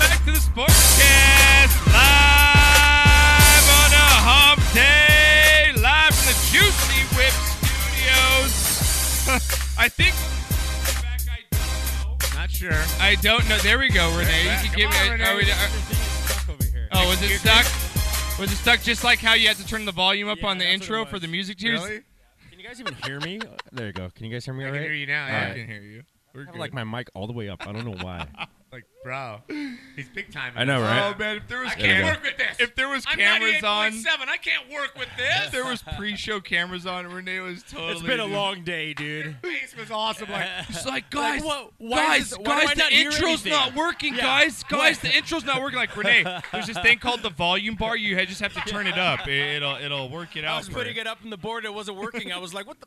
back to the Sportscast live on a hump day, live from the Juicy Whip Studios. I think. Back, I don't know. Not sure. I don't know. There we go, Renee. You can give me. a- oh, are we- are- uh, oh, was it stuck? Was it stuck just like how you had to turn the volume up Yeah, on the that's what it intro was. for the music cues? Can you guys even hear me? There you go. Can you guys hear me I all can right? hear you now. All Yeah, I right. can hear you. We're I have good. like my mic all the way up. I don't know why. Like, bro, he's big time. I know, right? Oh man, if there was There we go. cameras, with this. if there was cameras on, I can't work with if there was pre-show cameras on, Renee was totally. long day, dude. Face was awesome. Like, It's like, guys, whoa, why guys, is this- why do guys, I the not hear intro's anything? not working, Yeah. guys, guys, the intro's not working. Like Renee, there's this thing called the volume bar. You had- just have to turn it up. It, will it'll work it out. I was for putting you. it up on the board. It wasn't working. I was like, "What the?"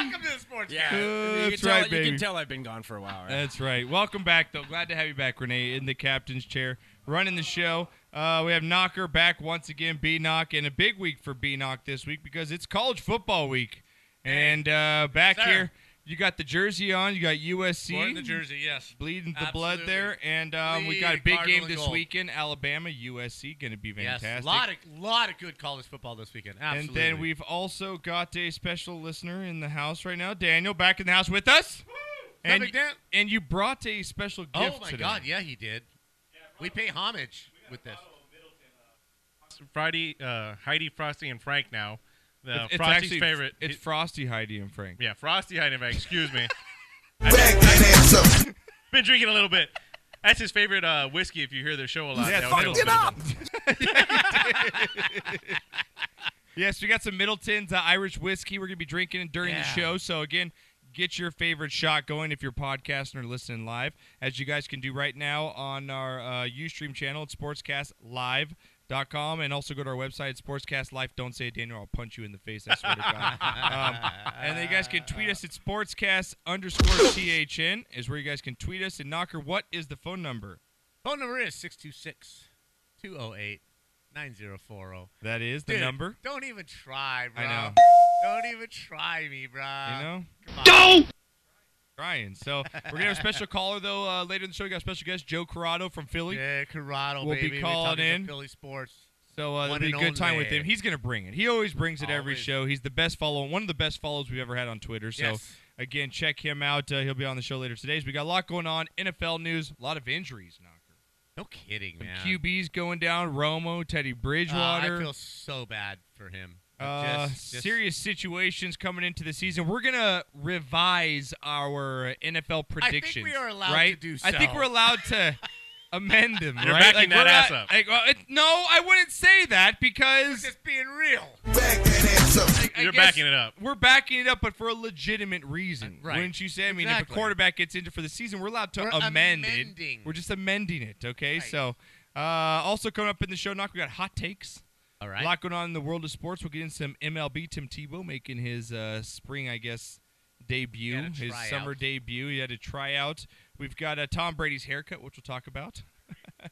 welcome to the sports. Yeah, Uh, you that's can tell. right, you baby. can tell I've been gone for a while. Uh, Right? That's right. Welcome back, though. Glad to have you back, Renee, in the captain's chair, running the show. Uh, we have Knocker back once again, B Knock, and a big week for B Knock this week because it's college football week. And uh, back Sir. here, you got the jersey on, you got USC. Born in the jersey, yes. bleeding the blood Absolutely. there, and um, we Bleed got a big Cardinal game and this gold. weekend. Alabama, USC, going to be fantastic. Yes, a lot of lot of good college football this weekend. and Absolutely. then we've also got a special listener in the house right now, Daniel, back in the house with us. And, And, and you brought a special oh gift my today. God, yeah, he did. We pay homage with this. Friday, uh, Heidi, Frosty, and Frank now. The It's- it's Frosty's actually- favorite. It's It- Frosty, Heidi, and Frank. yeah, Frosty, Heidi, and Frank. Excuse me. Back that ass up. Been drinking a little bit. That's his favorite uh, whiskey. If you hear their show a lot, Yeah, now. fuck Middleton. Get up. Yes, we got some Middleton's uh, Irish whiskey we're going to be drinking during the Yeah. show. So, again, get your favorite shot going if you're podcasting or listening live, as you guys can do right now on our uh, Ustream channel at sportscastlive.com. And also go to our website at sportscastlife. Don't say it, Daniel. I'll punch you in the face. I swear to God. Um, and then you guys can tweet us at sportscast underscore THN, is where you guys can tweet us. And, Knocker, what is the phone number? Phone number is 626 208 9040. That is the Dude, number. Don't even try, bro. I know. Don't even try me, bro. You know? Don't. Ryan. So we're gonna have a special caller though uh, later in the show. We got a special guest Joe Corrado from Philly. Yeah, Corrado, We'll be baby. We calling talking some in. Philly sports. So uh, it'll One be a and good time with only. him. He's gonna bring it. He always brings it every Always. show. He's the best follow, one of the best follows we've ever had on Twitter. So Yes. again, check him out. Uh, he'll be on the show later today. So we got a lot going on. NFL news, a lot of injuries. Knocker. No kidding, man. Some QBs going down. Romo, Teddy Uh, I Bridgewater. feel so bad for him. Uh, Just- just- serious situations coming into the season. We're gonna revise our NFL predictions. are allowed right? to do I think so. we're allowed to amend them. You're right? backing we're that ass not- up. like, well, it- no, I wouldn't say that because Just being real. Back that ass up. I You're guess backing it up. We're backing it up, but for a legitimate reason, Uh, Right. wouldn't you say? I mean, if a Exactly. quarterback gets injured for the season, we're allowed to We're amend amending. it. We're just amending it. Okay, Right. so. Uh, also coming up in the show, knock we got hot takes. All A lot going on in the world of sports. We'll get in some MLB. Tim Tebow making his uh, spring, I guess, debut, He had a his tryout. summer debut. He had a tryout. We've got uh, Tom Brady's haircut, which we'll talk about.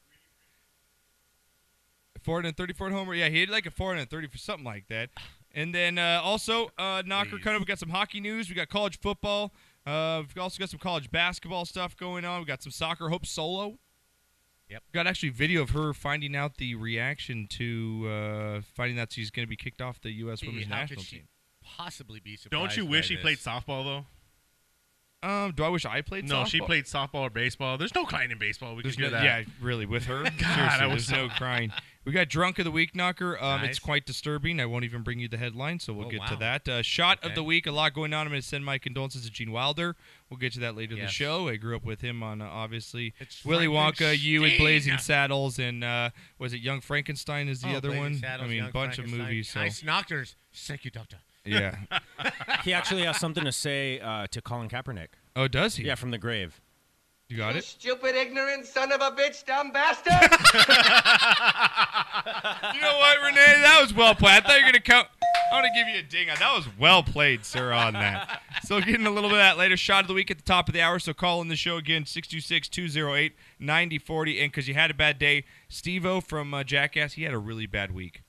434 homer. Yeah, he had like a 430 for something like that. And then uh, also, uh, Knocker Please. coming up. We got some hockey news. We got college football. Uh, we've also got some college basketball stuff going on. We got some soccer. Hope Solo. Yep. Got actually video of her finding out the reaction to uh, finding out she's going to be kicked off the U.S. Gee, women's how national could she team. possibly be surprised? Don't you by wish he this? played softball though? Um, do I wish I played? no, she softball? played softball or baseball. There's no crying in baseball. We There's can hear no- that. Yeah, really, with her. Seriously, I there's was- no crying. We got drunk of the week knocker. Um, It's Nice. quite disturbing. I won't even bring you the headline, so we'll Oh, get to wow. that. Uh, shot of Okay. the week. A lot going on. I'm going to send my condolences to Gene Wilder. We'll get to that later in the Yes. show. I grew up with him on uh, obviously It's Willy Wonka, you and Frankenstein. Blazing Saddles, and uh, was it Young Frankenstein? Is the Oh, other Blazing one? Saddles, I mean, Young bunch of Frankenstein, movies. So Nice knockers. Thank you, doctor. yeah. He actually has something to say uh, to Colin Kaepernick. Oh, does he? Yeah, from the grave. You got Eh? it. Stupid, ignorant son of a bitch, dumb bastard! You know what, Renee? That was well played. I thought you were gonna come. I want to give you a ding on that. Was well played, sir, on that. So getting a little bit of that later shot of the week at the top of the hour. So call in the show again 626-208-9040 and cuz you had a bad day, Steve-O from uh, Jackass, he had a really bad week.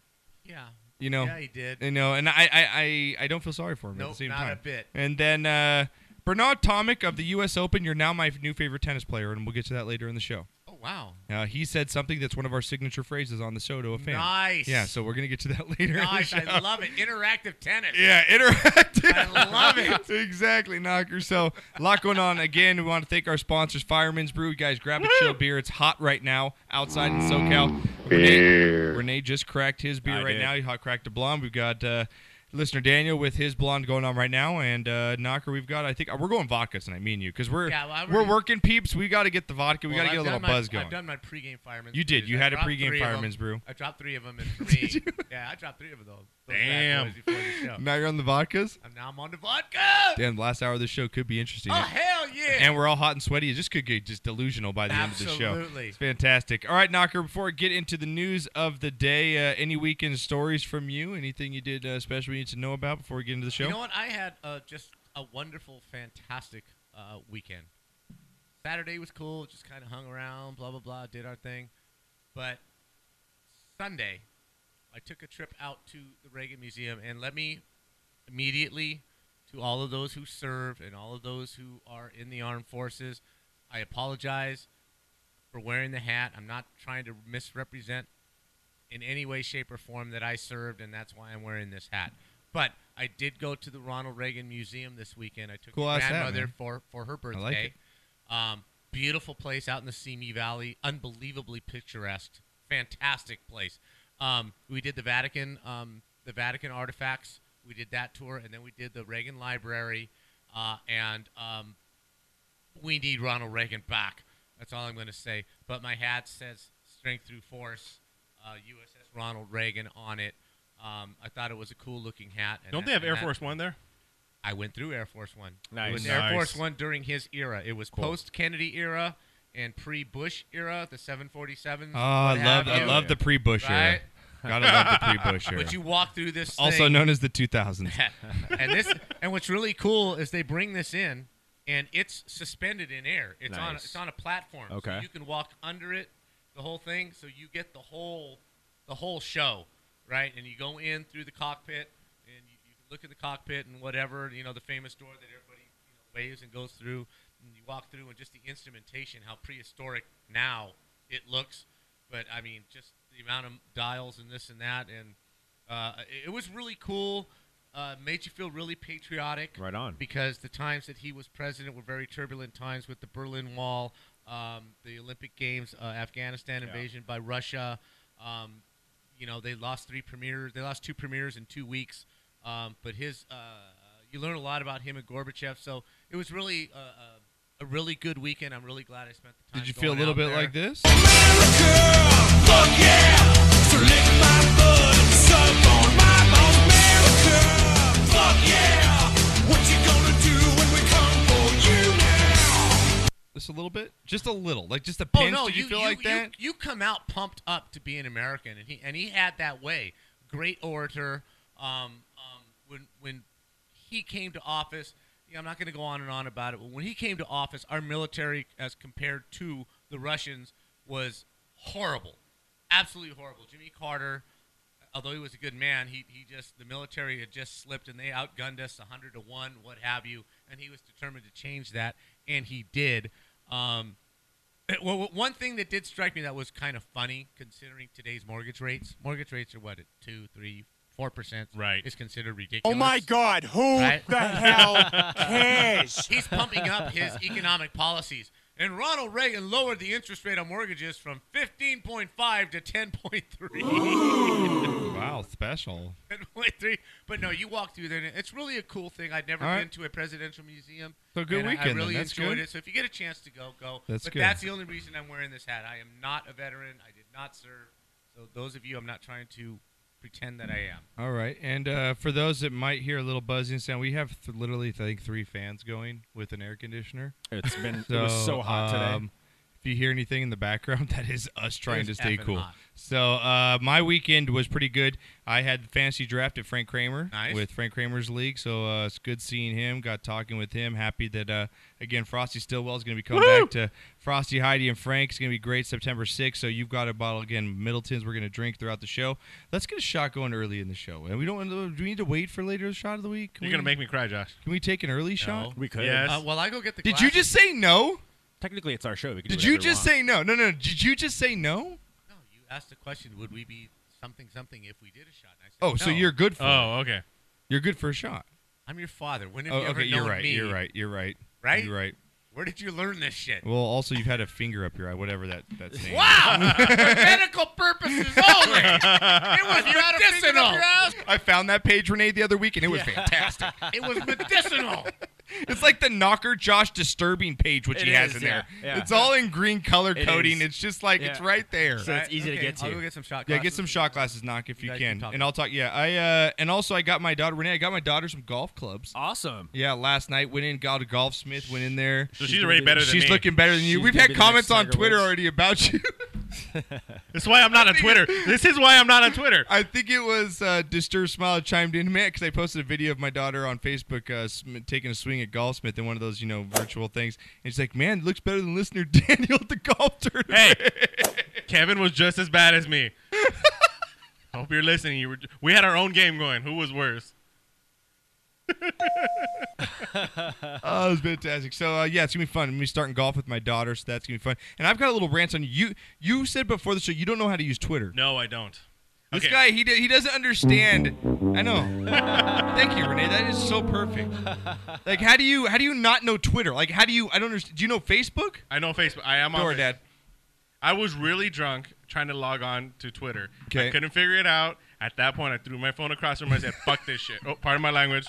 Yeah. You know. Yeah, he did. You know, and I I I, I don't feel sorry for him at Nope, the same not time. a bit. And then uh Bernard Tomic of the US Open, you're now my new favorite tennis player and we'll get to that later in the show. Oh wow. Uh, he said something that's one of our signature phrases on the show to a fan. Nice. Yeah, so we're gonna get to that later. Nice. in the show. I love it. Interactive tennis. Yeah, interactive. I love it. exactly, Knocker. So, a lot going on. Again, we want to thank our sponsors, Fireman's Brew. You guys grab a chill beer. It's hot right now outside in SoCal. Renee, Renee just cracked his beer right now. He hot cracked a blonde. We've got uh, listener Daniel with his blonde going on right now. And uh, Knocker, we've got, I think, we're going vodka tonight, me and you, because we're, Yeah, well, I we're already- working peeps. we got to get the vodka. we Well, got to get I've a little done my- buzz going. I've done my pregame fireman's. You did. brews. You I had a dropped pregame three of them. Fireman's brew. I dropped three of them in three. Yeah, I dropped three of those. those Damn. bad boys before the show. now you're on the vodkas? I'm now I'm on the vodka. Damn, last hour of the show could be interesting. Oh hell yeah. and we're all hot and sweaty. It just could get just delusional by the end of the show. Absolutely. It's fantastic. All right, Knocker, before I get into the news of the day, uh, any weekend stories from you? Anything you did uh, special we need to know about before we get into the show? You know what? I had uh, just a wonderful, fantastic uh, weekend. Saturday was cool. Just kind of hung around, blah blah blah, did our thing. But Sunday, I took a trip out to the Reagan Museum, and let me immediately to all of those who served and all of those who are in the armed forces, I apologize for wearing the hat. I'm not trying to misrepresent in any way, shape, or form that I served, and that's why I'm wearing this hat. But I did go to the Ronald Reagan Museum this weekend. I took Cool my ass hat, grandmother man. for for her birthday. like Um, beautiful place out in the Simi Valley, unbelievably picturesque, fantastic place. Um, we did the Vatican, um, the Vatican artifacts. We did that tour, and then we did the Reagan Library, uh, and um, we need Ronald Reagan back. That's all I'm going to say. But my hat says "Strength Through Force," uh, USS Ronald Reagan on it. Um, I thought it was a cool looking hat. and Don't that- they have and Air that- Force One there? I went through Air Force One. It was Nice. Air Force One during his era. It was post Kennedy era and pre Bush era, the 747. oh, I love I love the pre-Bush era. Right? Gotta love the pre-Bush era. But you walk through this. also thing- known as the 2000s. and this and what's really cool is they bring this in and it's suspended in air. It's on Nice. it's on a platform. so Okay. you can walk under it, the whole thing, so you get the whole the whole show, right? And you go in through the cockpit and you, you can look in the cockpit and whatever, you know, the famous door that everybody you know, waves and goes through and you walk through and just the instrumentation, how prehistoric now it looks. But I mean, just the amount of dials and this and that and uh, it, it was really cool. Uh, made you feel really patriotic. Right on. Because the times that he was president were very turbulent times with the Berlin Wall, um, the Olympic Games, uh, Afghanistan invasion by Russia. Um, you know, they lost three premiers. They lost two premiers in two weeks. Um, but his, uh, you learn a lot about him and Gorbachev. So it was really uh, a, a really good weekend. I'm really glad I spent the time. Did you feel a going little out bit there. like this? Just a little bit? Just a little. Like just a Oh pinch? no, Did you, feel like that? You, come out pumped up to be an American, and he and he had that way. Great orator. Um, um, when when he came to office, you know, I'm not going to go on and on about it. But when he came to office, our military, as compared to the Russians, was horrible, absolutely horrible. Jimmy Carter, although he was a good man, he he just the military had just slipped, and they outgunned us 100 to one, what have you. And he was determined to change that, and he did. Um, uh, Well, w- one thing that did strike me that was kind of funny, considering today's mortgage rates. Mortgage rates are what at two, three, four percent. Right. is considered Oh ridiculous. my God, who Right. the hell cares? He's pumping up his economic policies, and Ronald Reagan lowered the interest rate on mortgages from fifteen point five to ten point three. Wow, special. 10.3. But no, you walk through there, and it's really a cool thing. I'd never All right. been to a presidential museum. So good and I- weekend, I, then. really That's enjoyed good. it. So if you get a chance to go, go. That's but good. that's the only reason I'm wearing this hat. I am not a veteran. I did not serve. So those of you, I'm not trying to pretend that I am. All right, and uh, for those that might hear a little buzzing sound, we have th- literally I think three fans going with an air conditioner. It's been So, it was so hot today. um, If you hear anything in the background, that is us trying is to stay effing cool. hot. So uh, my weekend was pretty good. I had the fantasy draft at Frank Kramer Nice. with Frank Kramer's league, so uh, it's good seeing him. Got talking with him. Happy that uh, again Frosty Stillwell is going to be coming back to Frosty, Heidi, and Frank. It's going to be great September 6th. So you've got a bottle again, Middleton's. We're going to drink throughout the show. Let's get a shot going early in the show, and we don't. uh, Do we need to wait for later shot of the week? Can You're we, gonna make me cry, Josh. Can we take an early shot? We could. Yes. Uh, well, I go get the. Did you glasses. just say no? Technically, it's our show. We could do Did you whatever we just want. say no? No, no. Did you just say no? No, you asked the question. Would we be something something if we did a shot? And I said, Oh, so "No, you're good for it. Oh, okay. you're good for a shot. I'm your father. When have Oh, you ever okay, you're known right. me? You're right. You're right. Right? You're right. Where did you learn this shit? Well, also you've had a finger up your eye, whatever that that's named. Wow! For medical purposes only. It was medicinal. I found that page, Renee, the other week, and it was fantastic. It was medicinal. It's like the Knocker Josh disturbing page, which It he has is, in yeah, there. yeah. It's all in green color It coding. is. It's just like it's Yeah. right there. So it's easy okay, to get to. I'll go get some shot. Yeah, glasses. get some shot glasses, knock if you, guys can, keep talking. and I'll talk. Yeah, I uh, and also I got my daughter Renee. I got my daughter some golf clubs. awesome. Yeah, last night went in, got a golf smith, went in there. So she's, already better than She's me. looking better than you. She's We've gonna had be the next comments on Tiger Twitter Woods. already about you. This is why I'm not on Twitter. This is why I'm not on Twitter. I think it was uh, Disturbed Smile chimed in, man, because I posted a video of my daughter on Facebook uh, sm- taking a swing at Golfsmith in one of those, you know, virtual things. And she's like, man, it looks better than listener Daniel at the golf tournament. Hey, Kevin was just as bad as me. I hope you're listening. You were, we had our own game going. Who was worse? Oh, it was fantastic. So, uh, yeah, it's going to be fun. I'm going to be starting golf with my daughter, so that's going to be fun. And I've got a little rant on you. You said before the show you don't know how to use Twitter. No, I don't. This Okay. guy, he, d- he doesn't understand. I know. Thank you, Renee. That is so perfect. Like, how do you how do you not know Twitter? Like, how do you I don't understand. Do you know Facebook? I know Facebook. I am on Door, Facebook. Dad. I was really drunk trying to log on to Twitter. Okay. I couldn't figure it out. At that point, I threw my phone across the room. I said, fuck this shit. Oh, pardon my language.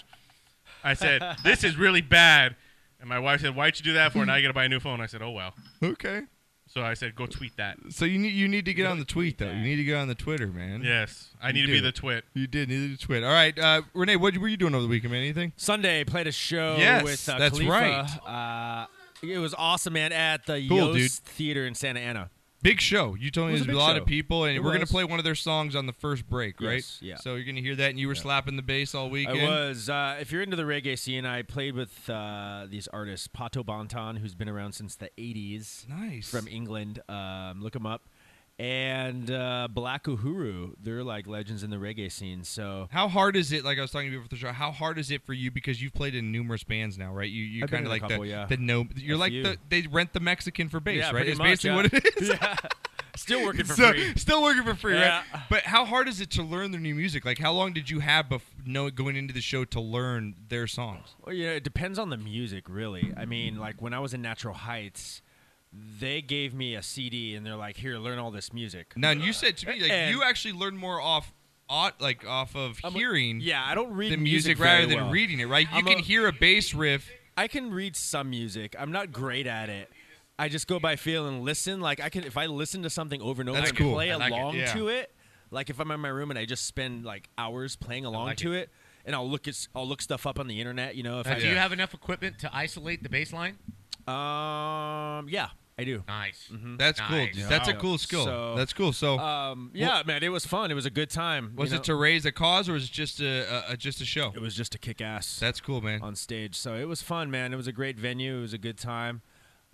I said, this is really bad. And my wife said, why'd you do that for? Now you got to buy a new phone. I said, oh, well. Okay. So I said, go tweet that. So you need you need to get on the tweet though. You need to get on the Twitter, man. Yes. I need to do. be the twit. You did need to tweet. All right, uh, Renee, what were you doing over the weekend? man? Anything? Sunday played a show Yes, with uh, that's Khalifa. Uh, it was awesome, man. At the Cool, Yost dude. Theater in Santa Ana. Big show. You told me It was there's a a big lot show. of people, and It we're gonna was. play one of their songs on the first break, right? Yes, yeah. So you're gonna hear that, and you were slapping the bass all I weekend. was. Uh, if you're into the reggae scene, I played with uh, these artists, Pato Bonton, who's been around since the '80s. Nice. From England. Um, look him up. And uh, Black Uhuru, they're like legends in the reggae scene. So How hard is it? Like I was talking to you before the show. How hard is it for you because you've played in numerous bands now, right? You you I've been kind of in like a couple, the yeah. the no. You're A like few. the, they rent the Mexican for bass, Yeah, right? pretty It's much, uh, basically yeah. what it is. still working for So, free. still working for free, Yeah. right? But how hard is it to learn their new music? Like, how long did you have bef- know going into the show to learn their songs? Well, yeah, it depends on the music, really. I mean, like when I was in Natural Heights, they gave me a CD and they're like, "Here, learn all this music." Now, and you said to me like And- you actually learned more off, au- like off of I'm a- hearing Yeah, I don't read the music, music, rather very than well. reading it, right? You I'm can a- hear a bass riff. I can read some music. I'm not great at it. I just go by feel and listen. Like I can, if I listen to something over and over, That's and cool. play I like it, along yeah. to it. Like if I'm in my room and I just spend like hours playing along to it. and I'll look at, s- I'll look stuff up on the internet. You know, if Uh, I Do you have enough equipment to isolate the baseline? um, yeah, I do. Nice. That's cool. Nice. That's a Yeah. cool skill. So- That's cool. So, Um, yeah, man, it was fun. It was a good time. you was know? it to raise a cause or was it just a, a, a just a show? It was just to kick ass. That's cool, man. on stage. So it was fun, man. It was a great venue. It was a good time.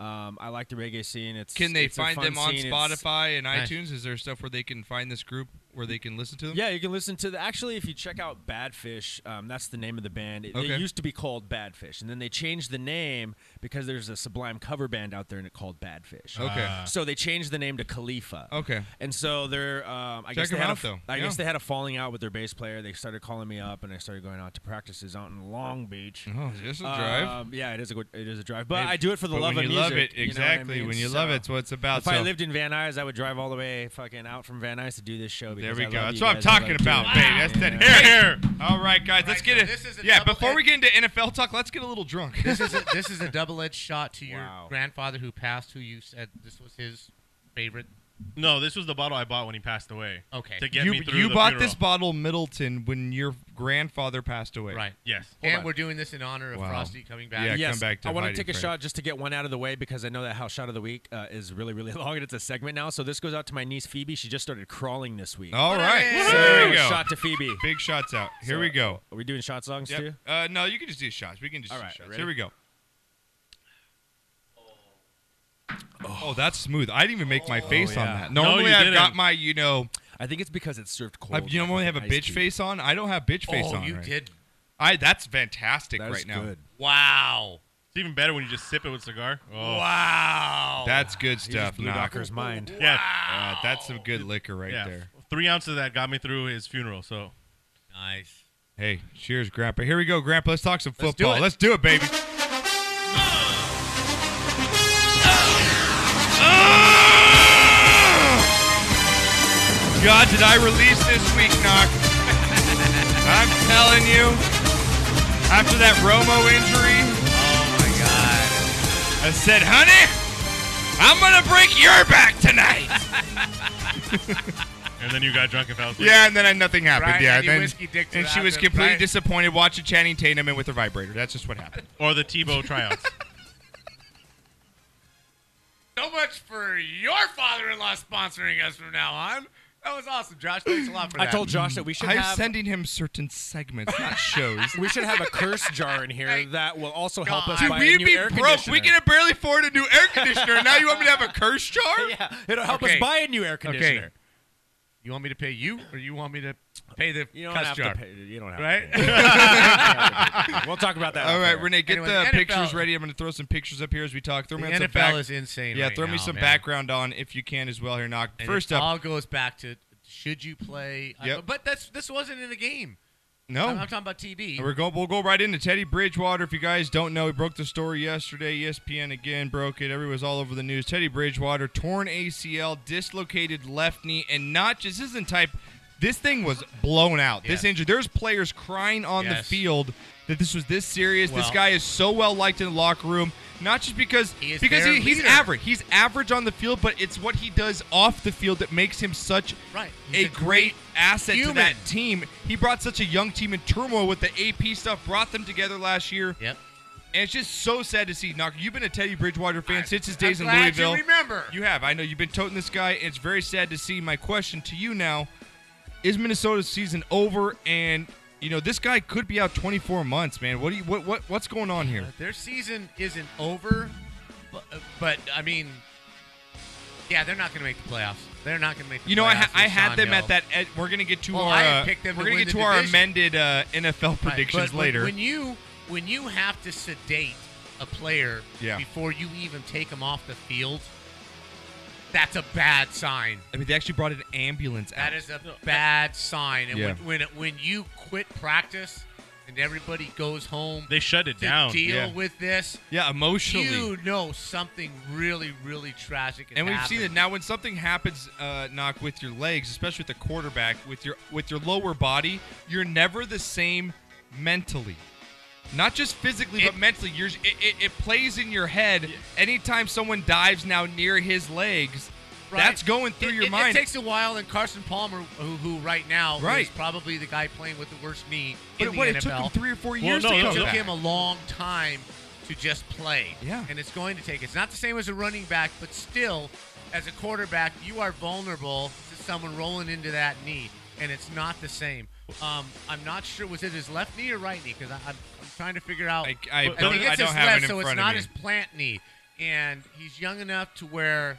Um, I like the reggae scene. It's Can they it's a find fun them on scene. It's- Spotify and Nice. iTunes? Is there stuff where they can find this group where they can listen to them? Yeah, you can listen to the. Actually, if you check out Badfish, um, that's the name of the band. It, Okay. They used to be called Badfish, and then they changed the name because there's a Sublime cover band out there, and it called Badfish. Okay. So they changed the name to Khalifa. Okay. And so they're, um, I Check guess they them had a out, though. I Yeah. guess they had a falling out with their bass player. They started calling me up, and I started going out to practices out in Long Beach. Oh, this will drive. Um, yeah, it is a good, it is a drive, but Hey, I do it for the but love when of you music. love it, you know what I exactly. mean? When you love So, it, it's what it's about. If I So- lived in Van Nuys, I would drive all the way fucking out from Van Nuys to do this show. There because we go. I love That's you what I'm guys. I love talking doing about, it. babe. That's Yeah. that. Here, here. All right, guys. Let's so get it. this is a yeah, double before we ed- get into NFL talk, let's get a little drunk. This is a, this is a double-edged shot to your Wow. grandfather who passed, who you said this was his favorite No, this was the bottle I bought when he passed away. Okay. To get you me through you the bought funeral. this bottle Middleton when your grandfather passed away. Right. Yes. and on. we're doing this in honor of Wow. Frosty coming Yeah, back. come yes, back to I want to Mighty take a Frank. shot just to get one out of the way because I know that house shot of the week uh, is really, really long and it's a segment now. So this goes out to my niece Phoebe. She just started crawling this week. All right. So, So Oh, there we go. Shot to Phoebe. Big shots out. Here So, we go. Are we doing shot songs too? Yep. Uh, no, you can just do shots. We can just All do right, shots. ready? Here we go. Oh. that's smooth. I didn't even make my face on yeah. that. No, Normally you I've got didn't. my, you know, I think it's because it's served cold. I've, you normally have a bitch face on. I don't have bitch face oh, on. you right? did. I that's fantastic That's right now. good. Wow. It's even better when you just sip it with cigar. Oh. Wow. That's good He just stuff. blew Knock. Docker's mind. Yeah. Uh, that's some good liquor Oh, right yeah. there. Three ounces of that got me through his funeral. So nice. Hey, cheers, Grandpa. Here we go, Grandpa. Let's talk some Let's do football. it. Let's do it, baby. God, did I release this week, Knock? I'm telling you, after that Romo injury, Oh my God. I said, honey, I'm going to break your back tonight. and then you got drunk and fell asleep. yeah, and then I- nothing happened. Brian yeah, had you then, whiskey dicked and it she out was there, completely Brian. disappointed watching Channing Tatum in with her vibrator. That's just what happened. Or the Tebow tryouts. So much for your father-in-law sponsoring us from now on. That was awesome, Josh. Thanks a lot for I that. told Josh that we should I'm have sending him certain segments, not shows. we should have a curse jar in here that will also help us God. buy a We'd new be air broke. conditioner. We could have barely afford a new air conditioner. and now you want me to have a curse jar? yeah, it'll help Okay. us buy a new air conditioner. You want me to pay you, or you want me to pay the You don't cuss have jar? to pay. You don't have Right? to. Pay. we'll talk about that. All off right, air. Renee, get Anyway, the the pictures NFL ready. I'm going to throw some pictures up here as we talk. Throw The me on some NFL back- is insane. Yeah, right throw me now, some man. background on if you can as well here, Knock. And First it up, all goes back to should you play? I- Yep. but that's this wasn't in the game. I'm, no. I'm talking about TB. We're going, we'll go right into Teddy Bridgewater. If you guys don't know, he broke the story yesterday. E ESPN again broke it. Everyone's all over the news. Teddy Bridgewater, torn ACL, dislocated left knee, and not just this isn't type. This thing was blown out. This Yes. injury. There's players crying on the Yes. field that this was this serious. this Well- guy is so well liked in the locker room. Not just because He is because their he, he's leader. average. He's average on the field, but it's what he does off the field that makes him such Right. a He's a great great asset human. to that team. He brought such a young team in turmoil with the AP stuff, brought them together last year. Yep. And it's just so sad to see. Knocker, you've been a Teddy Bridgewater fan since his I'm days in glad Louisville. You remember? You have. I know you've been toting this guy. and It's very sad to see. My question to you now is Minnesota's season over? And, you know, this guy could be out 24 months, man. What do you, what, what, what's going on here? Uh, Their season isn't over, but, uh, but I mean, yeah, they're not going to make the playoffs. They're not going to make. the You know, I, ha- playoffs with I had Sean them at Hill. that. Ed, we're gonna get to Well, I our had uh, picked them we're to gonna win get the to our division. amended uh, NFL Right, predictions but when- later. When you when you have to sedate a player Yeah. before you even take him off the field, that's a bad sign. I mean, they actually brought an ambulance out. That is a bad sign. And Yeah. when, when when you quit practice and everybody goes home They shut it to down. deal yeah. with this, yeah, emotionally. you know something really really tragic. has and we've seen it happened. now when something happens uh, knock with your legs especially with the quarterback with your with your lower body you're never the same mentally not just physically but It- mentally you're it, it, it plays in your head anytime someone dives now near his legs Right. that's going through It- your it- mind It takes a while, and Carson Palmer, who, who right now Right. is probably the guy playing with the worst knee but in what, the it NFL. took him three or four Well, years no, to no, come it took back. him a long time to just play. Yeah. And it's going to take. It's not the same as a running back, but still, as a quarterback, you are vulnerable to someone rolling into that knee, and it's not the same. Um, I'm not sure. Was it his left knee or right knee? Because I'm, I'm trying to figure out. I, I, But- don't, think it's I don't his have left, it in so front it's not of me his plant knee, and he's young enough to where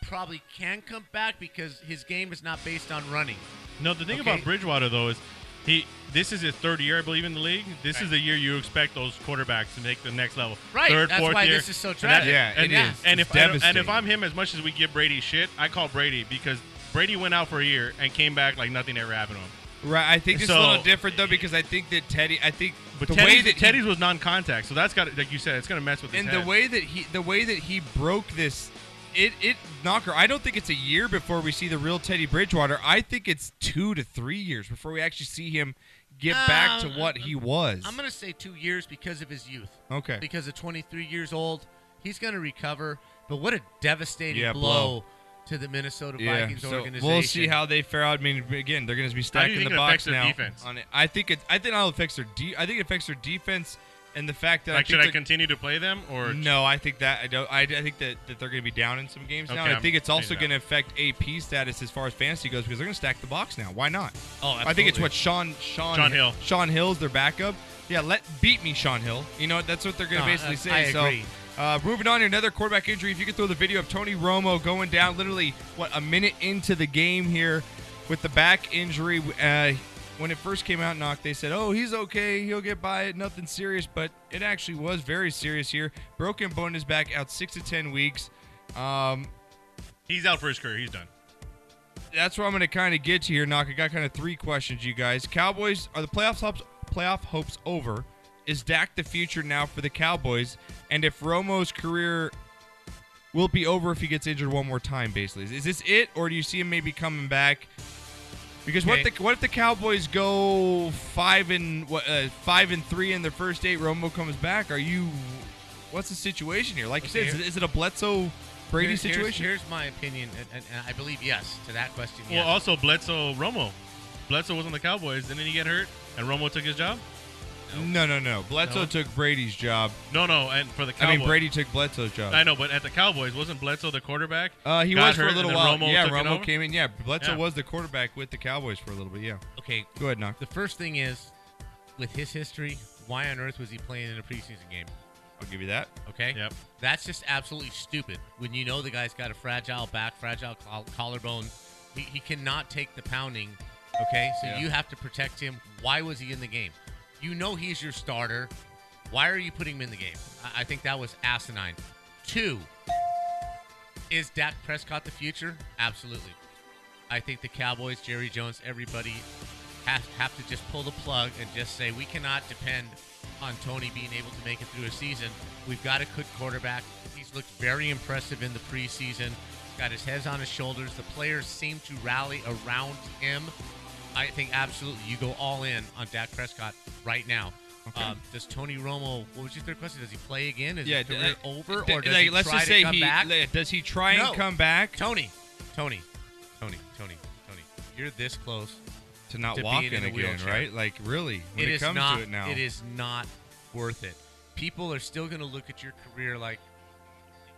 he probably can come back because his game is not based on running. No, the thing Okay. about Bridgewater though is he. This is his third year, I believe, in the league. This is the year you expect those quarterbacks to make the next level. Right, Third, that's fourth why year. this is so And tragic. Yeah, it and, is. And It's if I don't- and if devastating. I'm him, as much as we give Brady shit, I call Brady because Brady went out for a year and came back like nothing ever happened to him. right i think it's a So- little different though because i think that teddy i think But the Teddy's, way that he Teddy's was non-contact, so that's got like you said, it's gonna mess with his and head. the way that he the way that he broke this it it knocker i don't think it's a year before we see the real teddy bridgewater i think it's two to three years before we actually see him get back to Um, what he was I'm going to say two years because of his youth. Okay. Because at 23 years old, he's going to recover. But what a devastating Yeah, blow, blow. to the Minnesota Yeah, Vikings so organization. we'll see how they fare out. I mean, again, they're going to be do you stacking think the it box affects their now. defense? On it, I think it. I think it affects their. De- I think it affects their defense and the fact that Like, I think should I they're- continue to play them or No, I think that I don't. I, I think that, that they're going to be down in some games now. Okay, And I think I'm it's also taking going it to affect AP status as far as fantasy goes because they're going to stack the box now. Why not? Oh, I think it's absolutely. what Sean Sean Sean Hill. Sean Hill's their backup. Yeah, let beat me, Sean Hill. You know that's what they're going to No, basically I- say. I so, agree. Uh, moving on to another quarterback injury. If you could throw the video of Tony Romo going down, literally what a minute into the game here with the back injury. Uh, when it first came out, knock, they said, "Oh, he's okay. He'll get by it. Nothing serious." But it actually was very serious here. Broken bone in his back, out six to ten weeks. Um, he's out for his career? He's done. that's where I'm going to kind of get to here, Knock. I got kind of three questions, you guys. Cowboys, are the playoffs hopes, playoff hopes over? Is Dak the future now for the Cowboys? And if Romo's career will it be over if he gets injured one more time, basically, is this it, or do you see him maybe coming back? Because what Okay. if the what if the Cowboys go five and what uh, five and three in their first eight? Romo comes back. Are you? What's the situation here? Like Okay, you said, here- is, is it a Bledsoe Brady Here's- here's- situation? Here's, my opinion, and, and, and I believe yes to that question. Yes. Well, also Bledsoe Romo. Bledsoe was on the Cowboys. Didn't he get hurt? And Romo took his job? No, no, no. Bledsoe No? took Brady's job. No, no. And for the I Cowboys, mean, Brady took Bledsoe's job. I know, but at the Cowboys, wasn't Bledsoe the quarterback? Uh, he Got was for hurt a and little then while. Romo yeah, took it Romo over? came in. Yeah, Bledsoe Yeah. was the quarterback with the Cowboys for a little bit. Yeah. okay. Go ahead, knock. The first thing is, with his history, why on earth was he playing in a preseason game? I'll give you that. Okay. Yep. That's just absolutely stupid. When you know the guy's got a fragile back, fragile coll- collarbone, he, he cannot take the pounding. Okay. So Yeah. you have to protect him. Why was he in the game? You know he's your starter. Why are you putting him in the game? I, I think that was asinine. Two. Is Dak Prescott the future? Absolutely. I think the Cowboys, Jerry Jones, everybody have, have to just pull the plug and just say we cannot depend on Tony being able to make it through a season. We've got a good quarterback. He's looked very impressive in the preseason. Got his head on his shoulders. The players seem to rally around him. I think absolutely you go all in on Dak Prescott right now. Um, does Tony Romo? What was your third question? Does he play again? Is yeah. his career uh, over, d- or does like, he let's try just to say come he back? le- does he try No. and come back Tony, Tony, Tony, Tony, Tony. You're this close. to not to walk being in, in a again? wheelchair. Right? Like really? When it, is comes not, to it now, It is not worth it. People are still going to look at your career like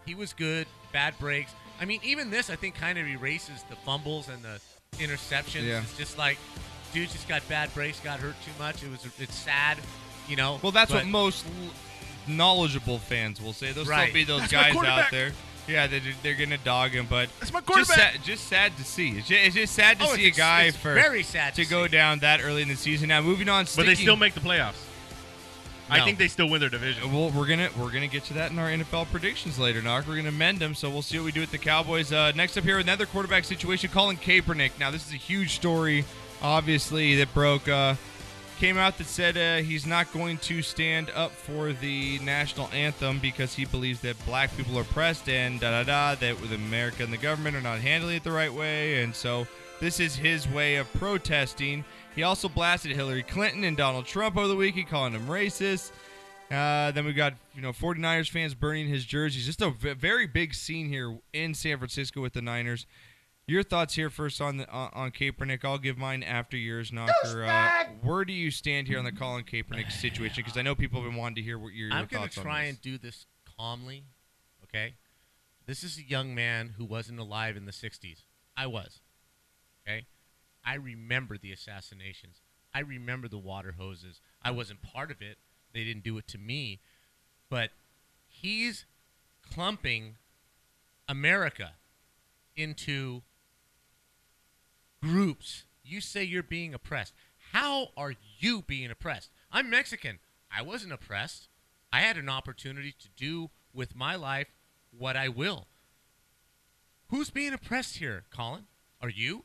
he was good, bad breaks. I mean, even this, I think, kind of erases the fumbles and the interceptions. Yeah. It's just like, dude, just got bad breaks, got hurt too much. It was, it's sad, you know. Well, that's but what most l- knowledgeable fans will say. There'll Right. still be those guys out there. Yeah, they, they're gonna dog him, but That's my just quarterback. sad, just sad to see. It's ju- it's just, sad to Oh, see a it's- guy it's for very sad to to go see. down that early in the season. Now moving on, But they sticking- still make the playoffs. I No. think they still win their division. Well, we're gonna we're gonna get to that in our NFL predictions later, Knock. We're gonna amend them, so we'll see what we do with the Cowboys. Uh, next up here, another quarterback situation: Colin Kaepernick. Now, this is a huge story, obviously that broke. Uh, came out that said uh, he's not going to stand up for the national anthem because he believes that black people are oppressed and da da da that with America and the government are not handling it the right way, and so this is his way of protesting. He also blasted Hillary Clinton and Donald Trump over the weekend, calling them racist. Uh, then we've got you know 49ers fans burning his jerseys. Just a v- very big scene here in San Francisco with the Niners. Your thoughts here first on the, on, on Kaepernick. I'll give mine after yours, Knocker. Uh, where do you stand here on the Colin Kaepernick situation? Because I know people have been wanting to hear what your, your I'm going thoughts to try on and do this calmly, okay? This is a young man who wasn't alive in the 60s. I was, okay? I remember the assassinations. I remember the water hoses. I wasn't part of it. They didn't do it to me. But he's clumping America into groups. You say you're being oppressed. How are you being oppressed? I'm Mexican. I wasn't oppressed. I had an opportunity to do with my life what I will. Who's being oppressed here, Colin? Are you?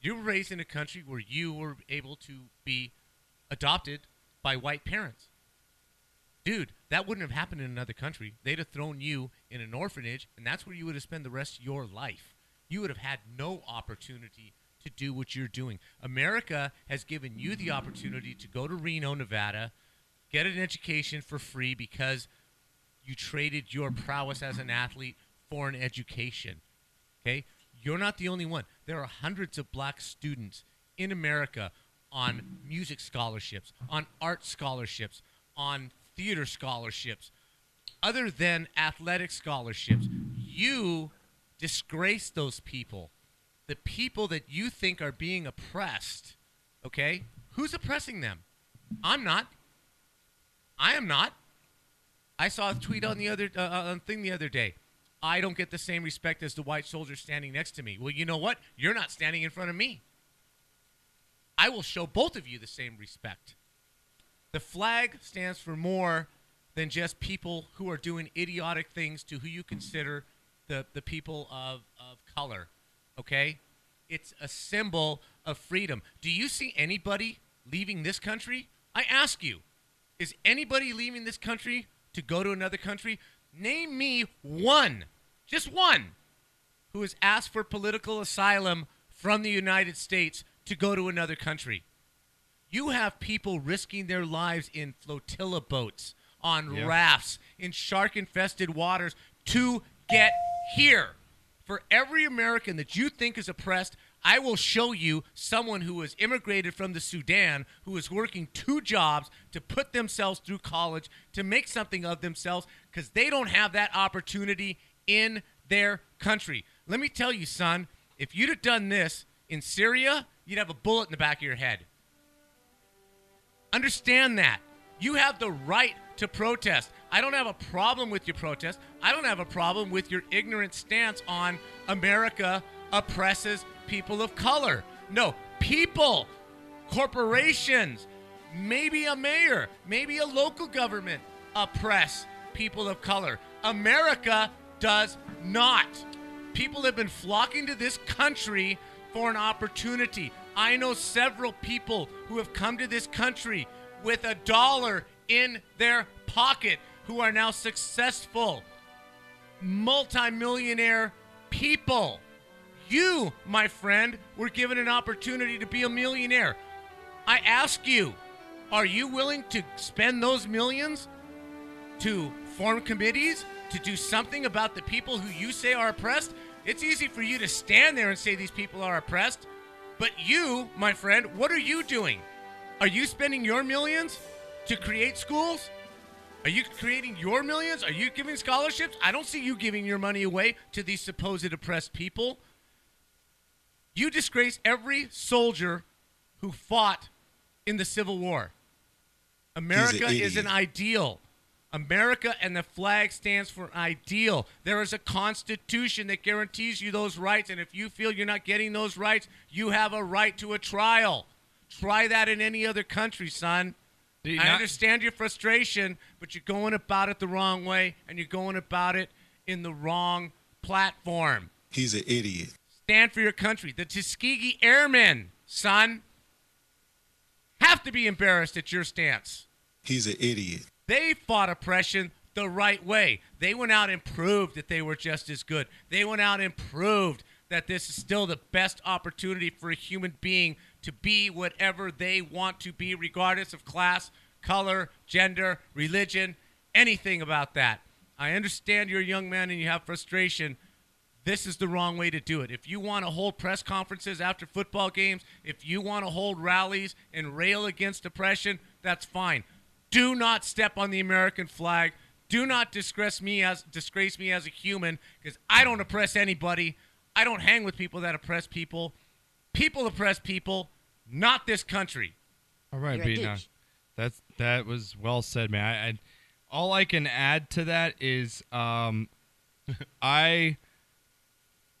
You were raised in a country where you were able to be adopted by white parents. Dude, that wouldn't have happened in another country. They'd have thrown you in an orphanage, and that's where you would have spent the rest of your life. You would have had no opportunity to do what you're doing. America has given you the opportunity to go to Reno, Nevada, get an education for free because you traded your prowess as an athlete for an education. Okay, you're not the only one. There are hundreds of black students in America on music scholarships, on art scholarships, on theater scholarships, other than athletic scholarships. You disgrace those people. The people that you think are being oppressed, okay? Who's oppressing them? I'm not. I am not. I saw a tweet on the other uh, uh, on thing the other day. I don't get the same respect as the white soldier standing next to me. Well, you know what? You're not standing in front of me. I will show both of you the same respect. The flag stands for more than just people who are doing idiotic things to who you consider the, the people of, of color. Okay? It's a symbol of freedom. Do you see anybody leaving this country? I ask you, is anybody leaving this country to go to another country? Name me one, just one, who has asked for political asylum from the United States to go to another country. You have people risking their lives in flotilla boats, on rafts, in shark infested waters to get here. For every American that you think is oppressed, I will show you someone who has immigrated from the Sudan, who is working two jobs to put themselves through college, to make something of themselves, because they don't have that opportunity in their country. Let me tell you, son, if you'd have done this in Syria, you'd have a bullet in the back of your head. Understand that. You have the right to protest. I don't have a problem with your protest. I don't have a problem with your ignorant stance on America oppresses people of color. No, people, corporations, maybe a mayor, maybe a local government oppress people of color. America does not. People have been flocking to this country for an opportunity. I know several people who have come to this country with a dollar in their pocket who are now successful, multimillionaire people. You, my friend, were given an opportunity to be a millionaire. I ask you, are you willing to spend those millions to form committees to do something about the people who you say are oppressed. It's easy for you to stand there and say these people are oppressed. But you, my friend, what are you doing? Are you spending your millions to create schools? Are you creating your millions? Are you giving scholarships? I don't see you giving your money away to these supposed oppressed people. You disgrace every soldier who fought in the Civil War. America is an ideal. America and the flag stands for ideal. There is a constitution that guarantees you those rights, and if you feel you're not getting those rights, you have a right to a trial. Try that in any other country, son. Dude, I not- understand your frustration, but you're going about it the wrong way, and you're going about it in the wrong platform. He's an idiot. Stand for your country. The Tuskegee Airmen, son, have to be embarrassed at your stance. He's an idiot. They fought oppression the right way. They went out and proved that they were just as good. They went out and proved that this is still the best opportunity for a human being to be whatever they want to be, regardless of class, color, gender, religion, anything about that. I understand you're a young man and you have frustration, this is the wrong way to do it. If you want to hold press conferences after football games, if you want to hold rallies and rail against oppression, that's fine. Do not step on the American flag. Do not disgrace me as disgrace me as a human because I don't oppress anybody. I don't hang with people that oppress people. People oppress people, not this country. All right, You're a B. douche. Now, that's that was well said, man. I, I, all I can add to that is, um, I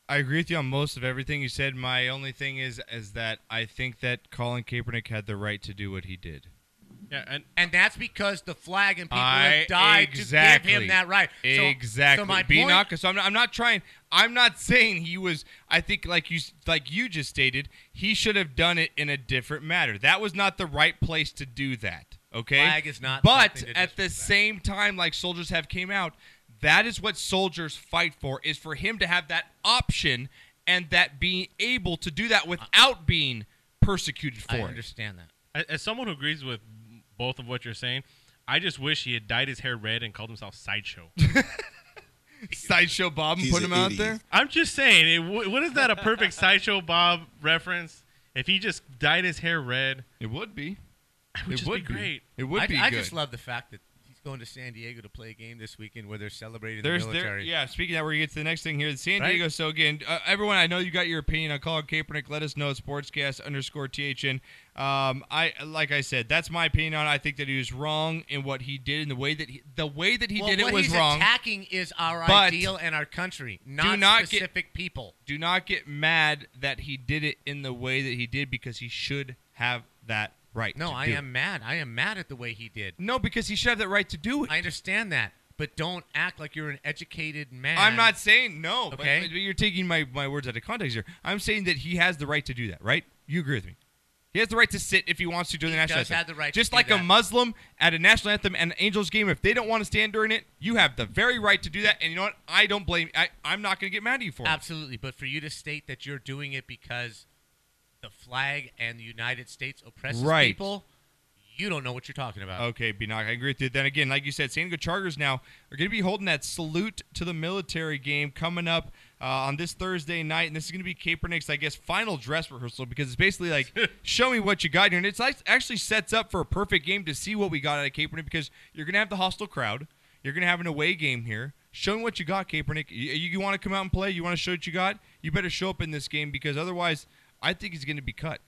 I agree with you on most of everything you said. My only thing is is that I think that Colin Kaepernick had the right to do what he did. Yeah, and And that's because the flag and people I- have died to give exactly. him that right. So- exactly. So my Be point, not- so I'm not, I'm not trying. I'm not saying he was. I think like you s- like you just stated, he should have done it in a different manner. That was not the right place to do that. Okay. Flag is not But something to at the disrespect. same time, like soldiers have came out, that is what soldiers fight for. Is for him to have that option and that being able to do that without being persecuted for Uh, I it. understand that. as, as someone who agrees with both of what you're saying, I just wish he had dyed his hair red and called himself Sideshow. Sideshow Bob and He's put an him out idiot. there? I'm just saying, it, wh- what is that a perfect sideshow Bob reference? If he just dyed his hair red, It would be. it It would just would be be. great. It would I, be I good. just love the fact that he's going to San Diego to play a game this weekend where they're celebrating There's the there, military. yeah. Speaking of that, we're gonna get to the next thing here. San Right? Diego. So again, uh, everyone, I know you got your opinion on Colin Kaepernick. Let us know at sportscast underscore thn. Um, I like I said, that's my opinion on. it. I think that he was wrong in what he did and the way that he, the way that he Well, did it what was he's wrong. attacking is our But ideal and our country, not, not get- specific people. Do not get mad that he did it in the way that he did because he should have that right. No, to I do it. am mad. I am mad at the way he did. No, because he should have that right to do it. I understand that, but don't act like you're an educated man. I'm not saying no, but- Okay. but, you're taking my, my words out of context here. I'm saying that he has the right to do that, right? You agree with me? He has the right to sit if he wants to during the He national does anthem. have the right to Just do like a that. Muslim at a national anthem and an Angels game, if they don't want to stand during it, you have the very right to do that. And you know what? I don't blame. I, I'm not going to get mad at you for it. Absolutely, but for you to state that you're doing it because the flag and the United States oppresses Right. people, you don't know what you're talking about. Okay, Beanock, I agree with you. Then again, like you said, San Diego Chargers now are going to be holding that salute to the military game coming up uh, on this Thursday night, and this is going to be Kaepernick's, I guess, final dress rehearsal because it's basically like, show me what you got here, and it's like, actually sets up for a perfect game to see what we got out of Kaepernick because you're going to have the hostile crowd, you're going to have an away game here. Show me what you got, Kaepernick. You, you want to come out and play? You want to show what you got? You better show up in this game because otherwise, I think he's going to be cut.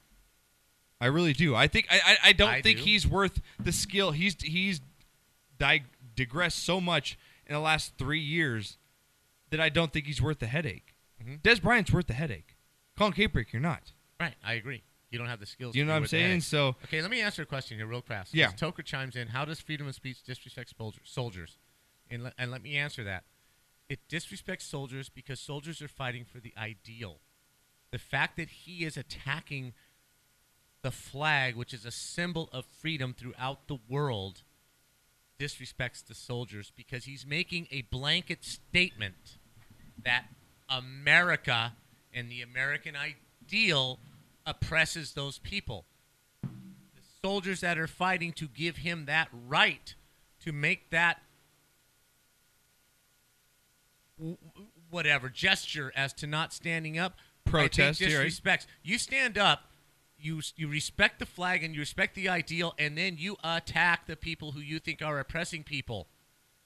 I really do. I think I, I, I don't I think do. he's worth the skill. He's he's dig- digressed so much in the last three years that I don't think he's worth the headache. Mm-hmm. Des Bryant's worth the headache. Colin Kaepernick, you're not. Right, I agree. You don't have the skills. Do you to know deal what I'm with the saying? headache. So Okay, let me answer a question here real fast. Yeah. Toker chimes in, how does freedom of speech disrespect soldier- soldiers? And, le- and let me answer that. It disrespects soldiers because soldiers are fighting for the ideal. The fact that he is attacking the flag, which is a symbol of freedom throughout the world, disrespects the soldiers because he's making a blanket statement that America and the American ideal oppresses those people the soldiers that are fighting to give him that right to make that w- w- whatever gesture as to not standing up I think Protest, yeah, right. disrespects you stand up you s- you respect the flag and you respect the ideal and then you attack the people who you think are oppressing people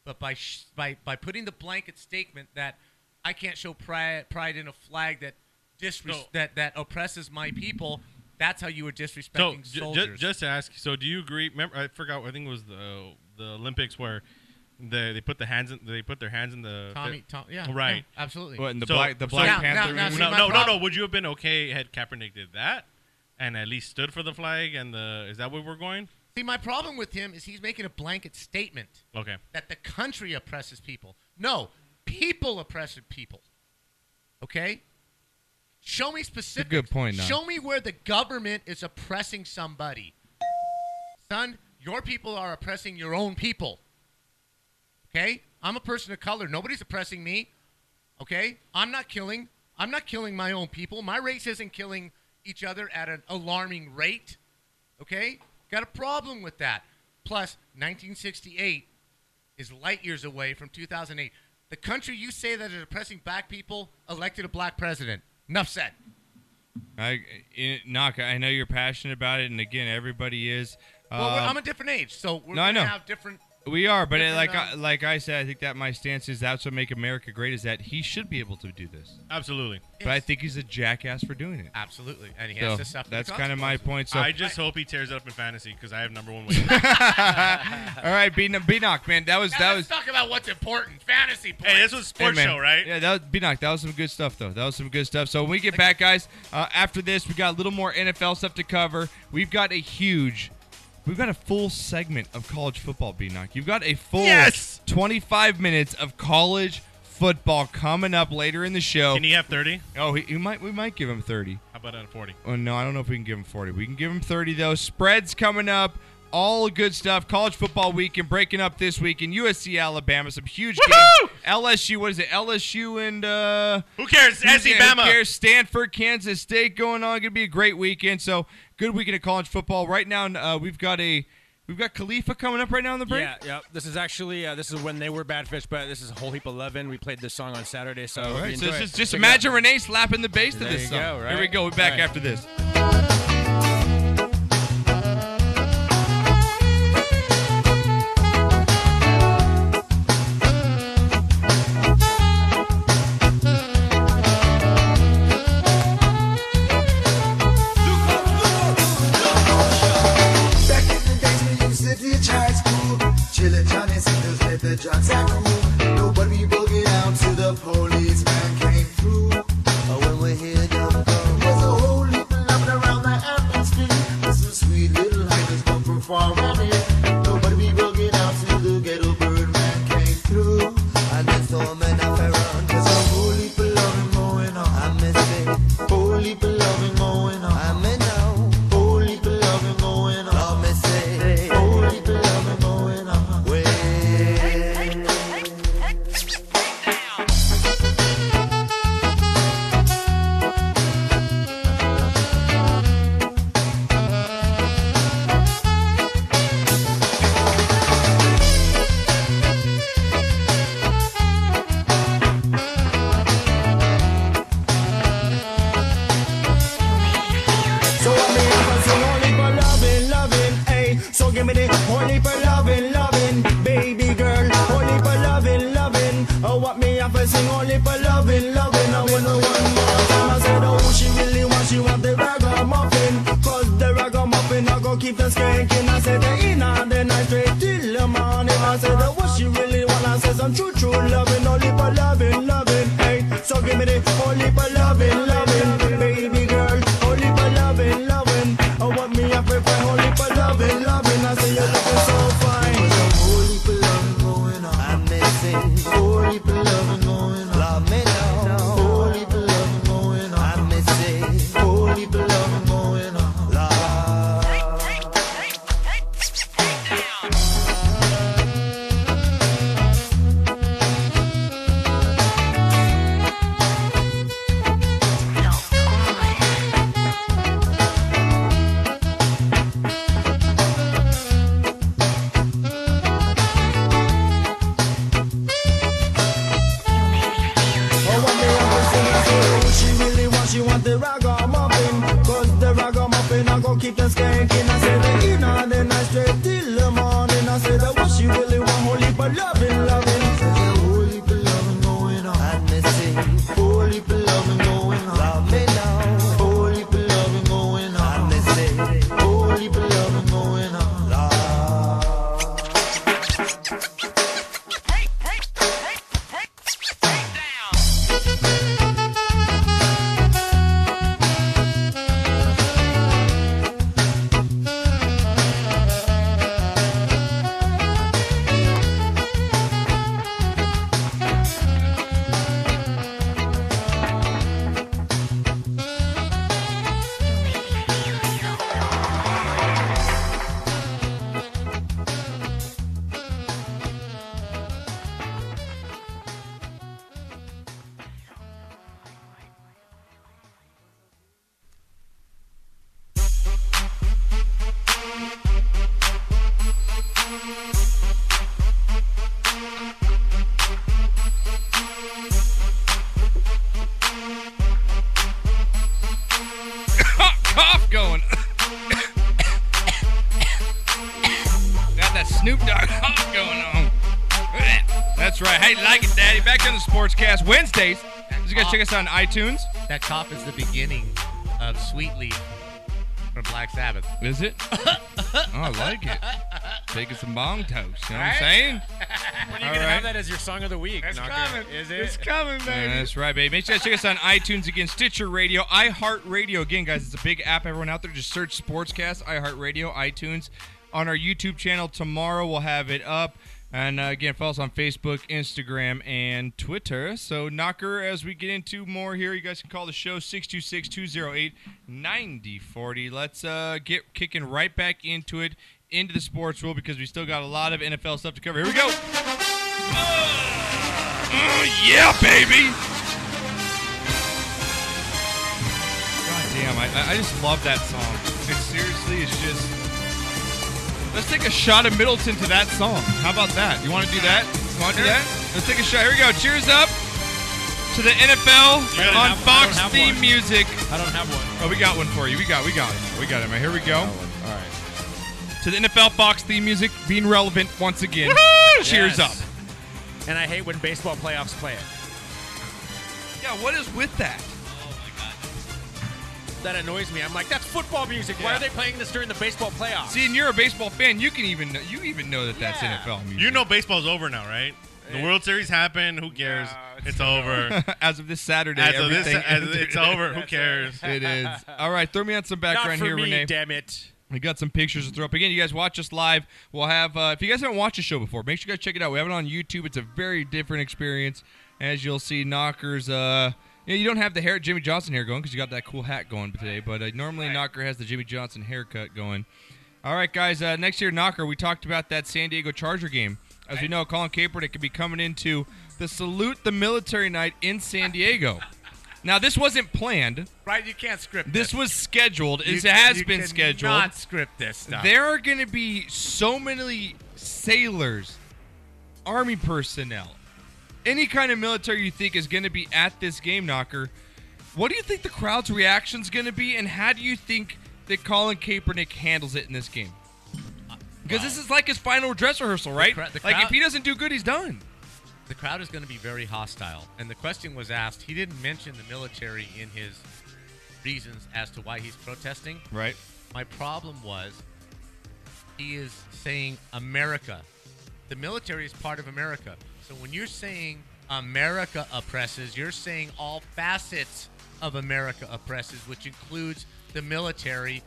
but by sh- by by putting the blanket statement that I can't show pride pride in a flag that disres- No. that that oppresses my people. That's how you were So, disrespecting j- soldiers. j- just to ask, so do you agree? Remember, I forgot. I think it was the the Olympics where the, they put the hands in, they put their hands in the Tommy, Tom, yeah, Right. yeah, absolutely. what in the So- black the so- Black Now- now- Panther? now movie? see No, my no, no, no. problem- Would you have been okay had Kaepernick did that, and at least stood for the flag? And the is that where we're going? See, my problem with him is he's making a blanket statement Okay. that the country oppresses people. No, people oppress people. Okay. Show me specific. good point, Nan. Show me where the government is oppressing somebody. Son, your people are oppressing your own people. Okay? I'm a person of color. Nobody's oppressing me. Okay? I'm not killing. I'm not killing my own people. My race isn't killing each other at an alarming rate. Okay? Got a problem with that. Plus, 1968 is light years away from 2008. The country you say that is oppressing black people elected a black president. Enough said. I, in, Knock, I know you're passionate about it, and again, everybody is. well, we're, Um, I'm a different age, so we're no, I gonna know. have different. We are, but it, Different, uh, like I, like I said, I think that my stance is that's what make America great is that he should be able to do this. Uh, Absolutely. But I Yes. think he's a jackass for doing it. Absolutely, and he So has to suffer. that's the kind of my consequences. point. So I just hope he tears it up in fantasy because I have number one. Waiting. all right, B knock, man, that was Now that let's was talk about what's important. Fantasy points. hey, this was a sports Hey, man. show, right? Yeah, that was be knocked. That was some good stuff, though. That was some good stuff. So when we get back, guys, uh, after this, we got a little more NFL stuff to cover. We've got a huge, we've got a full segment of college football. Be knock. You've got a full Yes! 25 minutes of college football coming up later in the show. Can he have thirty? oh, he, he might. We might give him 30. How about on forty? Oh, no, I don't know if we can give him 40. We can give him 30, though. Spreads coming up. All good stuff. College football weekend breaking up this week in USC, Alabama. Some huge games. LSU, what is it? LSU and uh, Who cares? SC who Bama. cares? Stanford, Kansas State going on. Going to be a great weekend. So good weekend of college football. Right now, uh, we've got a We've got Khalifa coming up right now on the break. Yeah, yeah. This is actually uh, this is when they were Bad Fish, but this is a whole heap eleven. We played this song on Saturday, so, All if you right, so enjoy this it, is just check it out. imagine Renee slapping the bass to There this you song. go, right? Here we go. We're back All right. after this. Back in the days when used to teach high school, chillin' Johnny's and those paper jocks are cool. Nobody broke it out till the policeman came through. Oh, when we hear them go, there's a whole heap of loving around the atmosphere. There's some sweet little hikers come from far around here. Nobody broke it out till the ghetto birdman came through. I left home and I fell around 'cause a whole heap of loving going on. I miss it. Whole heap of loving going on. I'm in now. Whole heap of loving going on. Love me say. Whole heap of loving going on. Way. So I mean, I'm so horny for loving, loving, ayy. So give me the horny for loving, loving, baby girl. Horny for loving, loving. Oh, what me have to sing only for loving, loving. I wanna one more time. I said, oh, she really wants, she want the ragamuffin. Cause the ragamuffin, I go keep the skanking. I said, the in and then I straight till the morning. I said, oh, what she really want, I said, some true, true loving. Only for loving, loving, ayy. So give me the only for loving, loving, baby girl. Only for loving, loving. Oh, what me I prefer only for loving, loving. I say you're looking so fine. Holy for loving going on. I'm missing. Holy for loving going on. Love me now. Holy for loving going on. I'm missing. Holy for loving going on. Love. Oh, what me I go sing, I say, oh, she really want, she want the ragamuffin. Cause the ragamuffin, I go keep them skanking. I say, the in and then I straight till the morning. I say, that what she really want, holy for loving, loving. Holy for loving going on. I'm missing. Holy for loving going on. Love me now. Holy for loving going on. I'm missing. Holy for loving going on. Love. cough going. Got that Snoop Dogg cough going on. That's right. Hey, like it, Daddy. Back on the Sportscast Wednesdays. You guys check us out on iTunes. That cough is the beginning of Sweet Leaf from Black Sabbath. Is it? oh, I like it. Taking some bong toast. You know what I'm Right? saying? When are you gonna have that as your song of the week? That's coming. Is it? coming, Yeah, that's right, baby. Make sure to check us out on iTunes again, Stitcher Radio, iHeartRadio. Again, guys, it's a big app. Everyone out there, just search Sportscast, iHeartRadio, iTunes. On our YouTube channel tomorrow, we'll have it up. And uh, again, follow us on Facebook, Instagram, and Twitter. So, Knocker, as we get into more here, you guys can call the show 626 208 9040. Let's uh, get kicking right back into it, into the sports world, because we still got a lot of NFL stuff to cover. Here we go. Oh, yeah, baby. God damn, I, I just love that song. It seriously is just Let's take a shot of Middleton to that song. How about that? You want to do that? You want to do that? Let's take a shot. Here we go. Cheers up to the NFL I don't on have- I don't Fox have theme one. music. I don't have one. Oh, we got one for you. We got, we got it. We got it. man. Here we go. All right. To the NFL Fox theme music being relevant once again. Cheers up. Yes. And I hate when baseball playoffs play it. Yeah, what is with that? That annoys me. I'm like, that's football music. Why Yeah. are they playing this during the baseball playoffs? See, and you're a baseball fan. You can even you even know that that's Yeah. NFL music. You know baseball's over now, right? The World Series happened. Who cares? it's, over. as of this Saturday, as of this, everything as of- it's over. Who cares? It is. All right, throw me on some Not background for here, me, Renee. damn it. We got some pictures to throw up. Again, you guys watch us live. We'll have, uh, if you guys haven't watched the show before, make sure you guys check it out. We have it on YouTube. It's a very different experience. As you'll see, Knocker's, uh, you, know, you don't have the hair, Jimmy Johnson hair going because you got that cool hat going today, but uh, normally Knocker has the Jimmy Johnson haircut going. All right, guys, uh, next year, Knocker, we talked about that San Diego Charger game. As we know, Colin Kaepernick could be coming into the Salute the Military night in San Diego. Now, this wasn't planned. Right? You can't script This was scheduled. You It ca- has you been cannot scheduled. script this stuff. There are going to be so many sailors, army personnel, any kind of military you think is going to be at this game knocker. What do you think the crowd's reaction's going to be, and how do you think that Colin Kaepernick handles it in this game? Because this is like his final dress rehearsal, right? cra- the like if crowd- he doesn't do good, he's done. the crowd is going to be very hostile. And the question was asked. He didn't mention the military in his reasons as to why he's protesting. Right. My problem was he is saying America. The military is part of America. So when you're saying America oppresses, you're saying all facets of America oppresses, which includes the military,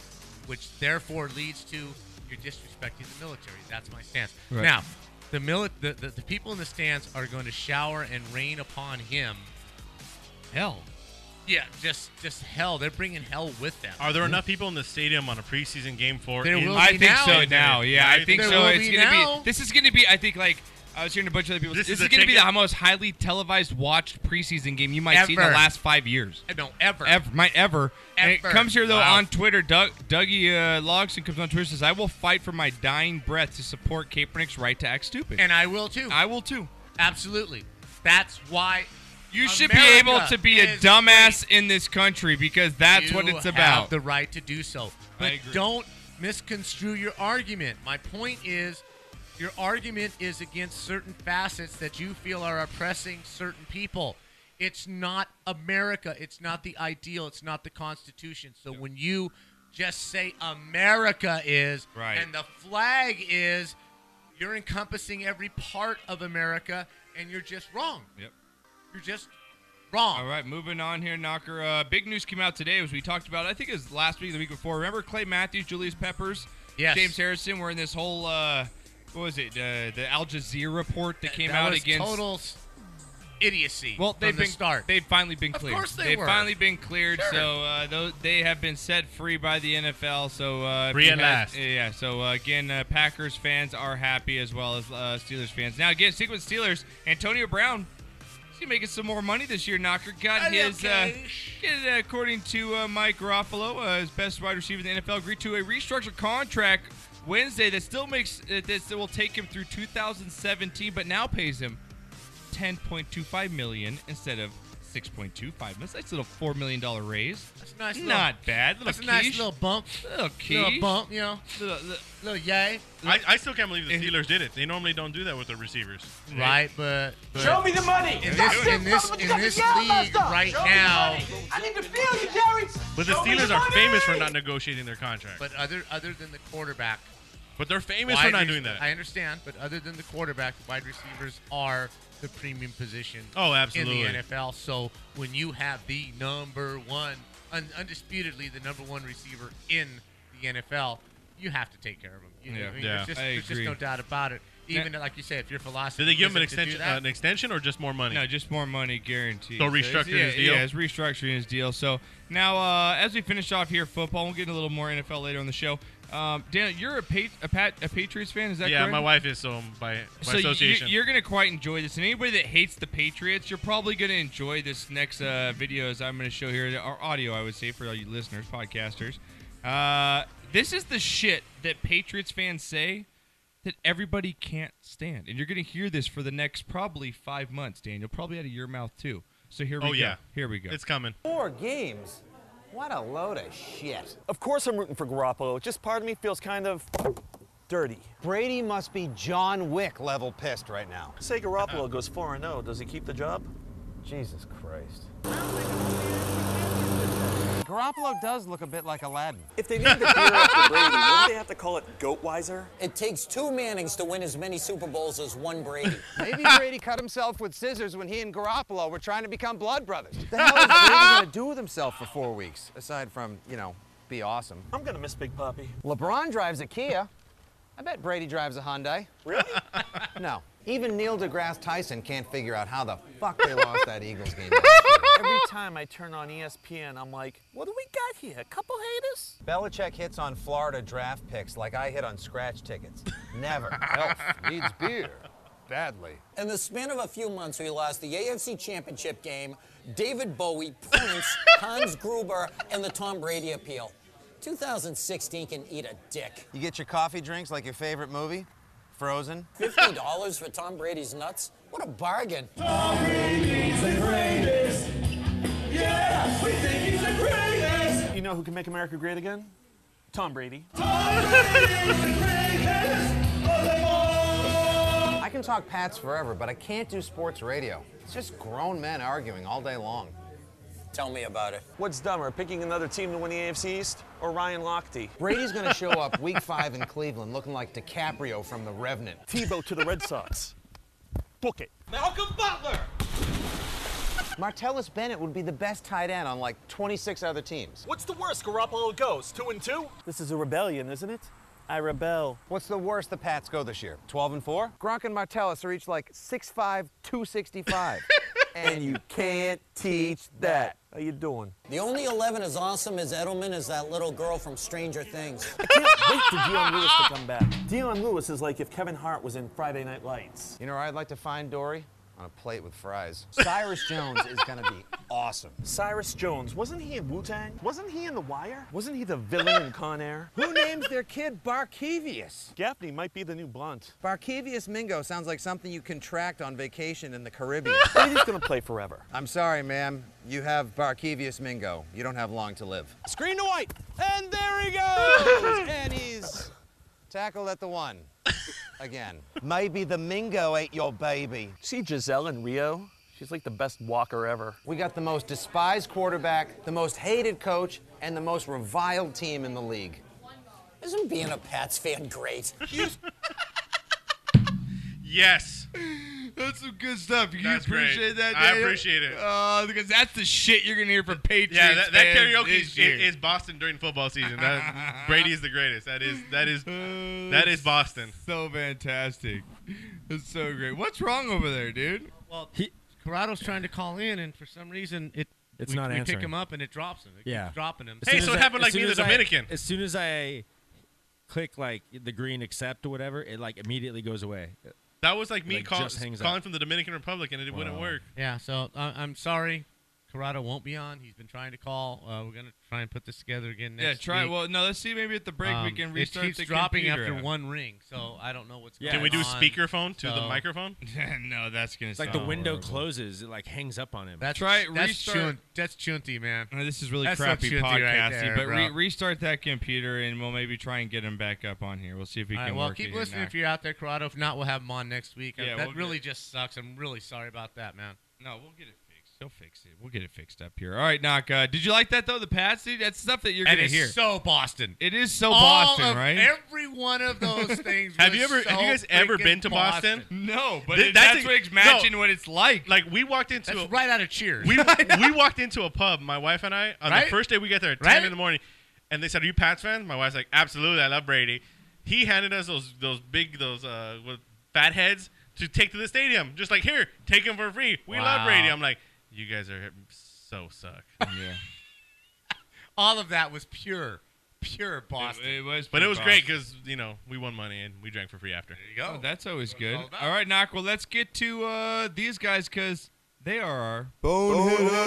which therefore leads to you're disrespecting the military. That's my stance. Right. Now, the, mili- the, the the people in the stands are going to shower and rain upon him hell. Yeah, just just hell. They're bringing hell with them. Are there enough people in the stadium on a preseason game for? There in- will I be think so now. Yeah, I think There so. will It's be gonna now. be. This is gonna be. I think like. I was hearing a bunch of other people. This, This is, is a gonna be ticket? the most highly televised, watched preseason game you might see in the Ever. last five years. I don't ever. ever might ever. And it Ever. comes here though Wow. on Twitter. Doug, Dougie uh, Logson comes on Twitter and says, "I will fight for my dying breath to support Kaepernick's right to act stupid." And I will too. I will too. Absolutely. That's why You should America be able to be a is dumbass in this country because that's you what it's have about. the right to do so. But agree. don't misconstrue your argument. My point is your argument is against certain facets that you feel are oppressing certain people. It's not America. It's not the ideal. It's not the Constitution. So when you just say America is Right. and the flag is, you're encompassing every part of America and you're just wrong. Yep. You're just wrong. All right, moving on here, Knocker. Uh, big news came out today, as we talked about. I think it was last week, the week before. Remember Clay Matthews, Julius Peppers, Yes. James Harrison were in this whole uh, what was it? Uh, the Al Jazeera report that came that out was against total s- idiocy. Well, from they've the been start. They've finally been Of cleared. course they have were. finally been cleared. Sure. So uh, tho- they have been set free by the NFL. So uh, if Free you at had- last. Yeah. So uh, again, uh, Packers fans are happy as well as uh, Steelers fans. Now again, stick with Steelers. Antonio Brown. He's making some more money this year. Knocker got his, uh, get it, uh, according to uh, Mike Garofalo, uh, his best wide receiver in the NFL, agreed to a restructured contract Wednesday that still makes uh, that still will take him through 2017, but now pays him 10.25 million instead of 6.25. That's a nice little four million dollar raise. That's a nice little- Not bad. Little That's a nice quiche. little bump. little quiche. Little bump, you know. Little- little- Little yay. I, I still can't believe the Steelers did it. They normally don't do that with their receivers. Right, but, but Show me the money. in That's this, it, in this, brother, what you in got to this yell about league stuff? right Show me the now, money. I need to feel you, Jerry. But the Show me Steelers the are famous for money. not negotiating their contract. But, but other other than the quarterback, they're famous for wide not rec- doing that. I understand, but other than the quarterback, wide receivers are the premium position oh, absolutely. in the NFL. So when you have the number one, un- undisputedly the number one receiver in the NFL, you have to take care of him. You know, Yeah. I mean, Yeah. there's, just, I there's just agree. no doubt about it. Even like you said, if your philosophy Did they give him an isn't to do extension? that- Uh, an extension or just more money? No, just more money guaranteed. So it's- restructured yeah, his deal? Yeah, it's restructuring his deal. So now, uh, as we finish off here, football. We'll get into a little more NFL later on the show. Um, Dan, you're a, pa- a, Pat- a Patriots fan, is that yeah, correct? my wife is um, by, by So you- association. you're gonna quite enjoy this, and anybody that hates the Patriots, you're probably gonna enjoy this next uh, video as I'm gonna show here, or audio, I would say, for all you listeners, podcasters. Uh, this is the shit that Patriots fans say that everybody can't stand, and you're going to hear this for the next probably five months, Daniel. Probably out of your mouth too. So here we Oh go. yeah, Here we go. It's coming. Four games? What a load of shit. Of course I'm rooting for Garoppolo. Just part of me feels kind of dirty. Brady must be John Wick level pissed right now. Say Garoppolo goes 4 and 0, does he keep the job? Jesus Christ. Garoppolo does look a bit like Aladdin. If they needed to clear up the Brady, wouldn't they have to call it Goatweiser? It takes two Mannings to win as many Super Bowls as one Brady. Maybe Brady cut himself with scissors when he and Garoppolo were trying to become blood brothers. The hell is Brady gonna do with himself for four weeks, aside from, you know, be awesome? I'm gonna miss Big Poppy. LeBron drives a Kia. I bet Brady drives a Hyundai. Really? No. Even Neil deGrasse Tyson can't figure out how the fuck they lost that Eagles game. last year. Every time I turn on E ESPN, I'm like, what do we got here? A couple haters? Belichick hits on Florida draft picks like I hit on scratch tickets. Never. Elf needs beer. Badly. In the span of a few months, we lost the AFC Championship game, David Bowie, Prince, Hans Gruber, and the Tom Brady appeal. 2016 can eat a dick. You get your coffee drinks like your favorite movie? Frozen? $50 for Tom Brady's nuts? What a bargain. Yeah, we think he's the greatest. You know who can make America great again? Tom Brady. I can talk Pats forever, but I can't do sports radio. It's just grown men arguing all day long. Tell me about it. What's dumber, picking another team to win the AFC East or Ryan Lochte? Brady's gonna show up week five in Cleveland looking like DiCaprio from The Revenant. Tebow to the Red Sox. Book it. Malcolm Butler. Martellus Bennett would be the best tight end on like 26 other teams. What's the worst Garoppolo goes? Two and two? This is a rebellion, isn't it? I rebel. What's the worst the Pats go this year? 12 and 4? Gronk and Martellus are each like 6'5, 265. and you can't teach that. How you doing? The only 11 as awesome as Edelman is that little girl from Stranger Things. Wait for Dion Lewis to come back. Dion Lewis is like if Kevin Hart was in Friday Night Lights. You know where I'd like to find Dory? On a plate with fries. Cyrus Jones is gonna be awesome. Cyrus Jones, wasn't he in Wu Tang? Wasn't he in The Wire? Wasn't he the villain in Con Air? Who names their kid Barkevius? Gaffney might be the new Blunt. Barkevius Mingo sounds like something you contract on vacation in the Caribbean. Brady's gonna play forever. I'm sorry, ma'am. You have Barkevius Mingo. You don't have long to live. Screen to white, and there he goes. and he's tackled at the one again. Maybe the Mingo ate your baby. See Giselle in Rio? She's like the best walker ever. We got the most despised quarterback, the most hated coach, and the most reviled team in the league. Isn't being a Pats fan great? Yes. That's some good stuff. You That's great. appreciate that, I Daniel? appreciate it. Uh, because that's the shit you're gonna hear from Patriots. Yeah, that, that fans karaoke this is, year. is Boston during football season. That, Brady is the greatest. That is that is that is Boston. so fantastic. It's so great. What's wrong over there, dude? Well, Corrado's trying to call in, and for some reason, it It's we, not we answering. pick him up and it drops him. It Yeah. keeps dropping him. As soon as I- as soon as I- as soon as I click like the green accept or whatever, it like immediately goes away. That was like me Like, call, just hangs calling up. from the Dominican Republic and it wouldn't Wow. work. Yeah, so I I'm sorry. Corrado won't be on. He's been trying to call. Uh, we're gonna try and put this together again next. yeah, try. week. Well, no, let's see. Maybe at the break we Um, can it restart keeps the dropping computer after app. one ring, so I don't know what's Yeah. going Can we do on. speakerphone to the So- microphone? no, that's gonna. It's like the Oh. sound window horrible. closes, it like hangs up on him. That's Try it, That's restart- chun- that's chunty, man. Uh, this is really That's some crappy chunty right podcasting, there, but re- bro. restart that computer and we'll maybe try and get him back up on here. We'll see if we All can right, well, work it keep in listening there. if you're out there, Corrado. If not, we'll have him on next week. Uh, Yeah, that we'll really just sucks. I'm really sorry about that, man. No, we'll get it fixed. He'll fix it. We'll get it fixed up here. All right, knock. Uh, did you like that though? The pass, dude. That's stuff that you're And gonna it's hear. so Boston. It is so All Boston, of right? Every one of those things. Have you was ever? have so you guys ever freaking been to Boston? No, but Th- it- that's a- what imagine no. what it's like. Like we walked into That's a, right out of Cheers. we we walked into a pub. My wife and I on Right? the first day we got there at Right? ten in the morning, and they said, "Are you Pats fans?" My wife's like, "Absolutely, I love Brady." He handed us those those big those uh what, fat heads to take to the stadium. Just like here, take him for free. We love Wow. Brady. I'm like, you guys are so suck. Yeah. All of that was pure, pure Boston. It, was, But it pretty was Boston. great because you know we won money and we drank for free after. There you go. Oh, that's always good. all about. All right, knock. Well, let's get to uh, these guys because they are our bonehead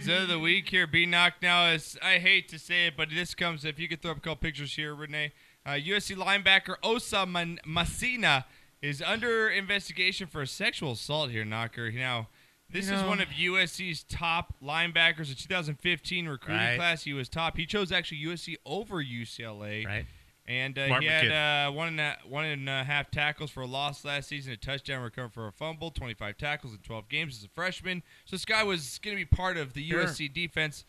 Heads of the week here. B knock now. Is, I hate to say it, but this comes if you could throw up a couple pictures here, Renee. Uh, USC linebacker Osa Man- Masina is under investigation for sexual assault here, Knocker. Now, this You is know- one of USC's top linebackers of 2015 recruiting Right. class. He was top. He chose actually USC over UCLA. Right. And uh, Smart he kid. had uh, one and a, one and a half tackles for a loss last season, a touchdown recovered for a fumble, 25 tackles in 12 games as a freshman. So this guy was going to be part of the Sure. USC defense.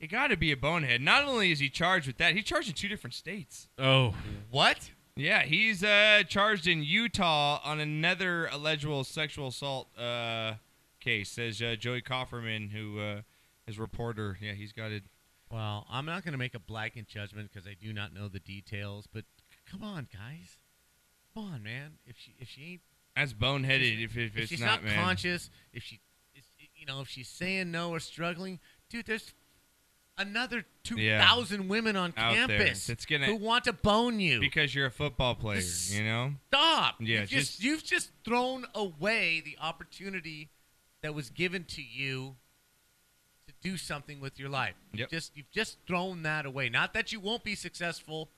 It got to be a bonehead. Not only is he charged with that, he's charged in two different states. Oh. What? Yeah, he's uh, charged in Utah on another alleged sexual assault uh, case, says uh, Joey Kofferman, who uh, is a reporter. Yeah, he's got it. Well, I'm not going to make a blanket judgment because I do not know the details. But c- come on, guys, come on, man. If she if she ain't That's boneheaded if, if, if it's she's not, not, man. conscious, if she is, you know if she's saying no or struggling, dude, there's another two thousand women on Out there. campus That's gonna- who want to bone you because you're a football player, you know? Stop. Yeah, you've just, you've just thrown away the opportunity that was given to you to do something with your life. Yep. Just you've just thrown that away. Not that you won't be successful,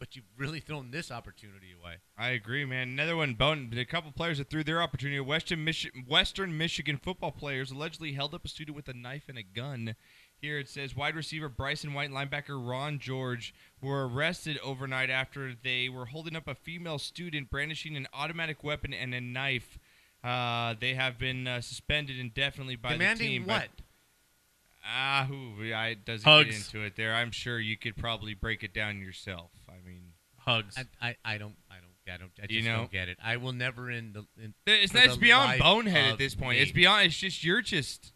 but you've really thrown this opportunity away. I agree, man. Another one, Bone. A couple players that threw their opportunity. Western, Michi- Western Michigan football players allegedly held up a student with a knife and a gun. Here it says wide receiver Bryson White, and linebacker Ron George were arrested overnight after they were holding up a female student brandishing an automatic weapon and a knife. Uh, they have been uh, suspended indefinitely by Demanding the team. what? Ah, who I doesn't get Hugs. into it there. I'm sure you could probably break it down yourself. I mean, hugs. I, I, I don't I don't I don't I just You know? don't get it. I will never in the in, It's, for not, it's the beyond life bonehead of at this point. me. It's beyond. It's just you're just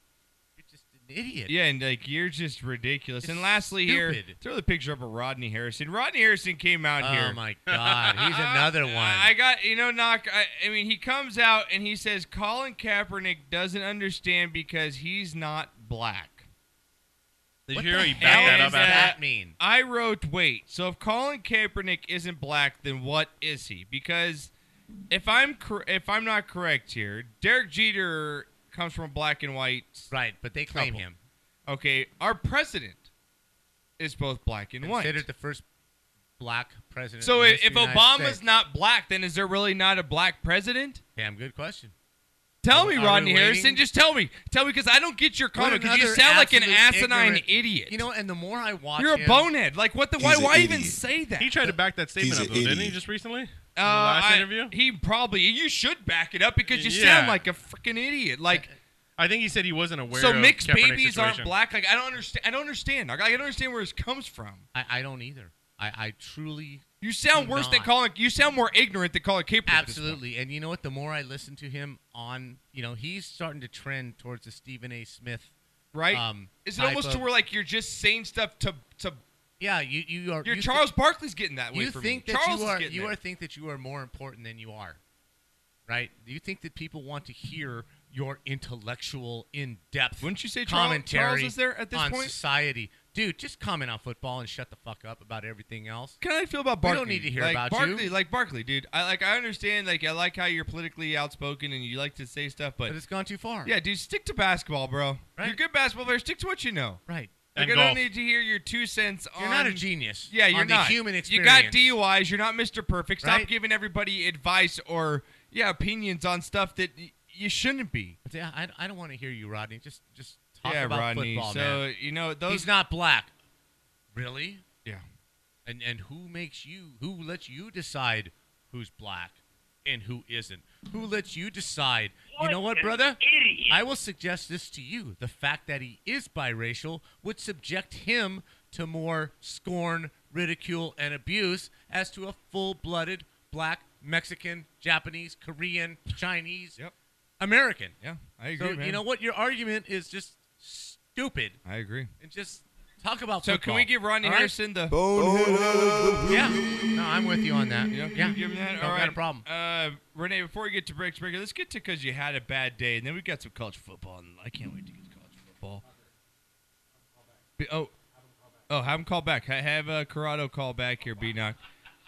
an idiot. Yeah, and like you're just ridiculous. and It's lastly, here, stupid. throw the picture up of Rodney Harrison. Rodney Harrison came out Oh here. my God, he's another one. I got you know, knock. I, I mean, he comes out and he says Colin Kaepernick doesn't understand because he's not black. Did you hear how he backed that up And, after? uh, I wrote, wait. So if Colin Kaepernick isn't black, then what is he? Because if I'm cor- if I'm not correct here, Derek Jeter comes from a black and white. Right, but they claim him. Okay, our president is both black and white. Considered the first black president. So in the if, if history of the United Obama's States. not black, then is there really not a black president? damn good question. Tell Are- me, are we Rodney Harrison. waiting? Just tell me. Tell me because I don't get your What comment because you another sound like an absolute asinine ignorant- idiot. You know, and the more I watch, You're a him- bonehead. Like what the? Why? He's an Why even idiot. say that? He tried to back that statement He's up, an though, didn't he? idiot. Just recently. In Uh, the last I- interview. He probably. You should back it up because you Yeah. sound like a freaking idiot. Like Uh, I think he said he wasn't aware. so, of mixed Kaepernick's babies aren't situation. black. Like I don't understand. I don't understand. Like, I don't understand where this comes from. I, I don't either. I, I truly. You sound do worse than not. Colin. You sound more ignorant than Colin Kaepernick. at this point. Absolutely, and you know what? The more I listen to him on, you know, he's starting to trend towards the Stephen A. Smith. right? Um, Is it type almost to of- where like you're just saying stuff to to? Yeah, you you are. You're you thi- Charles Barkley's getting that way. you for think me. that Charles you is are getting you there. are think that you are more important than you are, right? Do you think that people want to hear your intellectual, in depth? Wouldn't you say Charles- commentary Charles is there at this on point? Society, dude, just comment on football and shut the fuck up about everything else. Can I feel about We Barkley? don't need to hear like, about Barkley, you. Like Barkley, dude. I like. I understand. Like I like how you're politically outspoken and you like to say stuff, but, But it's gone too far. Yeah, dude. Stick to basketball, bro. You're a good basketball player. Stick to what you know. Right. Like, And I golf. don't need to hear your two cents on. You're not a genius Yeah, you're on the not. human experience. You got DUIs. You're not Mr. Perfect. Stop Right? giving everybody advice or yeah opinions on stuff that y- you shouldn't be. But yeah, I, I don't want to hear you, Rodney. Just just talk Yeah, about Rodney, football, so, man. you know, those- he's not black. Really? Yeah. And and who makes you? Who lets you decide who's black and who isn't? Who lets you decide? you know what, brother? I will suggest this to you: the fact that he is biracial would subject him to more scorn, ridicule, and abuse as to a full-blooded black Mexican, Japanese, Korean, Chinese, American. Yeah, I agree, So man. you know what? Your argument is just stupid. I agree. And just talk about So can football, we give Rodney all right? Harrison the Yeah. No, I'm with you on that. Yeah, yeah. You give him that. Don't All got right, a problem. Uh, Renee, before we get to breaks, breaker, let's get to because you had a bad day, and then we got some college football, and I can't wait to get to college football. B- oh, oh, have him call back. Ha- Have uh, Corrado call back here, B knock.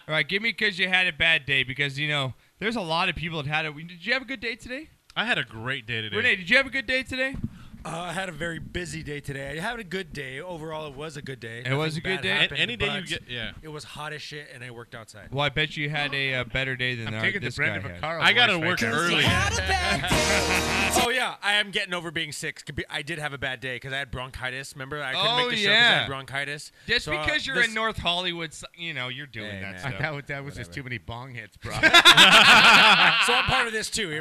All right, give me because you had a bad day because you know there's a lot of people that had it. Did you have a good day today? I had a great day today. Renee, did you have a good day today? Uh, I had a very busy day today. I had a good day overall. It was a good day. It was Nothing a good bad day. happened, Any day you but get- yeah. It was hot as shit, and I worked outside. Well, I bet you had a uh, better day than I'm our, taking the this guy Brandon had. Vaccaro I gotta voice right work there. early. oh yeah, I am getting over being sick. Could be- I did have a bad day because I had bronchitis. Remember, I couldn't Oh, make the show 'cause I yeah. had bronchitis. Just So, uh, because you're this- in North Hollywood, so- you know, you're doing Hey, that man. stuff. That was- that was just too many bong hits, bro. so I'm part of this too. Here.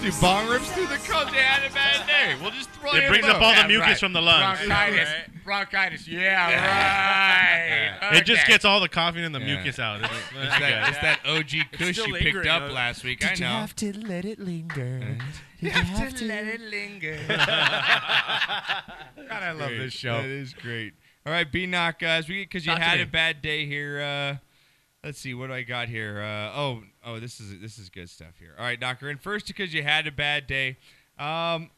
Dude, bong rips through the coach. They had a bad day. We'll just throw It you a brings up bone. all the Yeah, mucus right. from the lungs. Bronchitis. Bronchitis. Yeah, right. It just Okay. gets all the coughing and the Yeah. mucus out. It's that- it's that OG It's Kush still you picked lingering, up though. last week. I Did you know. have to let it linger? Did you have to let it linger? God, I love this show. That is great. All right, B knock guys, we because you Not had today. a bad day here. Uh, let's see what do I got here. Uh, oh, oh, this is this is good stuff here. All right, knocker, and first because you had a bad day, um,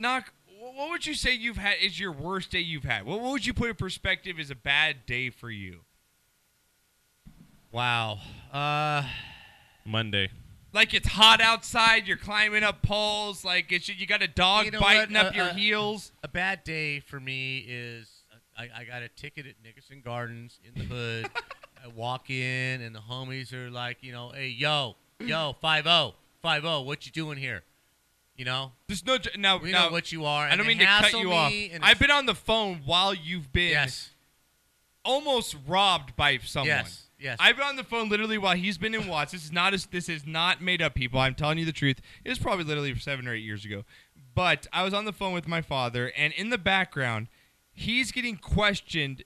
knock. wh- What would you say you've had is your worst day you've had? What, what would you put in perspective is a bad day for you? Wow. Uh, Monday. Like it's hot outside, you're climbing up poles, like it's you got a dog You know biting what? Uh, up A- your a- heels. A bad day for me is I, I got a ticket at Nickerson Gardens in the hood. I walk in and the homies are like, you know, hey, yo, yo, 5-0, 5-0, oh, what you doing here? You know, There's no now. We now, know what you are. I and don't they mean to cut hassle you me off. and I've been on the phone while you've been almost robbed by someone. Yes, yes. I've been on the phone literally while he's been in Watts. This is not a, this is not made up, people. I'm telling you the truth. It was probably literally seven or eight years ago, but I was on the phone with my father, and in the background, he's getting questioned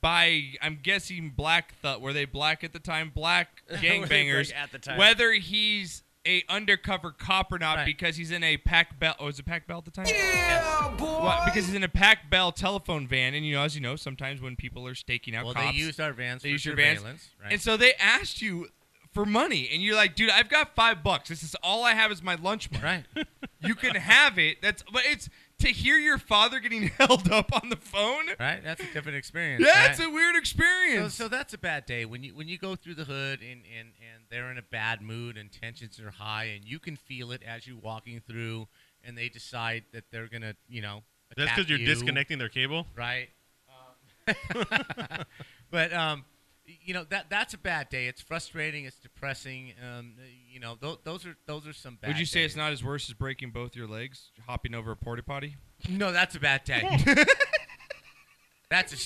by I'm guessing black thought were they black at the time black gangbangers Like at the time. whether he's a undercover cop or not because he's in a pack bell oh is it pack bell at the time yeah boy because he's in a pack bell telephone van and you know as you know sometimes when people are staking out Well, they cops used our vans they for used your surveillance, right. and so they asked you for money and you're like dude I've got five bucks this is all I have is my lunch money right you can have it that's but it's to hear your father getting held up on the phone right? That's a different experience. yeah right? it's a weird experience So, so that's a bad day when you when you go through the hood and, and, and they're in a bad mood and tensions are high and you can feel it as you're walking through and they decide that they're gonna you know That's because because you're disconnecting their cable. right? Um, but um, y- you know that that's a bad day. It's frustrating. It's depressing. Um, you know th- those are those are some bad. Would you say days. it's not as worse as breaking both your legs, hopping over a porta potty? No, that's a bad day. that's a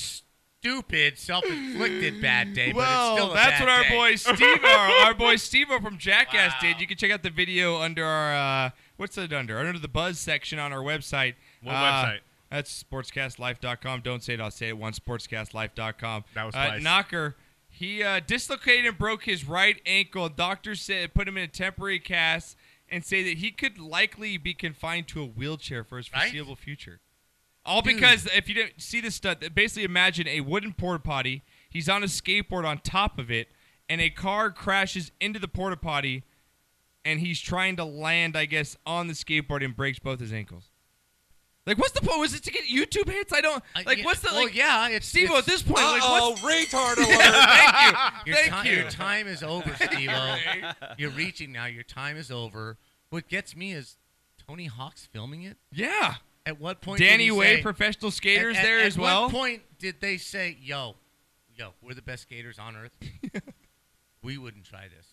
stupid, self-inflicted bad day. but well, it's still a bad that's what our day. boy Steve, our boy Steve from Jackass did. You can check out the video under our uh, what's it under? Under the Buzz section on our website. What Uh, website? That's sportscastlife.com. Don't say it, I'll say it once. Sportscastlife.com. That was uh, twice. Knocker. He uh, dislocated and broke his right ankle. Doctors said put him in a temporary cast and say that he could likely be confined to a wheelchair for his foreseeable future. All Dude. because if you didn't see this stuff, basically imagine a wooden porta potty. He's on a skateboard on top of it, and a car crashes into the porta potty, and he's trying to land, I guess, on the skateboard and breaks both his ankles. Like, what's the point? Was it to get YouTube hits? I don't like. Uh, yeah, what's the well, like? yeah, it's- Steve. it's- At this point, like, Uh-oh, what's retard Yeah, thank you. Your thank ti- you. Your time is over, Steve. Right. You're reaching now. Your time is over. What gets me is Tony Hawk's filming it. Yeah. At what point? Danny did he Way, say- professional skaters at, at, there at as well. What point did they say, "Yo, yo, we're the best skaters on earth. we wouldn't try this."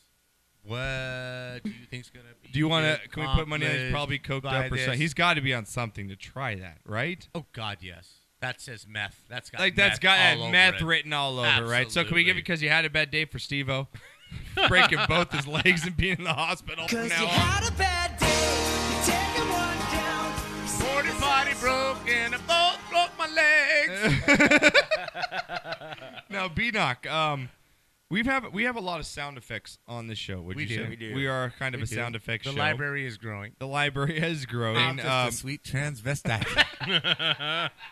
What do you think's gonna be? Do you want to? Can we put money on? He's accomplished probably coked by up or something. this? He's got to be on something to try that, right? Oh God, yes. That says meth. That's got like meth that's got all that over meth it. written all over, right? So can we give it because you had a bad day for Steve-O? breaking both his legs and being in the hospital from now on. a bad Morning body broke and I both broke my legs. now, Beanock, um, we've have we have a lot of sound effects on this show. Would We you do. say We do. We are kind of We a do. sound effects The show. library is growing. The library is growing. I'm just a um, sweet transvestite.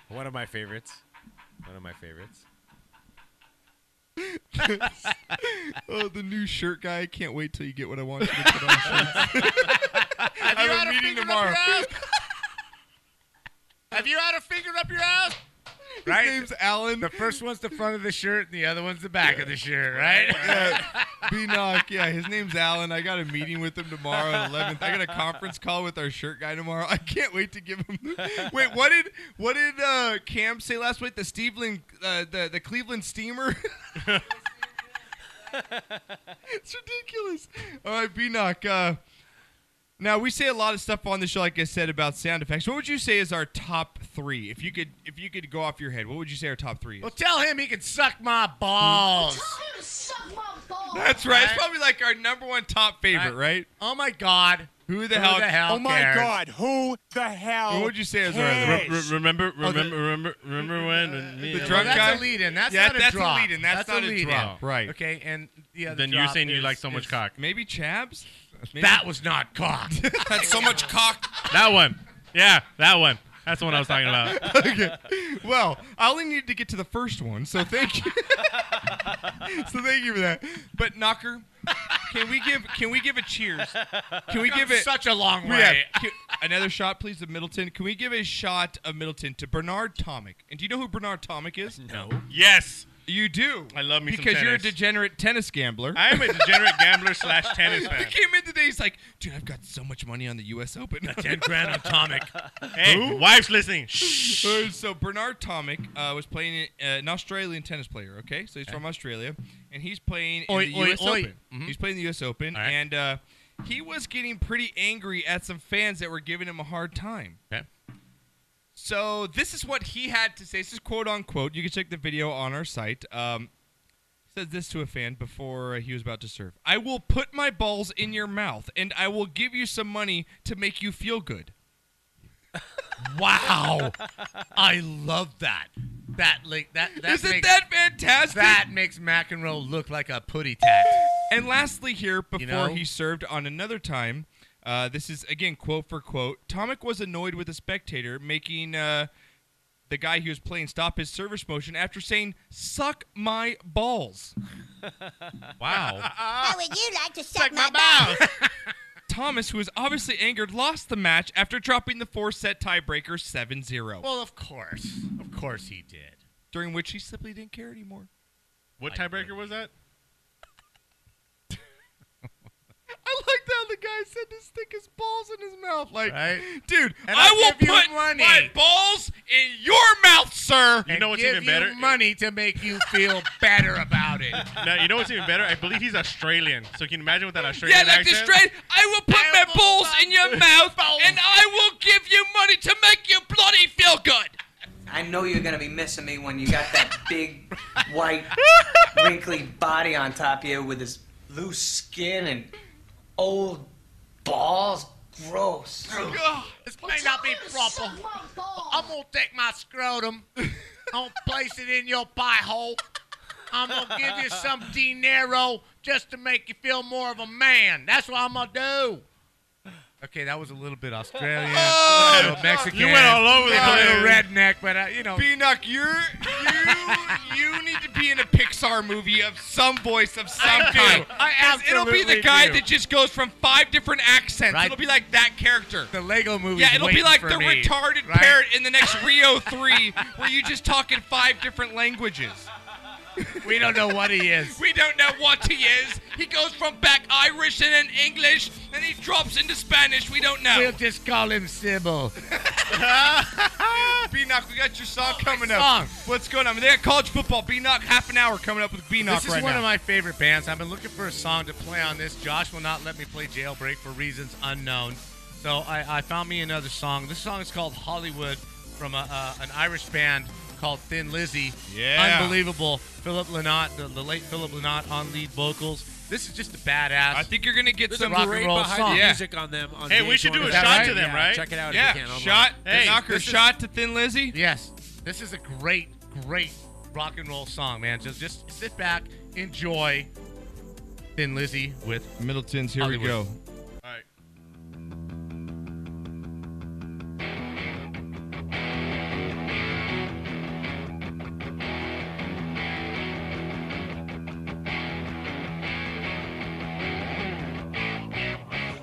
One of my favorites. One of my favorites. oh, the new shirt guy! I can't wait till you get what I want you to put on shirts. I you have had a a meeting finger up tomorrow. your ass? Have you had a finger up your ass? right? name's Alan. The first one's the front of the shirt, and the other one's the back of the shirt, right? Yeah. B knock. Yeah, his name's Alan. I got a meeting with him tomorrow at 11th. I got a conference call with our shirt guy tomorrow. I can't wait to give him. the- Wait, what did what did uh, Cam say last week? The Steveland, uh, the the Cleveland Steamer. it's ridiculous. All right, B knock. Uh, now we say a lot of stuff on the show, like I said about sound effects. What would you say is our top three? If you could, if you could go off your head, what would you say our top three is? Well, tell him he can suck my balls. That's right. It's probably like our number one top favorite, right? Oh my God. Who the hell? oh my God! Who the hell? What would you say is cares? our Re- re- remember, Oh, remember, remember, remember when? when Mm-hmm. Uh, me the and drunk Alex- guy? That's a lead-in. That's yeah, not a that's drop. a lead in. That's, That's a not a, lead-in. drop. Right. Okay, and the other Then you're drop saying you is- like so much is- cock. Maybe Chabs? That was not cock. That's so much cock. That one. Yeah, that one. That's the one I was talking about. okay. Well, I only needed to get to the first one, so thank you. so thank you for that. But Knocker, can we give can we give a cheers? Can we We've give come it such a long We way. have- can- another shot, please, of Middleton. Can we give a shot of Middleton to Bernard Tomic? And do you know who Bernard Tomic is? No. Yes. You do. I love me some because you're a tennis. degenerate tennis gambler. I am a degenerate gambler slash tennis fan. He came in today. He's like, dude, I've got so much money on the U.S. Open. ten grand on Tomic. Hey, wife's listening. Shh. Uh, so Bernard Tomic uh, was playing uh, an Australian tennis player. Okay, so he's from Australia, and he's playing in Oi, the oi, U.S. oi. Mm-hmm. Open. He's playing the U.S. Open, and uh, he was getting pretty angry at some fans that were giving him a hard time. Okay. So this is what he had to say. This is quote unquote. You can check the video on our site. Um, he said this to a fan before uh, he was about to serve. I will put my balls in your mouth, and I will give you some money to make you feel good. Wow. I love that. That like that. that Isn't makes, that fantastic? That makes McEnroe look like a putty tat. And lastly, here before know? he served on another time, uh, this is again quote for quote. Tomic was annoyed with a spectator making uh, the guy he was playing stop his service motion after saying "suck my balls." wow. How would you like to suck my balls? Thomas, who was obviously angered, lost the match after dropping the four-set tiebreaker 7-0. Well, of course, of course he did. during which he simply didn't care anymore. What tiebreaker was that? I liked how the guy said to stick his balls in his mouth, like, Right? dude, And I I'll will give you put money. my balls in your mouth, sir. You know what's give even you better? money to make you feel better about it. Now, you know what's even better? I believe he's Australian. So can you imagine what that Australian Yeah, like this accent? straight. I will put my balls in your mouth, and I will give you money to make you bloody feel good. I know you're gonna be missing me when you got that big, white, wrinkly body on top of you with his loose skin and old balls. Gross. Ugh, this may not be proper. I'm gonna take my scrotum. I'm gonna place it in your pie hole. I'm gonna give you some dinero just to make you feel more of a man. That's what I'm gonna do. Okay, that was a little bit Australian, Oh, a little Mexican. you went all over the a place. little redneck, but uh, you know, Beanuck, you're you you need to be in a Pixar movie of some voice of some I do. kind. I 'Cause it'll be the absolutely guy do. that just goes from five different accents. Right. It'll be like that character. the Lego movie. yeah, it'll be like the me, retarded right? parrot in the next Rio 3 where you just talk in five different languages. We don't know what he is. We don't know what he is. He goes from back Irish and then English, then he drops into Spanish. We don't know. We'll just call him Sybil. B Knock, we got your Oh, song coming up. song. What's going on? They got college football. B Knock, half an hour coming up with B Knock This is right one now. of my favorite bands. I've been looking for a song to play on this. Josh will not let me play Jailbreak for reasons unknown. So I, I found me another song. This song is called Hollywood from a, uh, an Irish band called Thin Lizzy. Yeah. Unbelievable. Philip Lynott, the, the late Philip Lynott on lead vocals. This is just a badass. I think you're gonna get This is some rock and roll behind song. the Yeah. music on them. On Hey, we should do a shot to them, right? yeah, shot. Hey, knocker this is- shot to Thin Lizzy. Yes. This is a great, great rock and roll song, man. Just, just sit back, enjoy Thin Lizzy with Middleton's. Here we go. Hollywood. All right.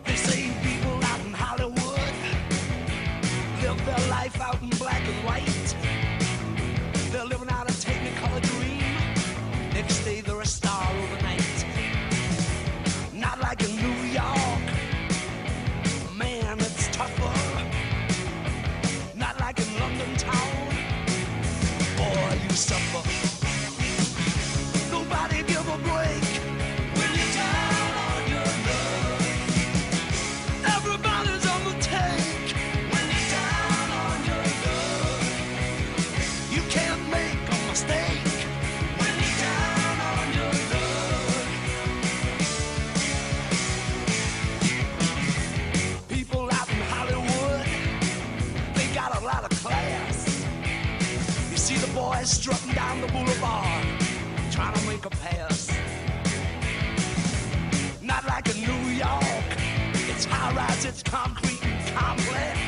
They say people out in Hollywood live their life out in black and white. They boys strutting down the boulevard, trying to make a pass. Not like in New York, it's high rise, it's concrete and complex.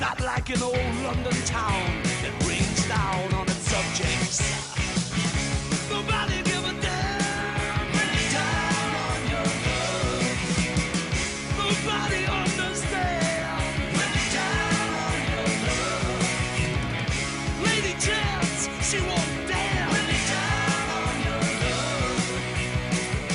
Not like an old London town that rains down on its subjects. Nobody give a damn any time on your love. Nobody understands any time on your love. Lady Chance, she won't dance any time on your love.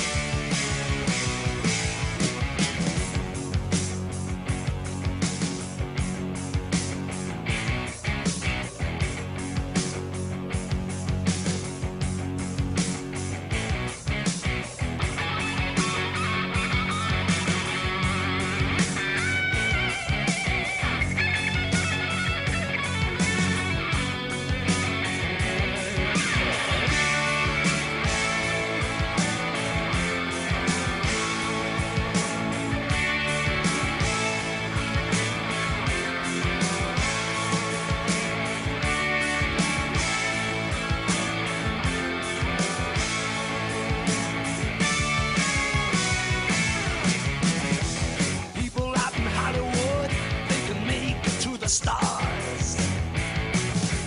People out in Hollywood, they can make it to the stars.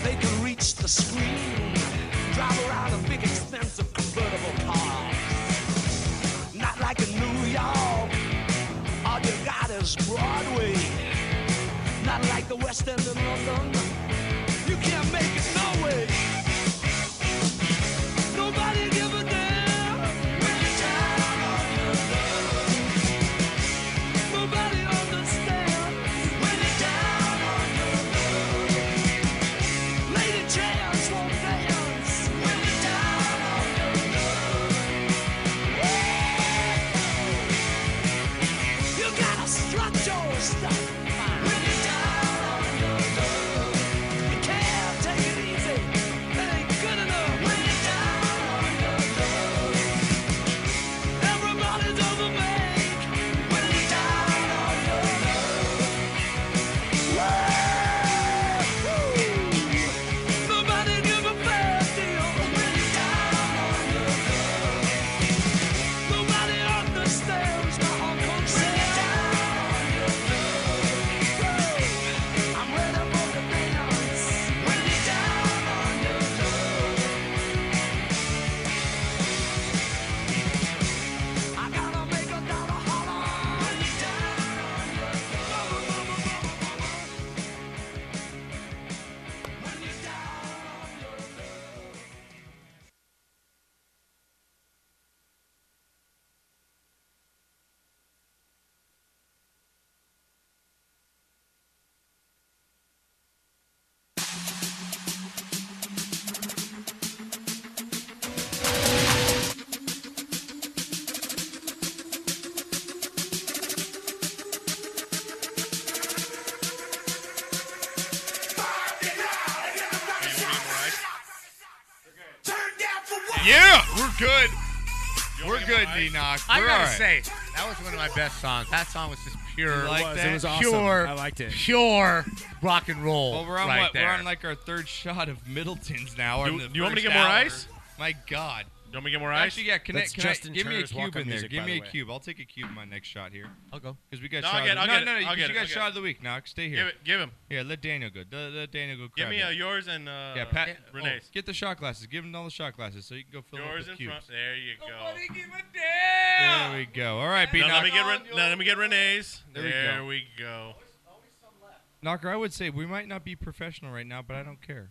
They can reach the screen, drive around in big expensive convertible cars. Not like in New York, all you got is Broadway. Not like the West End in London, you can't make it no way. Nobody give a damn. Really down on your love. Nobody understands when you're down on your love. Lady Chance won't dance when you're down on your love. You gotta strut your stuff when you're down on your love. You can't take it easy. That ain't good enough when you're down on your love. Everybody's on the make when you're down on your love. Woo! Nobody give a bad deal when you're down on your love. Nobody understands my uncle when you're down on your love. Woo! I'm ready for the dance when you're down on your love. I gotta make a dollar holler when you're down on your love. When you're down on your love. Yeah, we're good. We're good, D Knock. I We're gotta all right. say, that was one of my best songs. That song was just pure. You like was, that? It was awesome. Pure, I liked it. Pure rock and roll. Well, we're on right what? there. We're on like our third shot of Middleton's now. or Do- the do you want me to first get more hour. ice? My God. You want me to get more ice? Actually, yeah. Can, I, That's can I- Justin give me a Turner's cube walk-on in there? music, give by me a the way. cube. I'll take a cube in my next shot here. I'll go. Because we got No, shot. I'll get it, of I'll the, get it, no, no, no. I'll because you get it, got I'll get shot it. of the week, Knox. Stay here. Give it- give him. Yeah, let Daniel go. Let, let Daniel go. Give grab me it. uh, yours and uh, yeah, Pat, oh, Renee's. get the shot glasses. Give him all the shot glasses so you can go fill yours up in with cubes. front. There you go. There we go. All right, B Now Knock. let me get Ren- now let me get Renee's. There we go. we go. Knocker, I would say we might not be professional right now, but I don't care.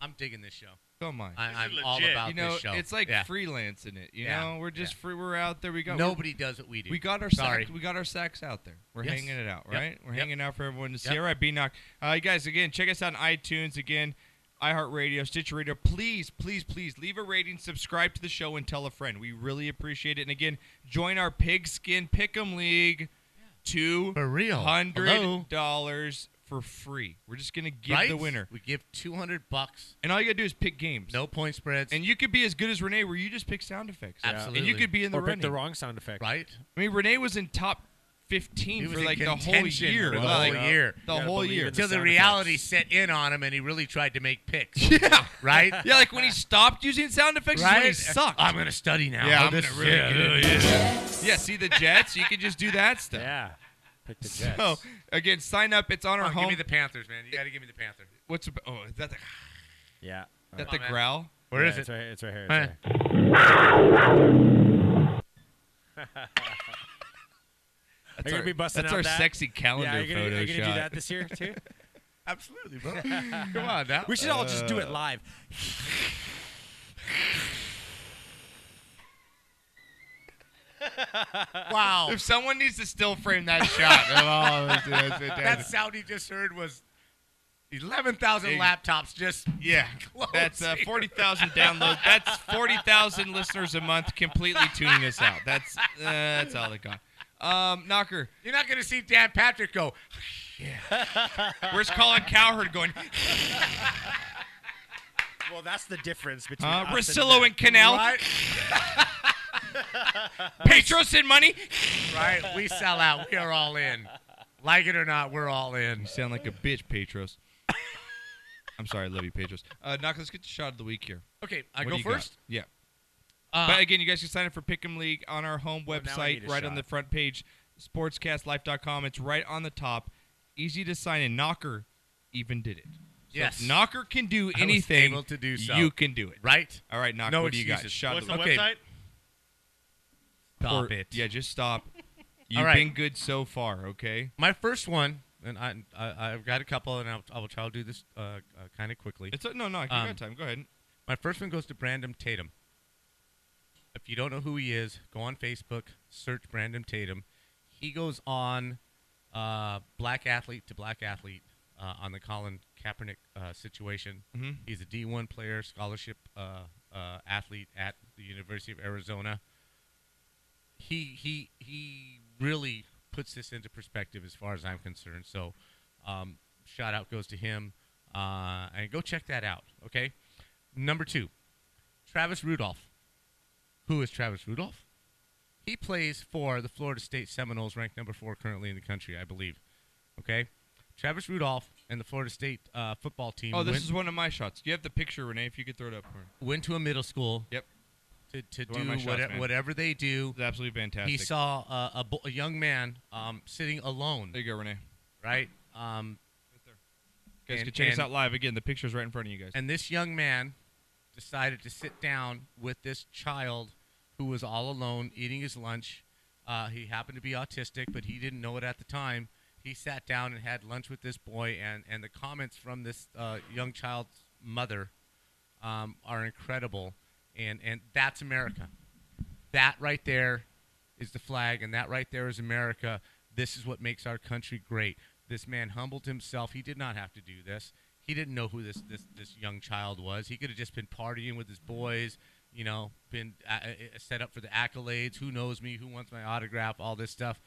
I'm digging this show. So am I. I- This is I'm all legit. about you know, this show. It's like Yeah. freelancing it. You Yeah. know, we're just free. We're out there. We got Nobody does what we do. We got our Sorry. sack, we got our sacks out there. We're Yes. hanging it out, Yep. right? We're Yep. hanging out for everyone to see. Yep. All right, B knock. Uh, you guys, again, check us out on iTunes again. iHeartRadio, Stitcher Radio. Please, please, please leave a rating, subscribe to the show, and tell a friend. We really appreciate it. And again, join our Pigskin Pick'em League. Two For real. Hello? hundred dollars for free. We're just gonna give Right? the winner. We give two hundred bucks. And all you gotta do is pick games. No point spreads. And you could be as good as Renee, where you just pick sound effects. Absolutely. And you could be in the Or pick the running. wrong sound effect. Right? I mean, Renee was in top 15 He for was in like the whole contention year. for The Like, whole year. The whole year. Till the reality set in on him, and he really tried to make picks. Yeah. Right. Yeah, like when he stopped using sound effects, is when he Right? sucked. I'm gonna study now. Yeah, I'll I'm gonna just- really yeah, get yeah, into it. yeah. Yeah, see the Jets. You could just do that stuff. Yeah, pick the So again, sign up. It's on Come our on, home. Give me the Panthers, man. You got to give me the Panthers. What's ab- oh is that the Yeah. that Come on, the man. growl? Where is it's it? Right, it's right here. It's Huh? right here. That's Are you our- gonna be busting that's out our that? sexy calendar yeah, are you gonna, Are you gonna Photoshop. do that this year too? Absolutely, bro. Come on now. We should all just do it Uh, live. Wow. If someone needs to still frame that shot, oh, that's, that's fantastic. that sound he just heard was 11,000 Ex- laptops just Yeah, closing. that's uh, forty thousand downloads. That's forty thousand listeners a month completely tuning us out. That's uh, that's all they got. Um, Knocker, You're not going to see Dan Patrick go. where's Colin Cowherd going? Well, that's the difference between Uh, us Rosillo them. and Canal. Petros and money. Right? We sell out. We are all in. Like it or not, we're all in. You sound like a bitch, Petros. I'm sorry, I love you, Petros. Uh, Knocker, let's get the shot of the week here. Okay, I What go do you got? first? Yeah. Uh, Oh, but again, you guys can sign up for Pick'em League on our home now I website, need a right on shot. the front page, sportscastlife.com. It's right on the top. Easy to sign in. Knocker even did it. So Yes. If Knocker can do I was anything. able to do so. You can do it. Right? All right, Knocker, No what do you got? excuses. Shot What's the of week. website? Stop Or- it. Yeah, just stop. You've All right. been good so far, okay? My first one, and I, I I've got a couple, and I'll, I will try to do this uh, uh, kind of quickly. It's a, no, no, you Um, got time. Go ahead. My first one goes to Brandon Tatum. If you don't know who he is, go on Facebook, search Brandon Tatum. He goes on uh, black athlete to black athlete uh, on the Colin Kaepernick uh, situation. Mhm. He's a D1 player, scholarship uh, uh, athlete at the University of Arizona. He he he really puts this into perspective as far as I'm concerned. So, um, shout out goes to him, uh, and go check that out. Okay, number two, Travis Rudolph. Who is Travis Rudolph? He plays for the Florida State Seminoles, ranked number four currently in the country, I believe. Okay, Travis Rudolph and the Florida State uh, football team. Oh, this went- is one of my shots. You have the picture, Renee, if you could throw it up for me. went to a middle school. Yep. To, to One of do my shots, whatever, man. whatever they do. It's absolutely fantastic. He saw a, a, bo- a young man um, sitting alone. There you go, Renee. Right. Um, You guys and- can check us and- out live. Again, the picture's right in front of you guys. and this young man decided to sit down with this child who was all alone eating his lunch. Uh, he happened to be autistic, but he didn't know it at the time. He sat down and had lunch with this boy, and, and the comments from this uh, young child's mother um, are incredible. And, and that's America. That right there is the flag, and that right there is America. This is what makes our country great. This man humbled himself. He did not have to do this. He didn't know who this this, this young child was. He could have just been partying with his boys, you know, been uh, uh, set up for the accolades. Who knows me? Who wants my autograph? All this stuff.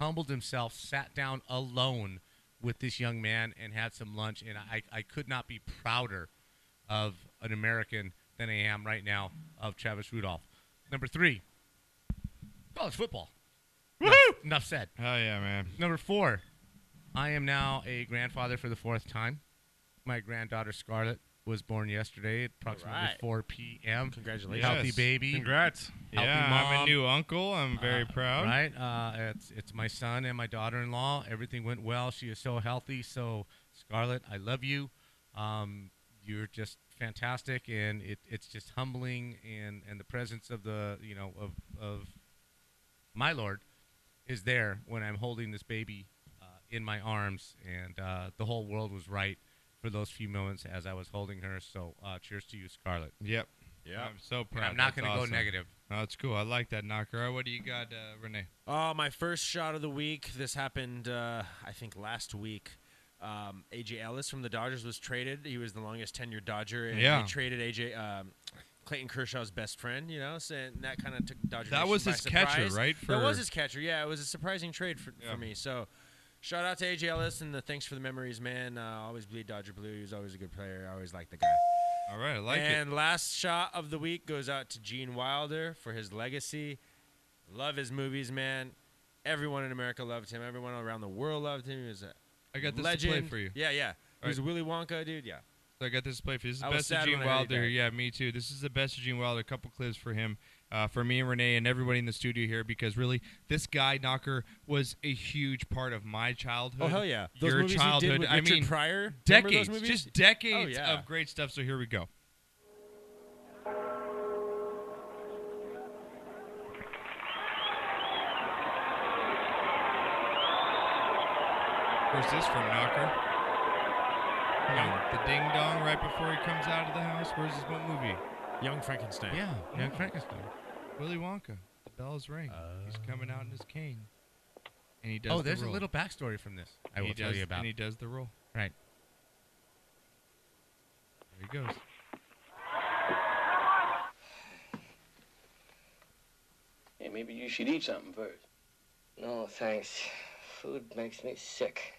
Humbled himself, sat down alone with this young man, and had some lunch. And I, I could not be prouder of an American than I am right now of Travis Rudolph. Number three, college football. Enough, enough said. Oh yeah, man. Number four, I am now a grandfather for the fourth time. My granddaughter Scarlett was born yesterday at approximately Alright. 4 p.m. Congratulations. healthy Yes. baby. Congrats. Healthy yeah, I'm a mom. new uncle. I'm very Uh, proud. Right? Uh, it's it's my son and my daughter-in-law. Everything went well. She is so healthy. So Scarlett, I love you. Um, you're just fantastic, and it, it's just humbling. And, and the presence of the you know of of my Lord is there when I'm holding this baby uh, in my arms, and uh, the whole world was right for those few moments as I was holding her. So uh, cheers to you, Scarlett. Yep. Yeah. I'm so And proud. I'm not That's gonna go awesome. negative. No, that's cool. I like that knocker. All right, What do you got, uh, Renee? Uh, my first shot of the week. This happened, uh, I think, last week. Um, AJ Ellis from the Dodgers was traded. He was the longest tenured Dodger, and Yeah. they traded AJ um, Clayton Kershaw's best friend. You know, so and that kind of took Dodger. That Nation was by his catcher, surprise. right? that was For- his catcher. Yeah, it was a surprising trade for, Yeah. for me. So, shout out to AJ Ellis and the thanks for the memories, man. Uh, always bleed Dodger blue. He was always a good player. I always liked the guy All right, I like and last shot of the week goes out to Gene Wilder for his legacy. Love his movies, man. Everyone in America loved him. Everyone around the world loved him. He was a I got this to legend. play for you. Yeah, yeah. He was All Willy Wonka, dude. Yeah. So I got this to play for you. This is the I was best of sad Gene when I heard he Wilder. died. Yeah, me too. This is the best of Gene Wilder. A couple clips for him, uh, for me and Renee and everybody in the studio here because really this guy Knocker was a huge part of my childhood. Oh, hell yeah. Those your movies he did childhood. with I Richard mean, Pryor. Remember those decades, movies? just decades Oh, yeah. of great stuff. So here we go. Where's this from, Knocker? Hmm. Young, the ding dong right before he comes out of the house. Where's this what movie? Young Frankenstein. Yeah, Young Oh. Frankenstein. Willy Wonka. The bells ring. He's coming out in his cane. And he does. Oh, the there's a roll. little backstory from this I And will he tell does- you about. And he does the roll. Right. There he goes. Hey, maybe you should eat something first. No, thanks. Food makes me sick.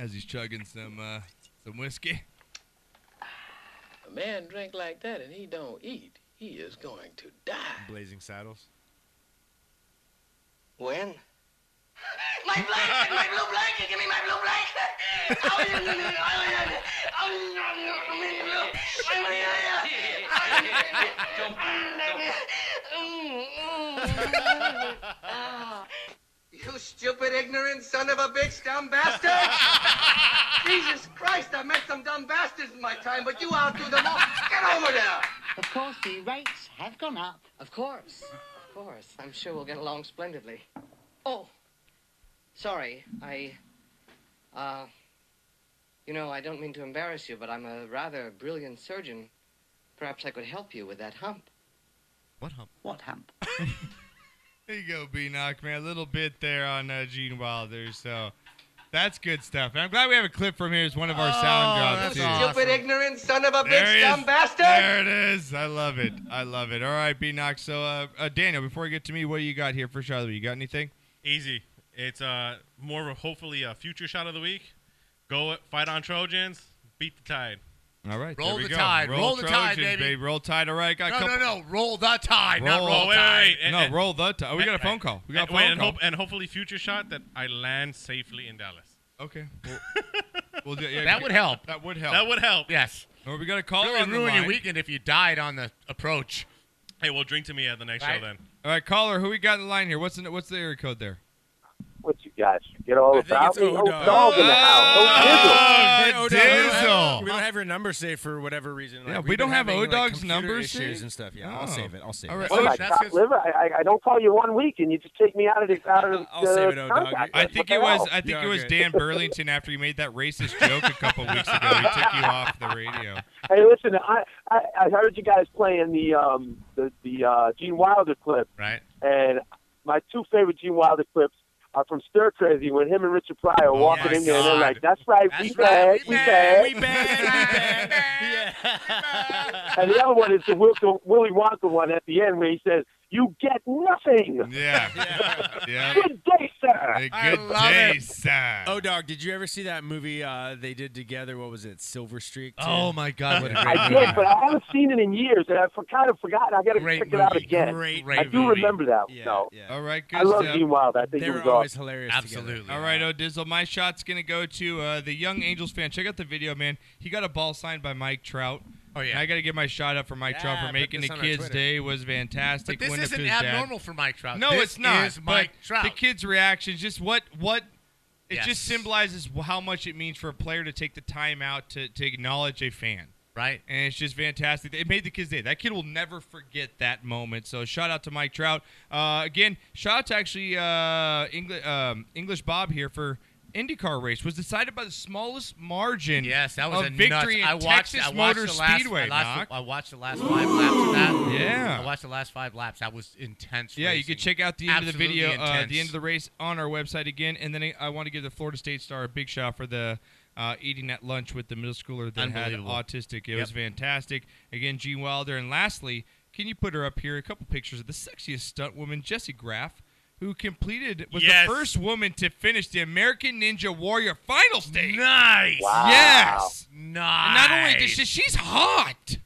As he's chugging some uh, some whiskey. A man drink like that and he don't eat, he is going to die. Blazing Saddles. When? My blanket, my blue blanket, give me my blue blanket. Oh, yeah, yeah, yeah, oh, yeah, yeah. Oh, yeah, yeah, yeah, yeah, yeah. Oh, yeah, yeah. Don't- You stupid, ignorant son of a bitch, dumb bastard! Jesus Christ, I met some dumb bastards in my time, but you outdo them all. Get over there! Of course, the rates have gone up. Of course. Of course. I'm sure we'll get along splendidly. Oh, sorry. I, uh, you know, I don't mean to embarrass you, but I'm a rather brilliant surgeon. Perhaps I could help you with that hump. What hump? What hump? There you go, B Knock, man. A little bit there on uh, Gene Wilder. So that's good stuff. And I'm glad we have a clip from here. It's one of our Oh, sound drops, too. You stupid, ignorant son of a There bitch, he dumb is. bastard! There it is. I love it. I love it. All right, B Knock. So, uh, uh, Daniel, before we get to me, what do you got here for Charlotte? You got anything? Easy. It's uh, more of a, hopefully a future shot of the week. Go fight on Trojans. Beat the tide. All right. Roll there we the go. tide, roll the tide, Trojans, baby. Roll tide. All right. Got a No, couple. no, no. Roll the tide, not Roll- roll wait, wait, tide. wait. No, Eh, roll the tide. We got a phone call. We got a and, eh, wait, phone and call. hope- and hopefully future shot that I land safely in Dallas. Okay. Well, we'll do- yeah, That we- would help. That would help. That would help. Yes. Or we got a call Really on the ruin your line. weekend if you died on the approach. Hey, well, drink to me at the next Right. show then. All right, caller, who we got in the line here? What's the, what's the area code there? What you guys? Get all about me? Oh, dog in the house. Ah, Oh, Hey, Dizzle. O-Dog, we don't Dizzle. have- We don't have your number saved for whatever reason. Yeah, Like, we we've don't been have having, like, O-Dog's computer numbers issues saved? and stuff. Yeah, Oh. I'll save it. I'll save All it. right, What am I, chopped liver? I, I, I don't call you one week and you just take me out of the out of I'll the save it, O-Dog. contact. I What think the it was hell? I think Yeah, it was okay. Dan Burlington after you made that racist joke a couple weeks ago. He took you off the radio. Hey, listen, I, I I heard you guys playing the um the the uh, Gene Wilder clip, Right. and my two favorite Gene Wilder clips are from Stir Crazy when him and Richard Pryor are walking my in there, and they're God. like, Oh "That's right, we bad, we bad." We bad. and the other one is the Wil- Willy Wonka one at the end where he says, "You get nothing." Yeah. yeah. Good day, sir. I good love day, it. sir. Oh, dog! Did you ever see that movie uh, they did together? What was it, Silver Streak? too? Oh, my God, what a great I did, but I haven't seen it in years, and I've kind of forgotten. I got to Great check it out movie. again. Great, I great do movie. remember that. no, All right, good I love stuff. Gene Wilder. I think he They're was uh, always awesome. hilarious. Absolutely. All right, O'Dizzle, my shot's gonna go to uh, the young Angels fan. Check out the video, man. He got a ball signed by Mike Trout. Oh yeah. And I gotta give my shot up for Mike Yeah, Trout put for making the this on our kids' Twitter. day was fantastic. But this Went up to isn't his dad. abnormal for Mike Trout. No, Uh, This it's not. is but Mike Trout. The kids' reactions, just what what it Yes. just symbolizes how much it means for a player to take the time out to, to acknowledge a fan. Right. And it's just fantastic. It made the kids day. That kid will never forget that moment. So shout out to Mike Trout. Uh, again, shout out to actually uh, Engli- um, English Bob here for IndyCar race was decided by the smallest margin. Yes, that was of a nuts. victory in I watched. Texas I watched Motor the last, Speedway. I, Knock. watched the, I watched the last five laps of that. Yeah. I watched the last five laps. That was intense. Yeah, you racing. can check out the end of Absolutely the video, uh, intense. the end of the race on our website again. And then I, I want to give the Florida State Star a big shout for the uh, eating at lunch with the middle schooler that had Unbelievable. autistic. It Yep. was fantastic. Again, Gene Wilder. And lastly, can you put her up here? A couple pictures of the sexiest stunt woman, Jessie Graff. Who completed was Yes. the first woman to finish the American Ninja Warrior final stage? Nice. Wow. Yes. Nice. And not only did she, she's hot.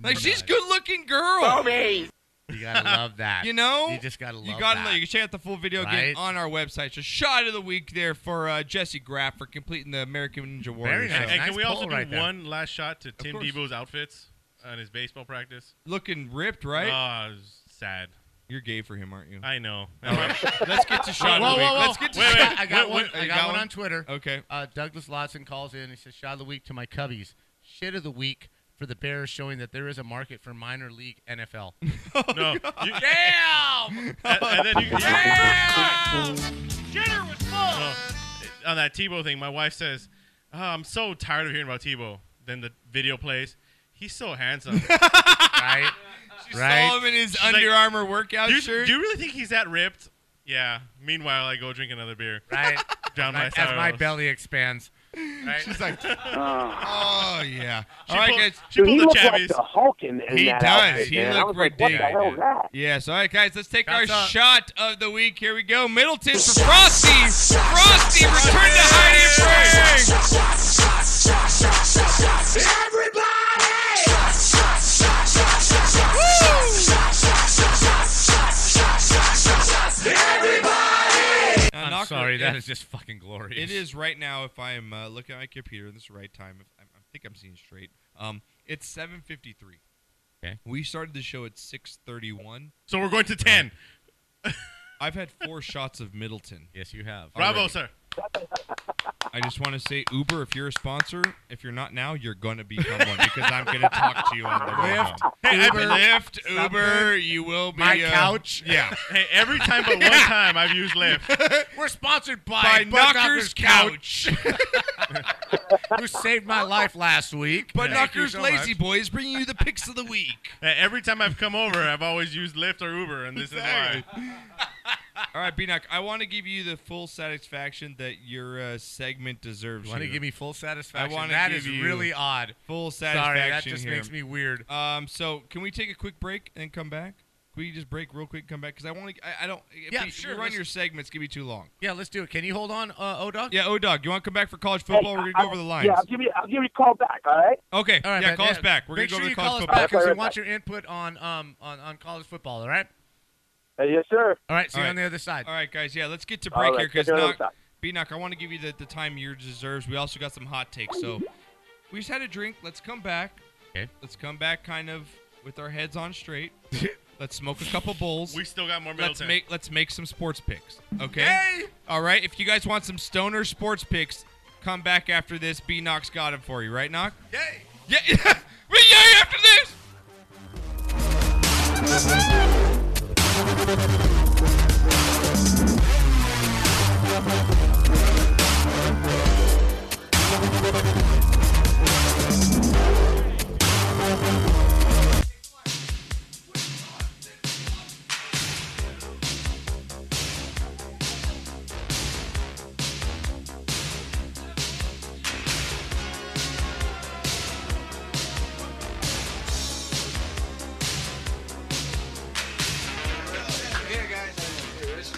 Like she's good looking girl. Bobby. You gotta love that. You know, You just gotta love you gotta that. you can check out the full video again Right? on our website. So shot of the week there for uh, Jesse Graff for completing the American Ninja Warrior. Very nice. show. Hey, can we also do one last shot to Tim course. Debo's outfits on his baseball practice? Looking ripped, right? Uh, Ah, sad. You're gay for him, aren't you? I know. All right. Let's get to shot Whoa, of the whoa, week. whoa. Let's get to Wait, shot. wait, I got Wait, one. wait, I you got, one on Twitter. Okay. Uh, Douglas Lawson calls in. and He says, "Shot of the week to my Cubbies. Shit of the week for the Bears, showing that there is a market for minor league NFL." no. Damn. And- and then you- you- Damn! Jenner was fun. on that Tebow thing, my wife says, oh, "I'm so tired of hearing about Tebow." Then the video plays. He's so handsome, right? She saw him in his Under Armour workout do you, shirt. Do you really think he's that ripped? Yeah. Meanwhile, I go drink another beer. Right. Down my As my sorrows. belly expands. Right. She's like, "Oh yeah." She All right, pulled- guys. she Dude, pulled he the looked like the Hulk in- in he that does. outfit, he man. I looked was like, what the ridiculous. hell is that? Yes. All right, guys. Let's take Shouts our up. shot of the week. Here we go. Middleton for Frosty. Frosty, return to hiding break. I'm knock- sorry, that yeah. is just fucking glorious. It is right now. If I'm uh, looking at my computer, this is the right time. If I, I think I'm seeing straight. Um, it's 7:53. Okay. We started the show at 6:31. So we're going to ten. I've had four shots of Middleton. Yes, you have. Bravo, Already. sir. I just want to say, Uber, if you're a sponsor, if you're not now, you're gonna become one because I'm gonna talk to you on the way home. Lyft, hey, I've- Lyft, Stop Uber, it. you will be My uh, couch. Yeah. Hey, every time but one time I've used Lyft. We're sponsored By by, Butt Knocker's who saved my life last week. But Thank you Knockers so much. Lazy Boys bringing you the picks of the week. Hey, E, every time I've come over, I've always used Lyft or Uber, and this is why. All right, Beanock, I want to give you the full satisfaction that your uh, segment deserves. You want to here. give me full satisfaction? I want to That give is you really odd. Full Sorry, satisfaction. that just here. makes me weird. Um, so can we take a quick break and come back? Can we just break real quick and come back? Because I want to. I, I don't. If Yeah, we, sure, If we run let's- your segments, give me too long. Yeah, let's do it. Can you hold on, uh, O Dog? Yeah, O Dog, you want to come back for college football? We're gonna go I- over the yeah, lines. I'll Give me, I'll give you a call back, all right? Okay. All right, yeah, man. call us back. We're Make gonna sure go over you the college call us football. back because we want your input on um on, on college football. All right. Uh, yes, sir. All right. See All you right. on the other side. All right, guys. Yeah, let's get to All break right, here because take another knock. shot. B knock. I want to give you the, the time you deserves. We also got some hot takes. So we just had a drink. Let's come back. Okay. Let's come back kind of with our heads on straight. let's smoke a couple bowls. We still got more Let's Middleton. make let's make some sports picks. Okay. Yay! All right. If you guys want some stoner sports picks, come back after this. B knock's got it for you, right, knock? Yay! Yeah. yeah. we yay after this. Here,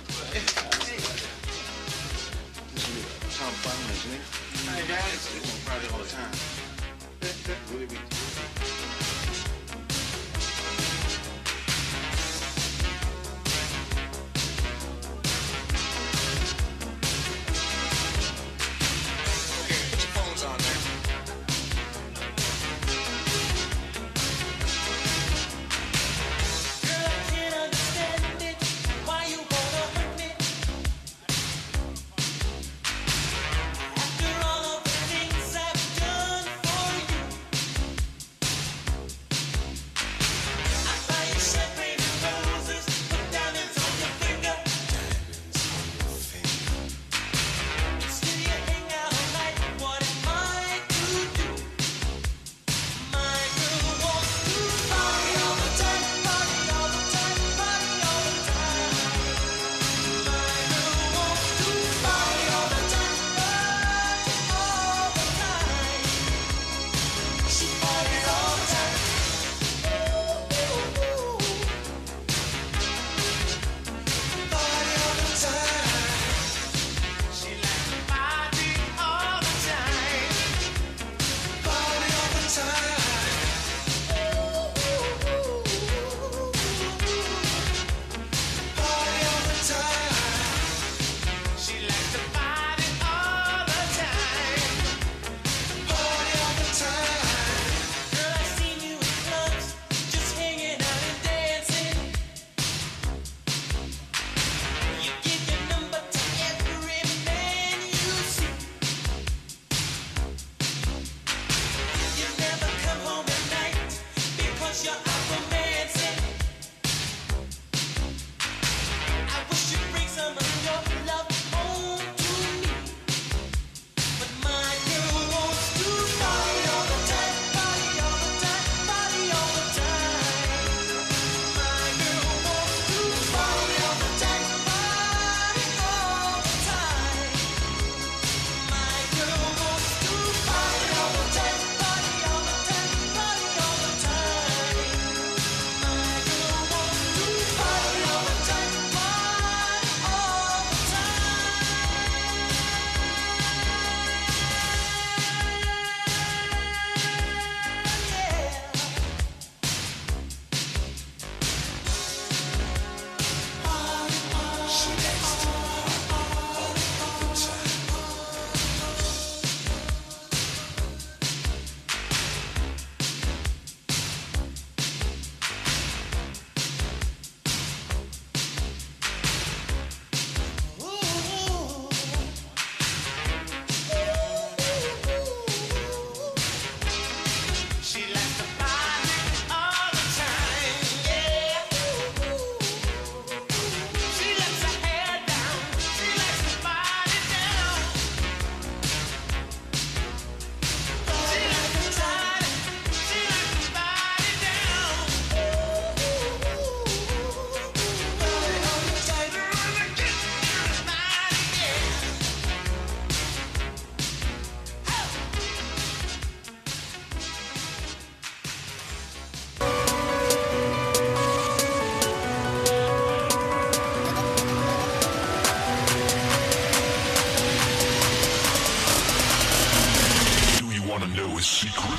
secret.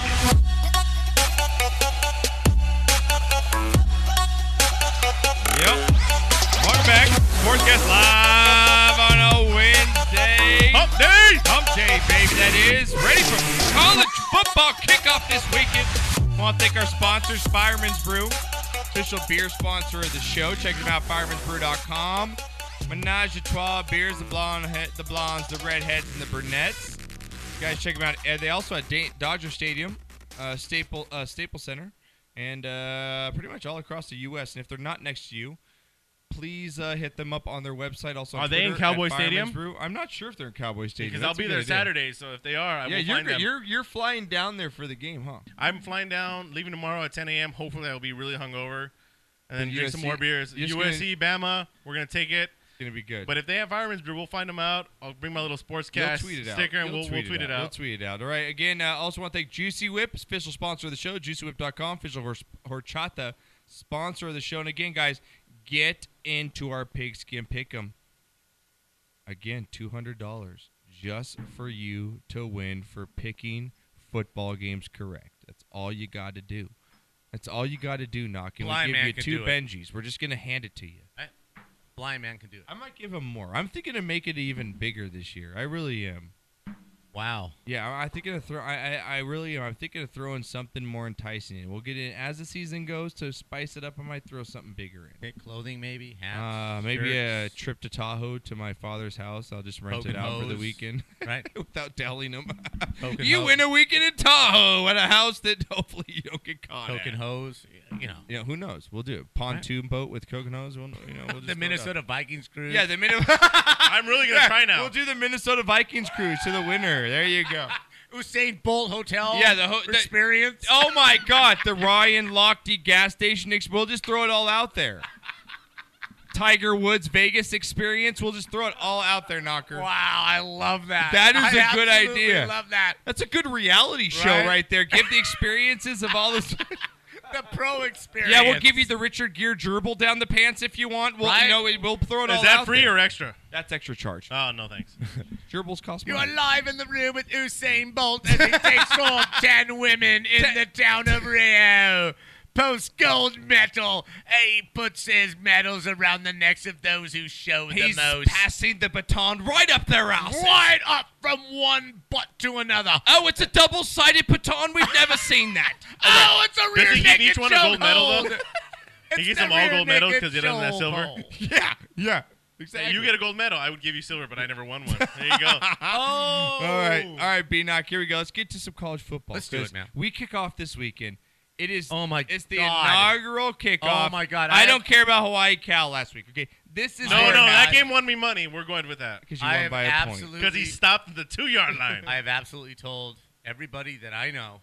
Yep. Welcome back. Sportscast live on a Wednesday. Hump day. Hump day, baby. That is ready for college football kickoff this weekend. Want to thank our sponsors, Fireman's Brew, official beer sponsor of the show. Check them out, fireman'sbrew.com. Menage a trois beers, the blonde, he- the blondes, the redheads, and the brunettes. You guys, check them out. And they also at Da- Dodger Stadium, uh, Staple uh, Staple Center and uh, pretty much all across the U.S. And if they're not next to you, please uh, hit them up on their website. Also, on Are they in Twitter at Cowboy Fireman's Stadium? Brew. I'm not sure if they're in Cowboy Stadium. Because I'll That's a be good there idea. Saturday, so if they are, I yeah, will you're find them. you're you're flying down there for the game, huh? I'm flying down, leaving tomorrow at 10 a.m. Hopefully, I will be really hungover, and then The drink some USC more beers. you're just USC, Bama, we're gonna take it. It's gonna be good. But if they have firemen's brew, we'll find them out. I'll bring my little sports cast You'll tweet it out. sticker, and You'll we'll we'll tweet it out. We'll tweet it out. All right. Again, uh, also want to thank Juicy Whip, official sponsor of the show, juicywhip.com, official hor- horchata sponsor of the show. And again, guys, get into our pigskin pick'em. Again, $200 just for you to win for picking football games correct. That's all you got to do. That's all you got to do, Knock. And Blind we man give you can two do it. Benjis. We're just going to hand it to you. Blind man can do it. I might give him more. I'm thinking to make it even bigger this year. I really am. Wow. Yeah, I- I'm thinking of throw. I, I I really am. I'm thinking of throwing something more enticing in. We'll get in as the season goes to spice it up. I might throw something bigger in. Get clothing maybe, Uh, hats, maybe a shirts. trip to Tahoe to my father's house. I'll just rent Poking it out for the hoes. weekend, right? Without telling him. Poking you hoes. win a weekend in Tahoe at a house that hopefully you don't get caught. Coke at. and hose, you know. Yeah, who knows? We'll do it. pontoon boat with Coke and hose. We'll, you know, we'll just throw it the out. Minnesota Vikings cruise. Yeah, the Minnesota. I'm really gonna try now. We'll do the Minnesota Vikings cruise to the winner. There you go. Usain Bolt Hotel. Yeah, the, ho- the experience. Oh my God, the Ryan Lochte gas station. Ex- we'll just throw it all out there. Tiger Woods Vegas experience. We'll just throw it all out there, Knocker. Wow, I love that. That is I a good absolutely idea. Love that. That's a good reality show right, Right? there. Give the experiences of all this. The pro experience. yeah, we'll give you the Richard Gere gerbil down the pants if you want. We'll Right? you know it- we'll throw it Is all that out free there. or extra? That's extra charge. Oh no, thanks. Gerbils cost You money. are live in the room with Usain Bolt as he takes on 10 women in the town of Rio. Post gold medal. He puts his medals around the necks of those who show He's the most. passing the baton right up their asses. Right up from one butt to another. Oh, it's a double-sided baton. We've never seen that. Oh, it's a Does rear he give naked each one a gold medal though? chokehold. he It's gets the them all rear gold medals naked because he doesn't have silver. chokehold. Yeah, yeah, exactly. You get a gold medal. I would give you silver, but I never won one. There you go. oh. All right, all right, B knock. Here we go. Let's get to some college football. Let's do it, 'cause man. We kick off this weekend. It is. Oh my It's the God. inaugural kickoff. Oh my God, I, I- don't care about Hawaii Cal last week. Okay, this is No, where- no, that game won me money. We're going with that 'Cause you I won have by a point. absolutely- Because he stopped at the two yard line. I have absolutely told everybody that I know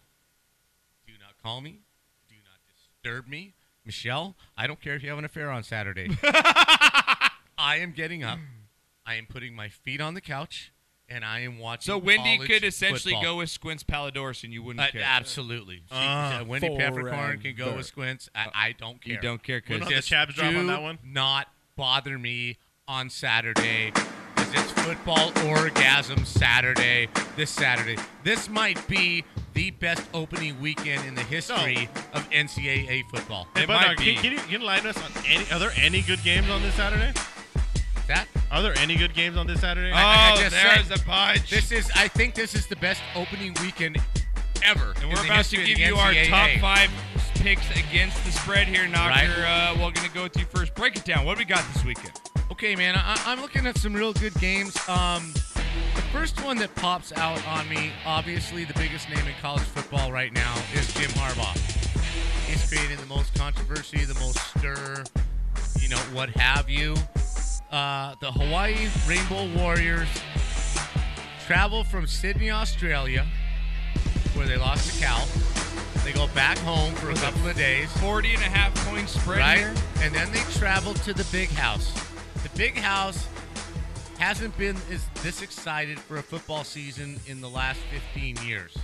do not call me, do not disturb me. Michelle, I don't care if you have an affair on Saturday. I am getting up. I am putting my feet on the couch and I am watching. So Wendy college could essentially football. go with Squints Palidorus, and you wouldn't Uh, care. absolutely. She- uh, Wendy Peppercorn can go with Squints. I, I Uh, don't care. You don't care We'll because just do Not bother me on Saturday. 'cause It's football orgasm Saturday. This Saturday. This might be the best opening weekend in the history of NCAA football. Hey, it but, uh, might be. can, can you, can you line us on any? Are there any good games on this Saturday? That? Are there any good games on this Saturday? Oh, I- I just said, This is. I think this is the best opening weekend ever. And in we're the about to history of give the you our top NCAA. five picks against the spread here, Knocker. Uh, we're going to go with you first. Break it down. What do we got this weekend? Okay, man, I, I'm looking at some real good games. Um, the first one that pops out on me, obviously, the biggest name in college football right now is Jim Harbaugh. He's creating the most controversy, the most stir, you know, what have you. Uh, the Hawaii Rainbow Warriors travel from Sydney, Australia, where they lost to Cal. They go back home for a couple of days. 40 and a half point spread Right? here. And then they travel to the big house. The big house hasn't been is this excited for a football season in the last 15 years.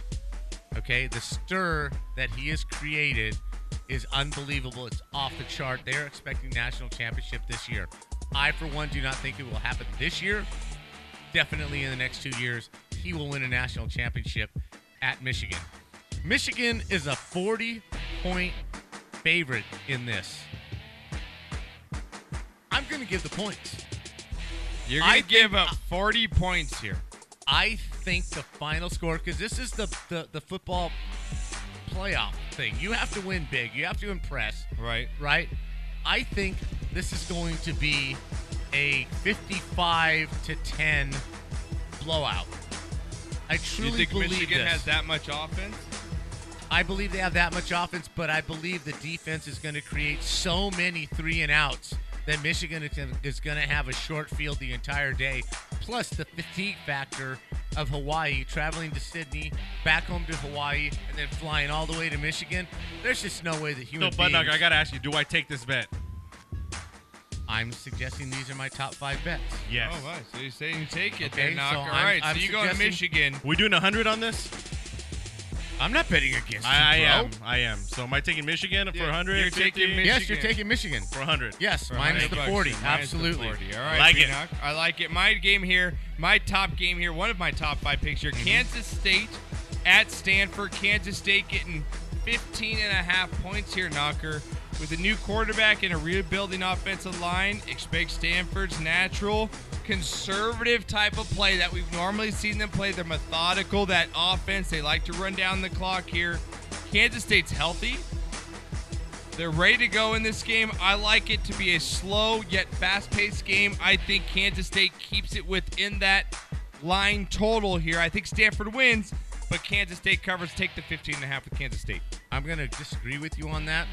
Okay, the stir that he has created is unbelievable. It's off the chart. They're expecting national championship this year. I, for one, do not think it will happen this year. Definitely in the next two years, he will win a national championship at Michigan. Michigan is a 40 point favorite in this. I'm going to give the points. You're gonna I give up 40 points here. I think the final score, because this is the, the, the football playoff thing. You have to win big, you have to impress. Right. Right? I think this is going to be a 55 to 10 blowout. I truly you think believe Michigan this. has that much offense? I believe they have that much offense, but I believe the defense is going to create so many three and outs that Michigan is gonna- is going to have a short field the entire day. Plus the fatigue factor of Hawaii traveling to Sydney, back home to Hawaii, and then flying all the way to Michigan. There's just no way that human So, Bud Knocker, beings- I gotta ask you, do I take this bet? I'm suggesting these are my top five bets. Yes. Oh, wow. So you're saying you take it, Okay, then, Knocker. so All I'm- right. I'm so you go to suggesting- Michigan. We doing hundred on this? I'm not betting against I, you, I bro. am. I am. So am I taking Michigan for Yeah, 100? you're taking Yes, you're Michigan. taking Michigan for 100. Yes, For minus 100 the bucks, 40, minus the absolutely. 40. All right, Like B it. Knock. I like it. My game here, my top game here, one of my top five picks Mm-hmm. here. Kansas State at Stanford. Kansas State getting 15 and a half points here, Knocker. With a new quarterback and a rebuilding offensive line, expect Stanford's natural, conservative type of play that we've normally seen them play. They're methodical, that offense. They like to run down the clock here. Kansas State's healthy. They're ready to go in this game. I like it to be a slow yet fast paced game. I think Kansas State keeps it within that line total here. I think Stanford wins, but Kansas State covers. Take the 15 and a half with Kansas State. I'm going to disagree with you on that.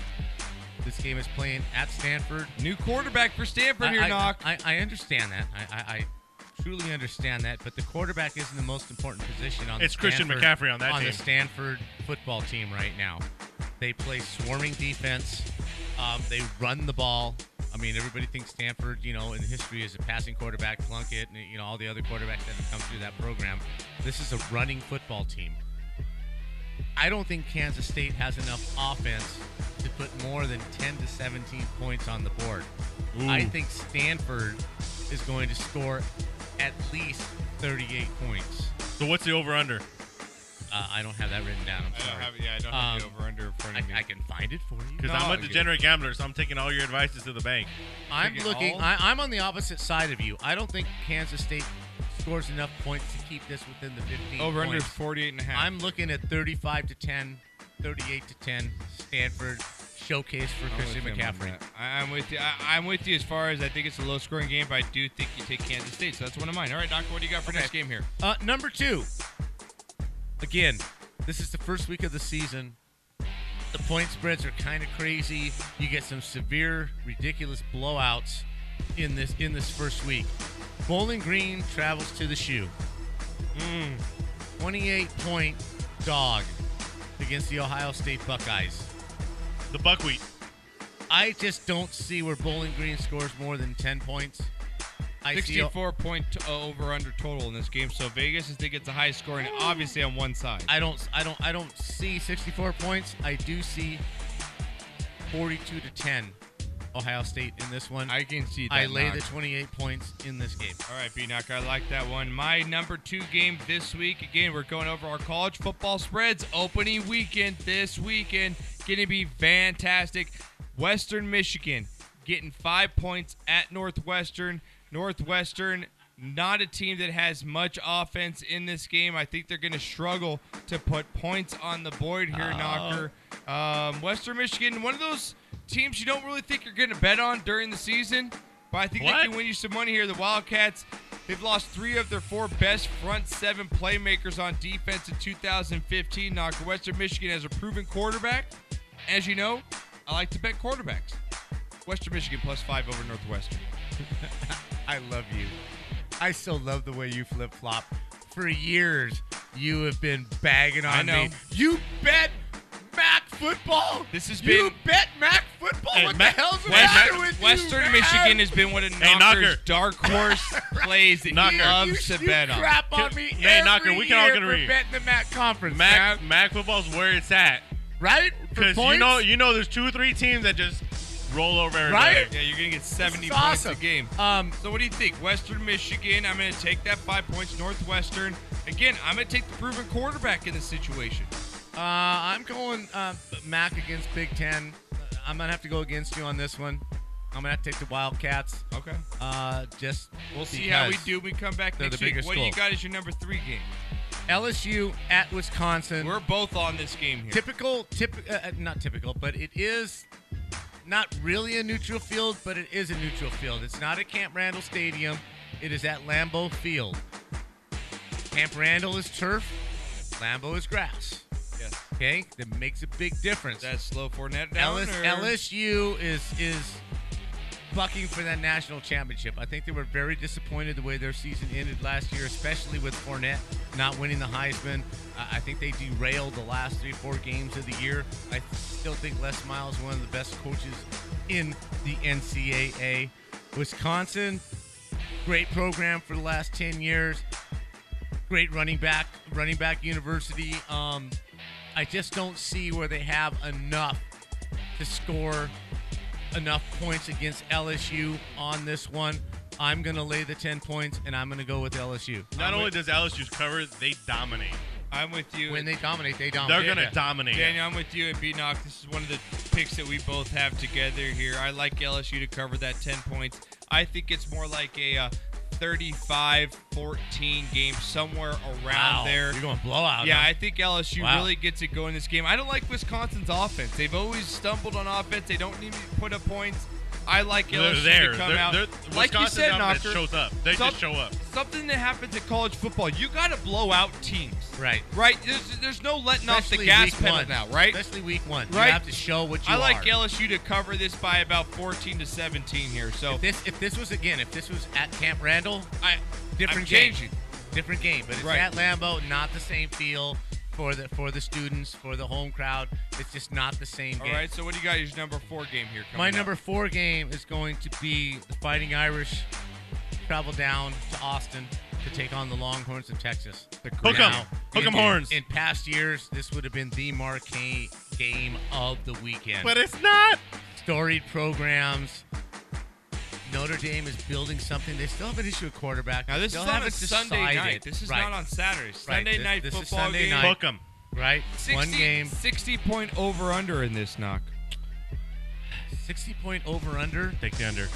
This game is playing at Stanford. New quarterback for Stanford here, I, Knock. I, I understand that. I, I, I truly understand that. But the quarterback isn't the most important position on. the It's Christian Stanford- McCaffrey on that on the team. Stanford football team right now. They play swarming defense. Um, they run the ball. I mean, everybody thinks Stanford, you know, in history is a passing quarterback, Plunkett, and you know all the other quarterbacks that have come through that program. This is a running football team. I don't think Kansas State has enough offense to put more than 10 to 17 points on the board. Ooh. I think Stanford is going to score at least 38 points. So what's the over/under? Uh, I don't have that written down. I'm I don't sorry. have- yeah, I don't have the over/under in front of me. Um, I can find it for you. Because I'm a degenerate gambler, so I'm taking all your advices to the bank. I'm Taking looking. all- I, I'm on the opposite side of you. I don't think Kansas State scores enough points to keep this within the 15. Over under points. 48 and a half. I'm looking at 35 to 10, 38 to 10. Stanford showcase for Oh, I'm Christian with you on McCaffrey. that. I, am with you. I, am with you as far as I think it's a low scoring game, but I do think you take Kansas State. So that's one of mine. All right, Knocker, what do you got for next game here? Uh, number two. Again, this is the first week of the season. The point spreads are kind of crazy. You get some severe, ridiculous blowouts in this in this first week. Bowling Green travels to the shoe. 28 point dog against the Ohio State Buckeyes. The buckwheat. I just don't see where Bowling Green scores more than 10 points. I see 64 point uh, over under total in this game. So Vegas is thinking it's a high scoring, obviously on one side. I don't I don't I don't see 64 points. I do see 42 to 10 Ohio State in this one. I can see I that lay knock. the 28 points in this game. All right, B Knock, I like that one. My number two game this week, again, we're going over our college football spreads. Opening weekend this weekend, going to be fantastic. Western Michigan getting five points at Northwestern. Northwestern, not a team that has much offense in this game. I think they're going to struggle to put points on the board here, Oh. Knocker. Um, Western Michigan, one of those teams you don't really think you're going to bet on during the season, but I think What? they can win you some money here. The Wildcats, they've lost three of their four best front seven playmakers on defense in 2015. Knocker Western Michigan has a proven quarterback. As you know, I like to bet quarterbacks. Western Michigan plus five over Northwestern. I love you. I still love the way you flip flop. For years, you have been bagging on I know. me. You bet Mac football. This has you been- bet Mac football. Hey, what Mac- the hell's the West- matter with Western you, Mac? Michigan has been one of Hey, Knocker's Knocker. dark horse plays that he Knocker. loves to bet on. crap on me Hey, every Knocker, we can all year get a for read. betting the MAC conference. Mac, Mac football's where it's at. Right? For Because you points? know, you know, there's two, three teams that just roll over everybody. Right? Yeah, you're gonna get 70 is points awesome. a game. Um, so what do you think? Western Michigan. I'm gonna take that five points. Northwestern. Again, I'm gonna take the proven quarterback in this situation. Uh, I'm going uh, Mac against Big Ten. I'm gonna have to go against you on this one. I'm gonna have to take the Wildcats. Okay. Uh, just We'll see how we because do. We come back they're next the week. bigger What do you school. got as your number three game? LSU at Wisconsin. We're both on this game here. Typical, tip, uh, uh, not typical, but it is not really a neutral field, but it is a neutral field. It's not at Camp Randall Stadium. It is at Lambeau Field. Camp Randall is turf. Lambeau is grass. Yes. Okay, that makes a big difference. That's slow for net down. LS, or- LSU is is bucking for that national championship. I think they were very disappointed the way their season ended last year, especially with Fournette not winning the Heisman. I I think they derailed the last three, four games of the year. I still think Les Miles is one of the best coaches in the NCAA. Wisconsin, great program for the last 10 years great running back, running back university. Um, I just don't see where they have enough to score enough points against LSU on this one. I'm gonna lay the ten points, and I'm gonna go with LSU. Not I'm only with- does LSU's cover, they dominate. I'm with you. when they dominate, Oh, they dominate. They're gonna dominate. Daniel, I'm with you at B Knock. This is one of the picks that we both have together here. I like LSU to cover that 10 points. I think it's more like a uh, 35-14 game somewhere around Wow, there. you're going blowout, Yeah, huh? I think LSU Oh, Wow. really gets it going this game. I don't like Wisconsin's offense. They've always stumbled on offense. They don't need to put up points. I like They're LSU there. to come They're- out. they're- like you Wisconsin's said, offense Knocker, shows up. They just show up. Something that happens at college football, you got to blow out teams. Right. Right. There's, there's no letting Especially off the week gas pedal one. now, right? Especially week one. You Right. have to show what you I like are. LSU to cover this by about 14 to 17 here. So If this, if this was again, if this was at Camp Randall, I different I'm game, changing. different game. But it's Right. at Lambeau, not the same feel for the for the students, for the home crowd. It's just not the same all game. right. So what do you got? Your number four game here. Coming My up? number four game is going to be the Fighting Irish travel down to Austin to take on the Longhorns of Texas. The Hook 'em. Hook 'em horns. In past years, this would have been the marquee game of the weekend. But it's not. Storied programs. Notre Dame is building something. They still have an issue with quarterback. Now They this still is on a haven't Sunday night. decided. This is Right. not on Saturday. Right. Sunday This- night this is football Sunday game. night. Right. One 60 game. 60 point over under in this knock. 60 point over under. Take the under.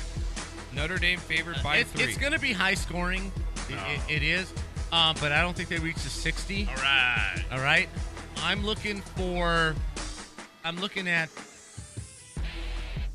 Notre Dame favored by it's, three. It's going to be high scoring. It- No. It, it is. Um, but I don't think they reach the 60. All right. All right. I'm looking for. I'm looking at.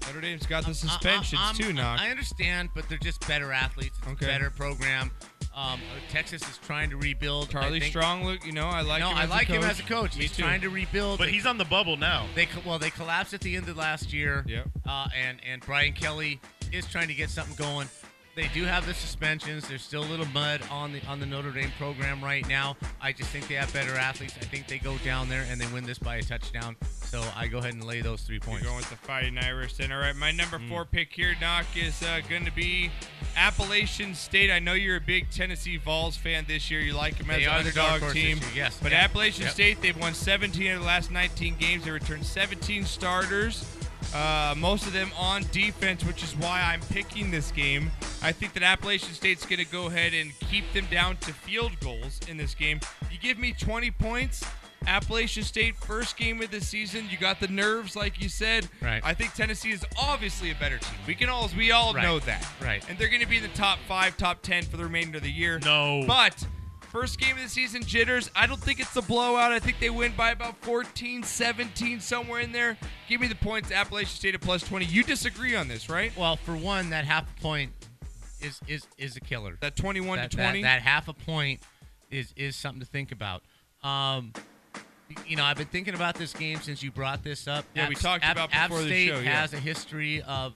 Notre Dame's got the suspensions I, I'm- too, knock. I understand, but they're just better athletes. It's Okay. a better program. Um, Texas is trying to rebuild. I Charlie think- Strong, look, you know, I like no, him. I as like a coach. him as a coach. Me he's too. trying to rebuild. But he's on the bubble now. They co- well, they collapsed at the end of last year. Yep. Uh, and and Brian Kelly is trying to get something going. They do have the suspensions. There's still a little mud on the on the Notre Dame program right now. I just think they have better athletes. I think they go down there and they win this by a touchdown. So I go ahead and lay those three You're points. going with the Fighting Irish. Then, all right, my number Hmm. four pick here, Knock, is uh, going to be Appalachian State. I know you're a big Tennessee Vols fan this year. You like them as They an are the dark underdog horse this team. year, yes. But Yeah. Appalachian Yep. State, they've won 17 of the last 19 games. They returned 17 starters, uh, most of them on defense, which is why I'm picking this game. I think that Appalachian State's going to go ahead and keep them down to field goals in this game. You give me 20 points. Appalachian State, first game of the season. You got the nerves, like you said. Right. I think Tennessee is obviously a better team. We can all we all Right. know that. Right. And they're going to be in the top five, top ten for the remainder of the year. No. But first game of the season jitters. I don't think it's a blowout. I think they win by about 14, 17, somewhere in there. Give me the points. Appalachian State at plus 20. You disagree on this, right? Well, for one, that half point is is is a killer. That 21 That- to that- 20. That, half a point is is something to think about. Um, you know, I've been thinking about this game since you brought this up. Yeah, we talked about before App the State show, yeah. has a history of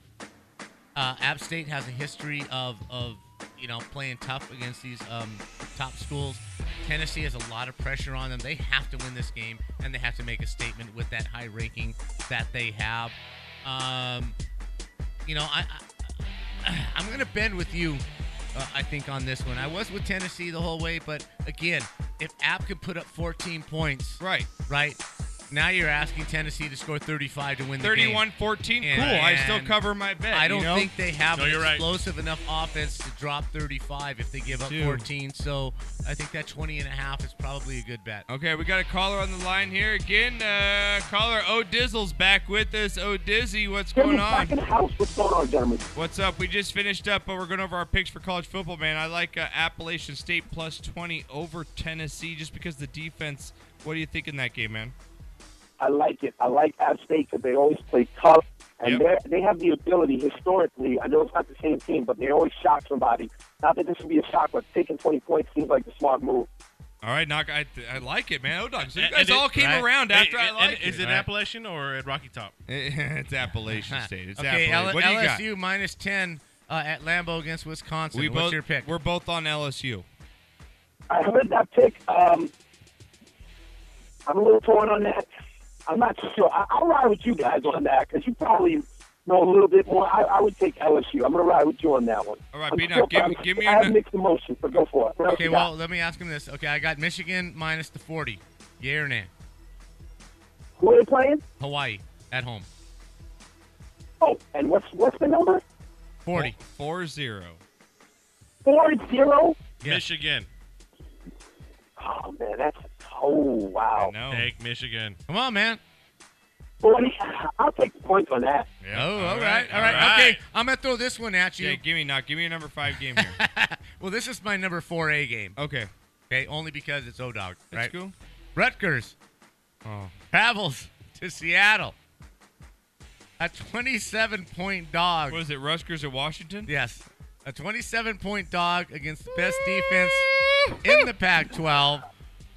uh, App State has a history of of you know playing tough against these um, top schools. Tennessee has a lot of pressure on them. They have to win this game, and they have to make a statement with that high ranking that they have. Um, you know, I, I I'm gonna bend with you. Uh, I think on this one, I was with Tennessee the whole way, but again, if App could put up 14 points, right, right, Now you're asking Tennessee to score 35 to win the game. 31-14. Cool. I still cover my bet, I you don't know? think they have No, an you're right. explosive enough offense to drop 35 if they give up Dude. 14. So I think that 20 and a half is probably a good bet. Okay, we got a caller on the line here again. Uh, caller O Dizzle's back with us. O Dizzy, what's Get me going on? back in the house. What's going on, gentlemen? What's up? We just finished up, but we're going over our picks for college football, man. I like uh, Appalachian State plus 20 over Tennessee just because the defense. What do you think in that game, man? I like it. I like App State because they always play tough, and Yep. they they have the ability historically. I know it's not the same team, but they always shock somebody. Not that this would be a shock, but taking twenty points seems like the smart move. All right, knock. I, I like it, man. O Dog. So you And- guys and it- all came right. around after And- I and- like Is it Appalachian or at Rocky Top? It's Appalachian State. It's okay, Appalachian. L- what do you got? LSU minus 10 uh, at Lambeau against Wisconsin. We What's both, your pick? We're both on LSU. I heard that pick. Um, I'm a little torn on that. I'm not sure. I, I'll ride with you guys on that because you probably know a little bit more. I, I would take LSU. I'm going to ride with you on that one. All right, I'm B-Dot, still- give I'm- me- give me I your have nu- mixed emotions, but go for it. What else Okay, you well, got? let me ask him this. Okay, I got Michigan minus the 40. Yay or nay? Who are they playing? Hawaii at home. Oh, and what's what's the number? 40. 4 0. Four zero. Michigan. Oh man, that's oh wow. Take Michigan. Come on, man. Forty. I'll take the points on that. Oh, all right, all right. Okay, I'm going to throw this one at you. Yeah, give me knock. Give me a number five game here. Well, this is my number 4A game. Okay. Okay, only because it's O-Dog, That's right? cool. Rutgers Oh. travels to Seattle. A 27-point dog. What is it, Rutgers or Washington? Yes. A 27-point dog against the best defense in the Pac-12.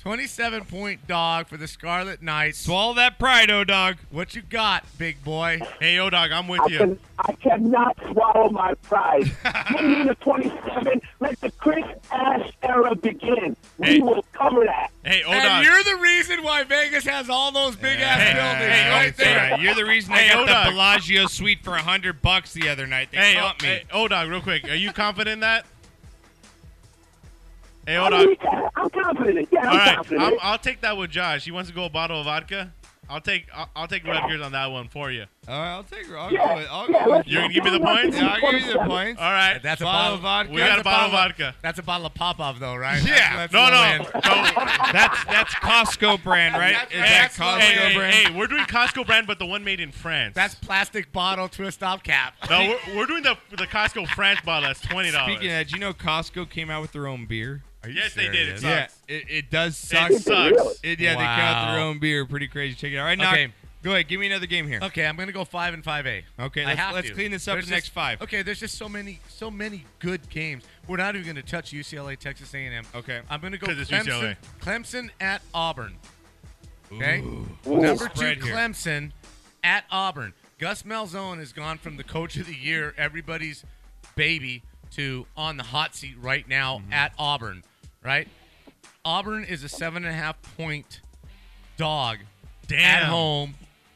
27-point dog for the Scarlet Knights. Swallow that pride, O-Dog. What you got, big boy? Hey, O-Dog, I'm with I, can, I cannot swallow my pride. Give me the 27. Let the Chris Ash era begin. We will cover that. Hey, and you're the reason why Vegas has all those big-ass buildings right That's there. all right. You're the reason I Hey, got O-Dog. the Bellagio suite for a hundred bucks the other night. They Hey, caught O- me. hey, O-Dog, real quick. Are you confident in that? Hey, I'm, O-Dog. I'm confident. in it. Yeah, I'm All right, confident. in I'm, it. I'll take that with Josh. He wants to go a bottle of vodka. I'll take I'll, I'll take Rutgers on that one for you. All right, I'll take. I'll Yeah, go with. I'll yeah, go with let's- You're gonna give me the I'm not points? giving I'll give you the 27. points. All right, That's a Bottle bottle of vodka. We got a bottle of of- vodka. That's a bottle of Popov, though, right? Yeah. That's, that's No, low no. end. That's that's Costco brand, right? Is that that's Costco Hey, hey, brand? hey, we're doing Costco brand, but the one made in France. That's plastic bottle twist off cap. no, we're, we're doing the the Costco France bottle. Oh, That's twenty dollars. Speaking of that, do you know Costco came out with their own beer? Yes, they did. serious? It sucks. Yeah, it, it does suck. It sucks. It- yeah, they came out with their Wow. own beer. Pretty crazy. Check it out. All right, knock. Okay. Go ahead. Give me another game here. Okay, I'm gonna go five and five A. Okay, I let's- have let's to. clean this up There's the next just- five. Okay, there's just so many, so many good games. We're not even gonna touch UCLA, Texas A&M. Okay. I'm gonna go 'Cause it's Clemson. UCLA. Clemson at Auburn. Okay. Ooh. Number two, Spread here. Clemson at Auburn. Gus Malzone has gone from the coach of the year, everybody's baby, to on the hot seat right now Mm-hmm. at Auburn. Right. Auburn is a seven and a half point dog at Damn. home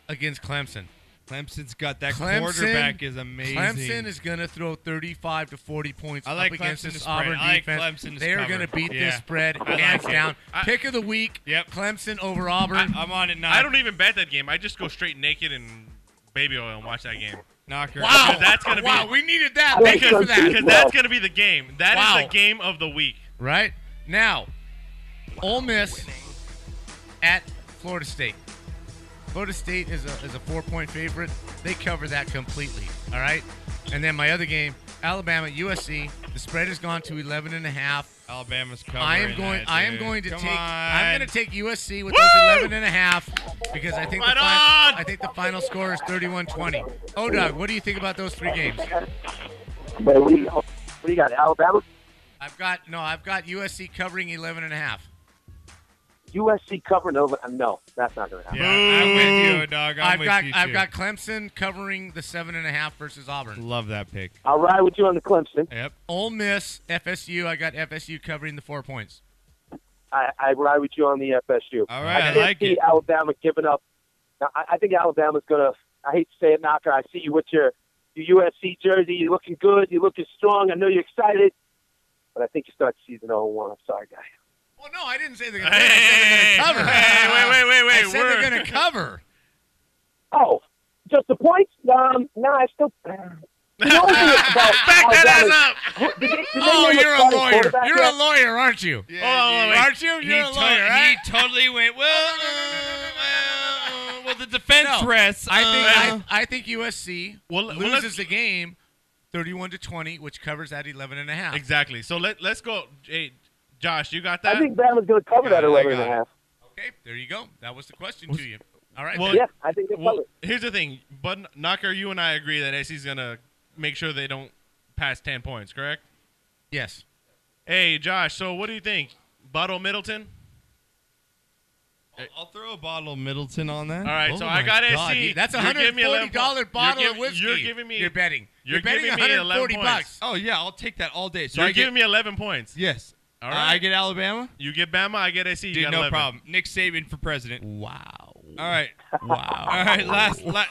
against Clemson. Clemson's got that Clemson- quarterback is amazing. Clemson is going to throw 35 to 40 points I like up against Clemson to this spread. Auburn I like defense. Clemson to they are cover. going to beat this Yeah. spread I like hands it. down. I- Pick of the week. Yep. Clemson over Auburn. I'm on it now. I don't even bet that game. I just go straight naked and baby oil and watch that game. knocker. wow. that's gonna be- Wow, we needed that. I like Thank you for Clemson as that. Because that's gonna be the game. That is Wow. the game of the week. Right? Now, Ole Miss at Florida State. Florida State is a, is a four point favorite. They cover that completely. All right? And then my other game, Alabama, USC. The spread has gone to 11 and a half. Alabama's covering. I am going. that, I am dude. going to Come take. on. I'm going to take USC with Woo! those 11 and a half because I think Right the final, on! I think the final score is 31-20. Oh, Doug, what do you think about those three games? But what do you, what do you got? Alabama, I've got no. I've got USC covering 11 and a half. USC covering over. uh, No, that's not going to happen. Yeah, I'm with you, dog. I'm I've with got. you I've too. got Clemson covering the seven and a half versus Auburn. Love that pick. I'll ride with you on the Clemson. Yep. Ole Miss, FSU. I got FSU covering the four points. I, I ride with you on the FSU. All right, I can't like see it. Alabama giving up. Now, I, I think Alabama's gonna. I hate to say it, Knocker. I see you with your your USC jersey. You're looking good. You're looking strong. I know you're excited, but I think you start season 0-1. I'm oh sorry, guy. Well, no, I didn't say they're going to Hey, hey, cover. hey, wait, wait, wait, wait, I said they're we're- going to cover. Oh, just the points? Um, no, I still. You know, Back that ass up. Oh, you're a lawyer. You're a lawyer, aren't you? Yeah, Oh, aren't you? You're he a lawyer, to- right? He totally went, well, uh, well, the defense No. rests. I think uh, I, I think USC Well, well, let's- loses the game, thirty-one to twenty, which covers that eleven and a half. Exactly. So let let's go. Hey, Josh, you got that? I think Bama's going to cover that 11 and a half. Okay, there you go. That was the question to you. All right. Well, then. I think they'll well, cover here's the thing, Bud Knocker, you and I agree that SC's gonna make sure they don't pass ten points, correct? Yes. Hey, Josh. So what do you think? Bottle Middleton. I'll throw a bottle of Middleton on that. Oh All right, so I got SC. it. That's a You're hundred giving me forty 11 dollar points. bottle You're of giv- whiskey. you're giving me- You're betting. you're betting giving me 140 11 bucks. points. Oh yeah, I'll take that all day. So You're I giving get, me eleven points. Yes. All Uh, right. I get Alabama. You get Bama. I get SC. You Dude, got no 11. problem. Nick Saban for president. Wow. All right. Wow. All right. Last. La-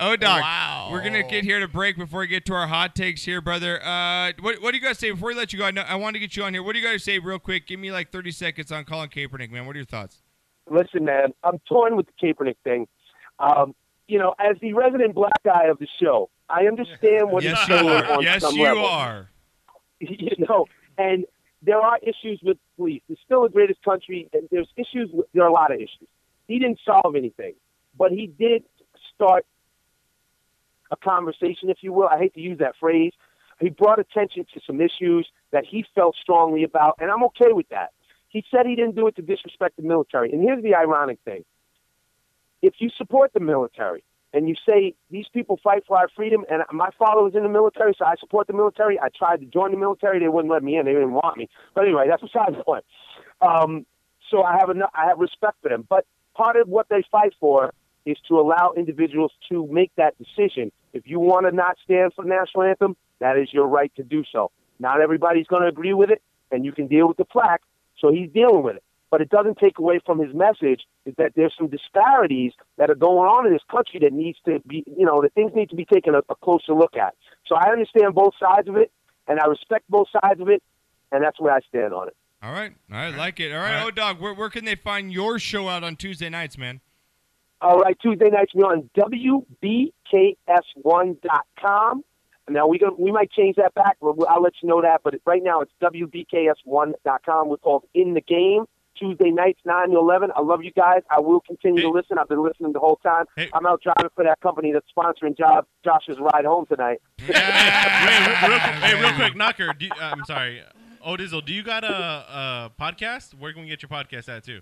oh, dog. Wow. We're gonna get here to break before we get to our hot takes here, brother. Uh, what what do you guys say before we let you go? I, know, I want to get you on here. What do you guys say real quick? Give me like thirty seconds on Colin Kaepernick, man. What are your thoughts? Listen, man, I'm torn with the Kaepernick thing. Um, you know, as the resident black guy of the show, I understand what yes, he's you saying are. on Yes, some you level. are. you know, and there are issues with police. It's still the greatest country, and there's issues. With, there are a lot of issues. He didn't solve anything, but he did start a conversation, if you will. I hate to use that phrase. He brought attention to some issues that he felt strongly about, and I'm okay with that. He said he didn't do it to disrespect the military. And here's the ironic thing if you support the military and you say these people fight for our freedom, and my father was in the military, so I support the military. I tried to join the military; they wouldn't let me in. They didn't want me. But anyway, that's besides the point. Um, so I have enough, I have respect for them. But part of what they fight for is to allow individuals to make that decision. If you want to not stand for the national anthem, that is your right to do so. Not everybody's going to agree with it, and you can deal with the plaque. So he's dealing with it. But it doesn't take away from his message is that there's some disparities that are going on in this country that needs to be, you know, that things need to be taken a, a closer look at. So I understand both sides of it, and I respect both sides of it, and that's where I stand on it. All right. All right. Like it. All right. Oh, dog. Where where can they find your show out on Tuesday nights, man? All right, Tuesday nights we're on WBKS1.com. Now we go, we might change that back. But I'll let you know that. But right now it's WBKS1.com. We're called In the Game Tuesday nights nine to eleven. I love you guys. I will continue to listen. I've been listening the whole time. I'm out driving for that company that's sponsoring job Josh's ride home tonight. Hey, real, hey, real quick, Knocker. Do you, uh, I'm sorry. Oh, Dizzle, do you got a, a podcast? Where can we get your podcast at too?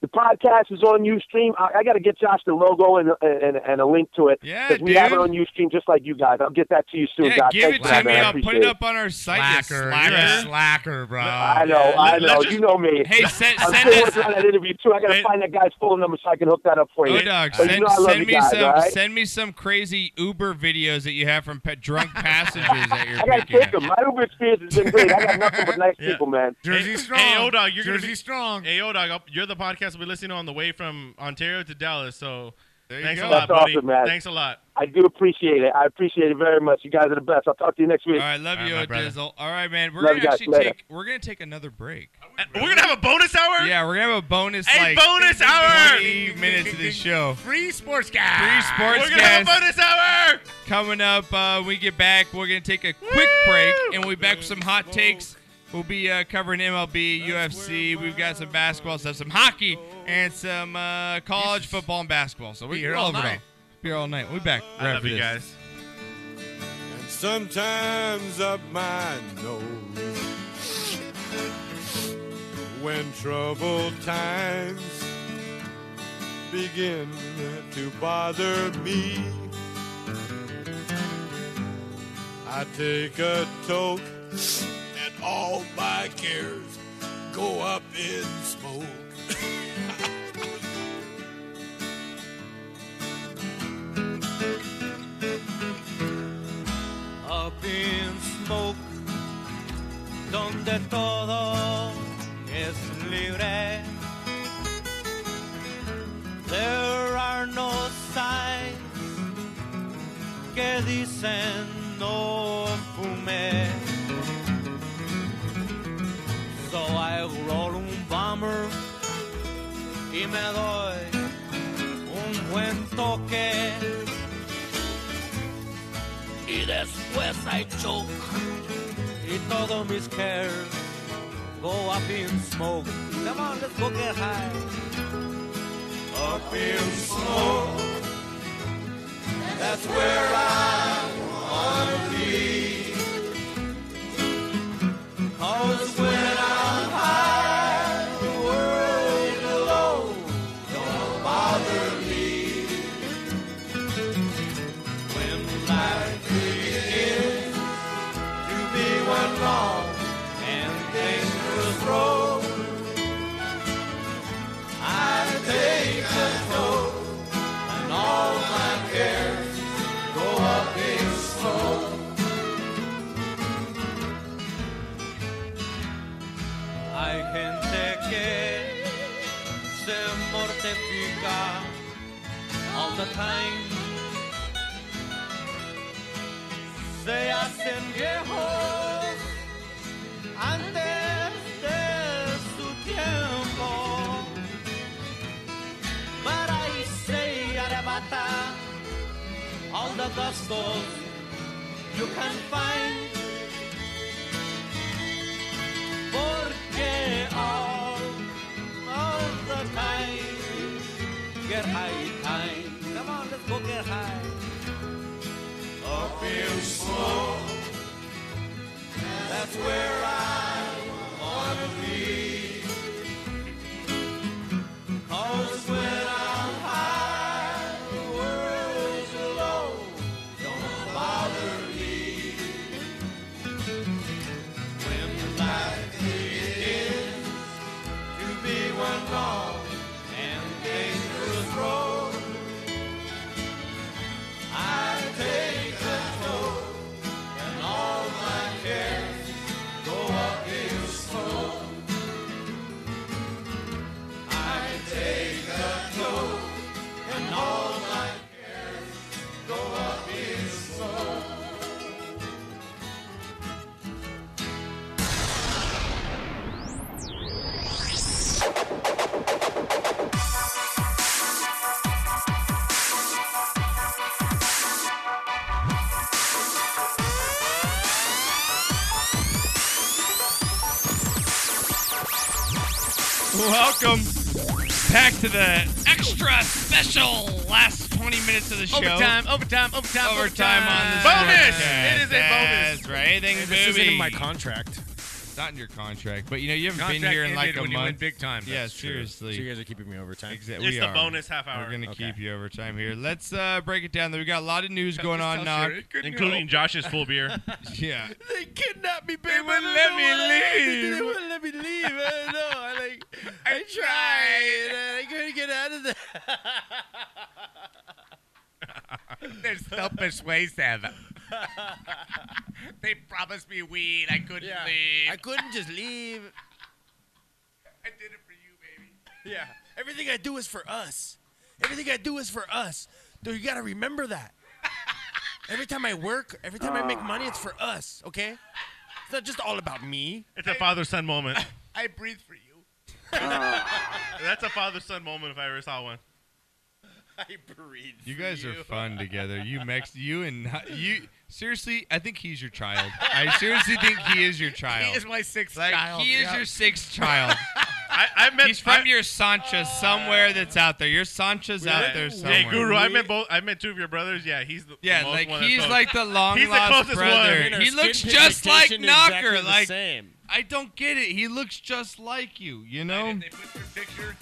The podcast is on UStream. I, I got to get Josh the logo and, and and a link to it. Yeah, we have it on UStream just like you guys. I'll get that to you soon, Yeah, Josh. give Thanks it for to that, me. man. I I'll put appreciate it up on our site. you Slacker. slacker. You're a slacker, bro. I know, I know. you know me. Hey, send- I'm send still us- working on that interview too. I gotta find that guy's phone number so I can hook that up for you. Oh, dog, But send, you know I love send you me guys, some all right? send me some crazy Uber videos that you have from pe- drunk passengers that I you're gotta picking. take them. My Uber experience has been great. I got nothing but nice people, man. Jersey strong. Hey, O-Dog, you're gonna Jersey be strong. Hey, O-Dog, I'll- you're the podcast we'll be listening on the way from Ontario to Dallas. So you thanks go. a lot, That's buddy. awesome, man. Thanks a lot. I do appreciate it. I appreciate it very much. You guys are the best. I'll talk to you next week. All right, love you, Dizzle. All right, man. We're Love you gonna guys. actually Later. take we're gonna take another break. We're gonna have a bonus hour. Yeah, we're gonna have a bonus. A like, bonus hour! 20 minutes of this show. Free sports guy. Free sports We're gonna have a guest. bonus hour. Coming up, uh, we get back. We're gonna take a quick break, and we'll be back with some hot takes. We'll be uh, covering MLB, UFC. We've got some basketball stuff, some hockey, and some uh, college football and basketball. So Oh. Be we're here all all over it all. night. Be here all night. We'll be back. I right love after you this. guys. And sometimes up my nose when troubled times begin to bother me. I take a toke and all my cares go up in smoke. up in smoke, donde todo es libre. There are no signs que dicen no fume. So I roll un si me doy un buen toque. Y después I choke. Y todos mis cares go up in smoke. Come on, let's go get high. Up in smoke. That's where I wanna be. Cause when I'm high, the world below don't bother me. When life begins to be one long and dangerous road, I take control and all my cares go up in smoke. Hay gente que se mortifica all the time. Se hacen viejos antes de su tiempo. Para y se arrebata all the gustos you can find. Porque all, all the time, get high time. Come on, let's go get high. Up in smoke, that's where I wanna be. Cause when I'm high, the world's low, don't bother me. When life begins to be one long and dangerous road, I take control and all my cares go up in smoke. I take control and all my cares go up in smoke. Welcome back to the extra special last 20 minutes of the show. Overtime, overtime, overtime, Overtime on this Bonus! podcast. It is a bonus. That's right. Anything This booby. isn't in my contract. It's not in your contract, but you know you haven't been Contract here in like ended a when you month. went big time. Yeah, That's true. seriously. So you guys are keeping me overtime. Exactly. It's we the are. bonus half hour. We're gonna keep you overtime here. Let's uh, break it down. Though we got a lot of news Tell- going on, just tell Knock. Siri it couldn't Including help. Josh's full beer. yeah. They kidnapped me, baby. They wouldn't let me leave. They wouldn't let me leave. I don't know. I like, I tried. and I couldn't get out of there. There's so persuasive. they promised me weed. I couldn't Yeah. leave. I couldn't just leave. I did it for you, baby. Yeah. Everything I do is for us. Everything I do is for us. Dude, you gotta remember that. Every time I work, every time I make money, it's for us, okay? It's not just all about me. It's a father son moment. I breathe for you. That's a father son moment if I ever saw one. I breathe. You guys are fun together. You Mex, you and you. Seriously, I think he's your child. I seriously think he is your child. He is my sixth Like, child. He is yeah. your sixth child. I, I met. He's from your Sancha somewhere that's out there. Your Sancha's out there somewhere. Hey, Guru, I met both. I met two of your brothers. Yeah, he's the Yeah, the most like one that's he's close. like the long he's the lost closest brother. One. He looks just like Knocker. like I don't get it. He looks just like you. You know? They put your picture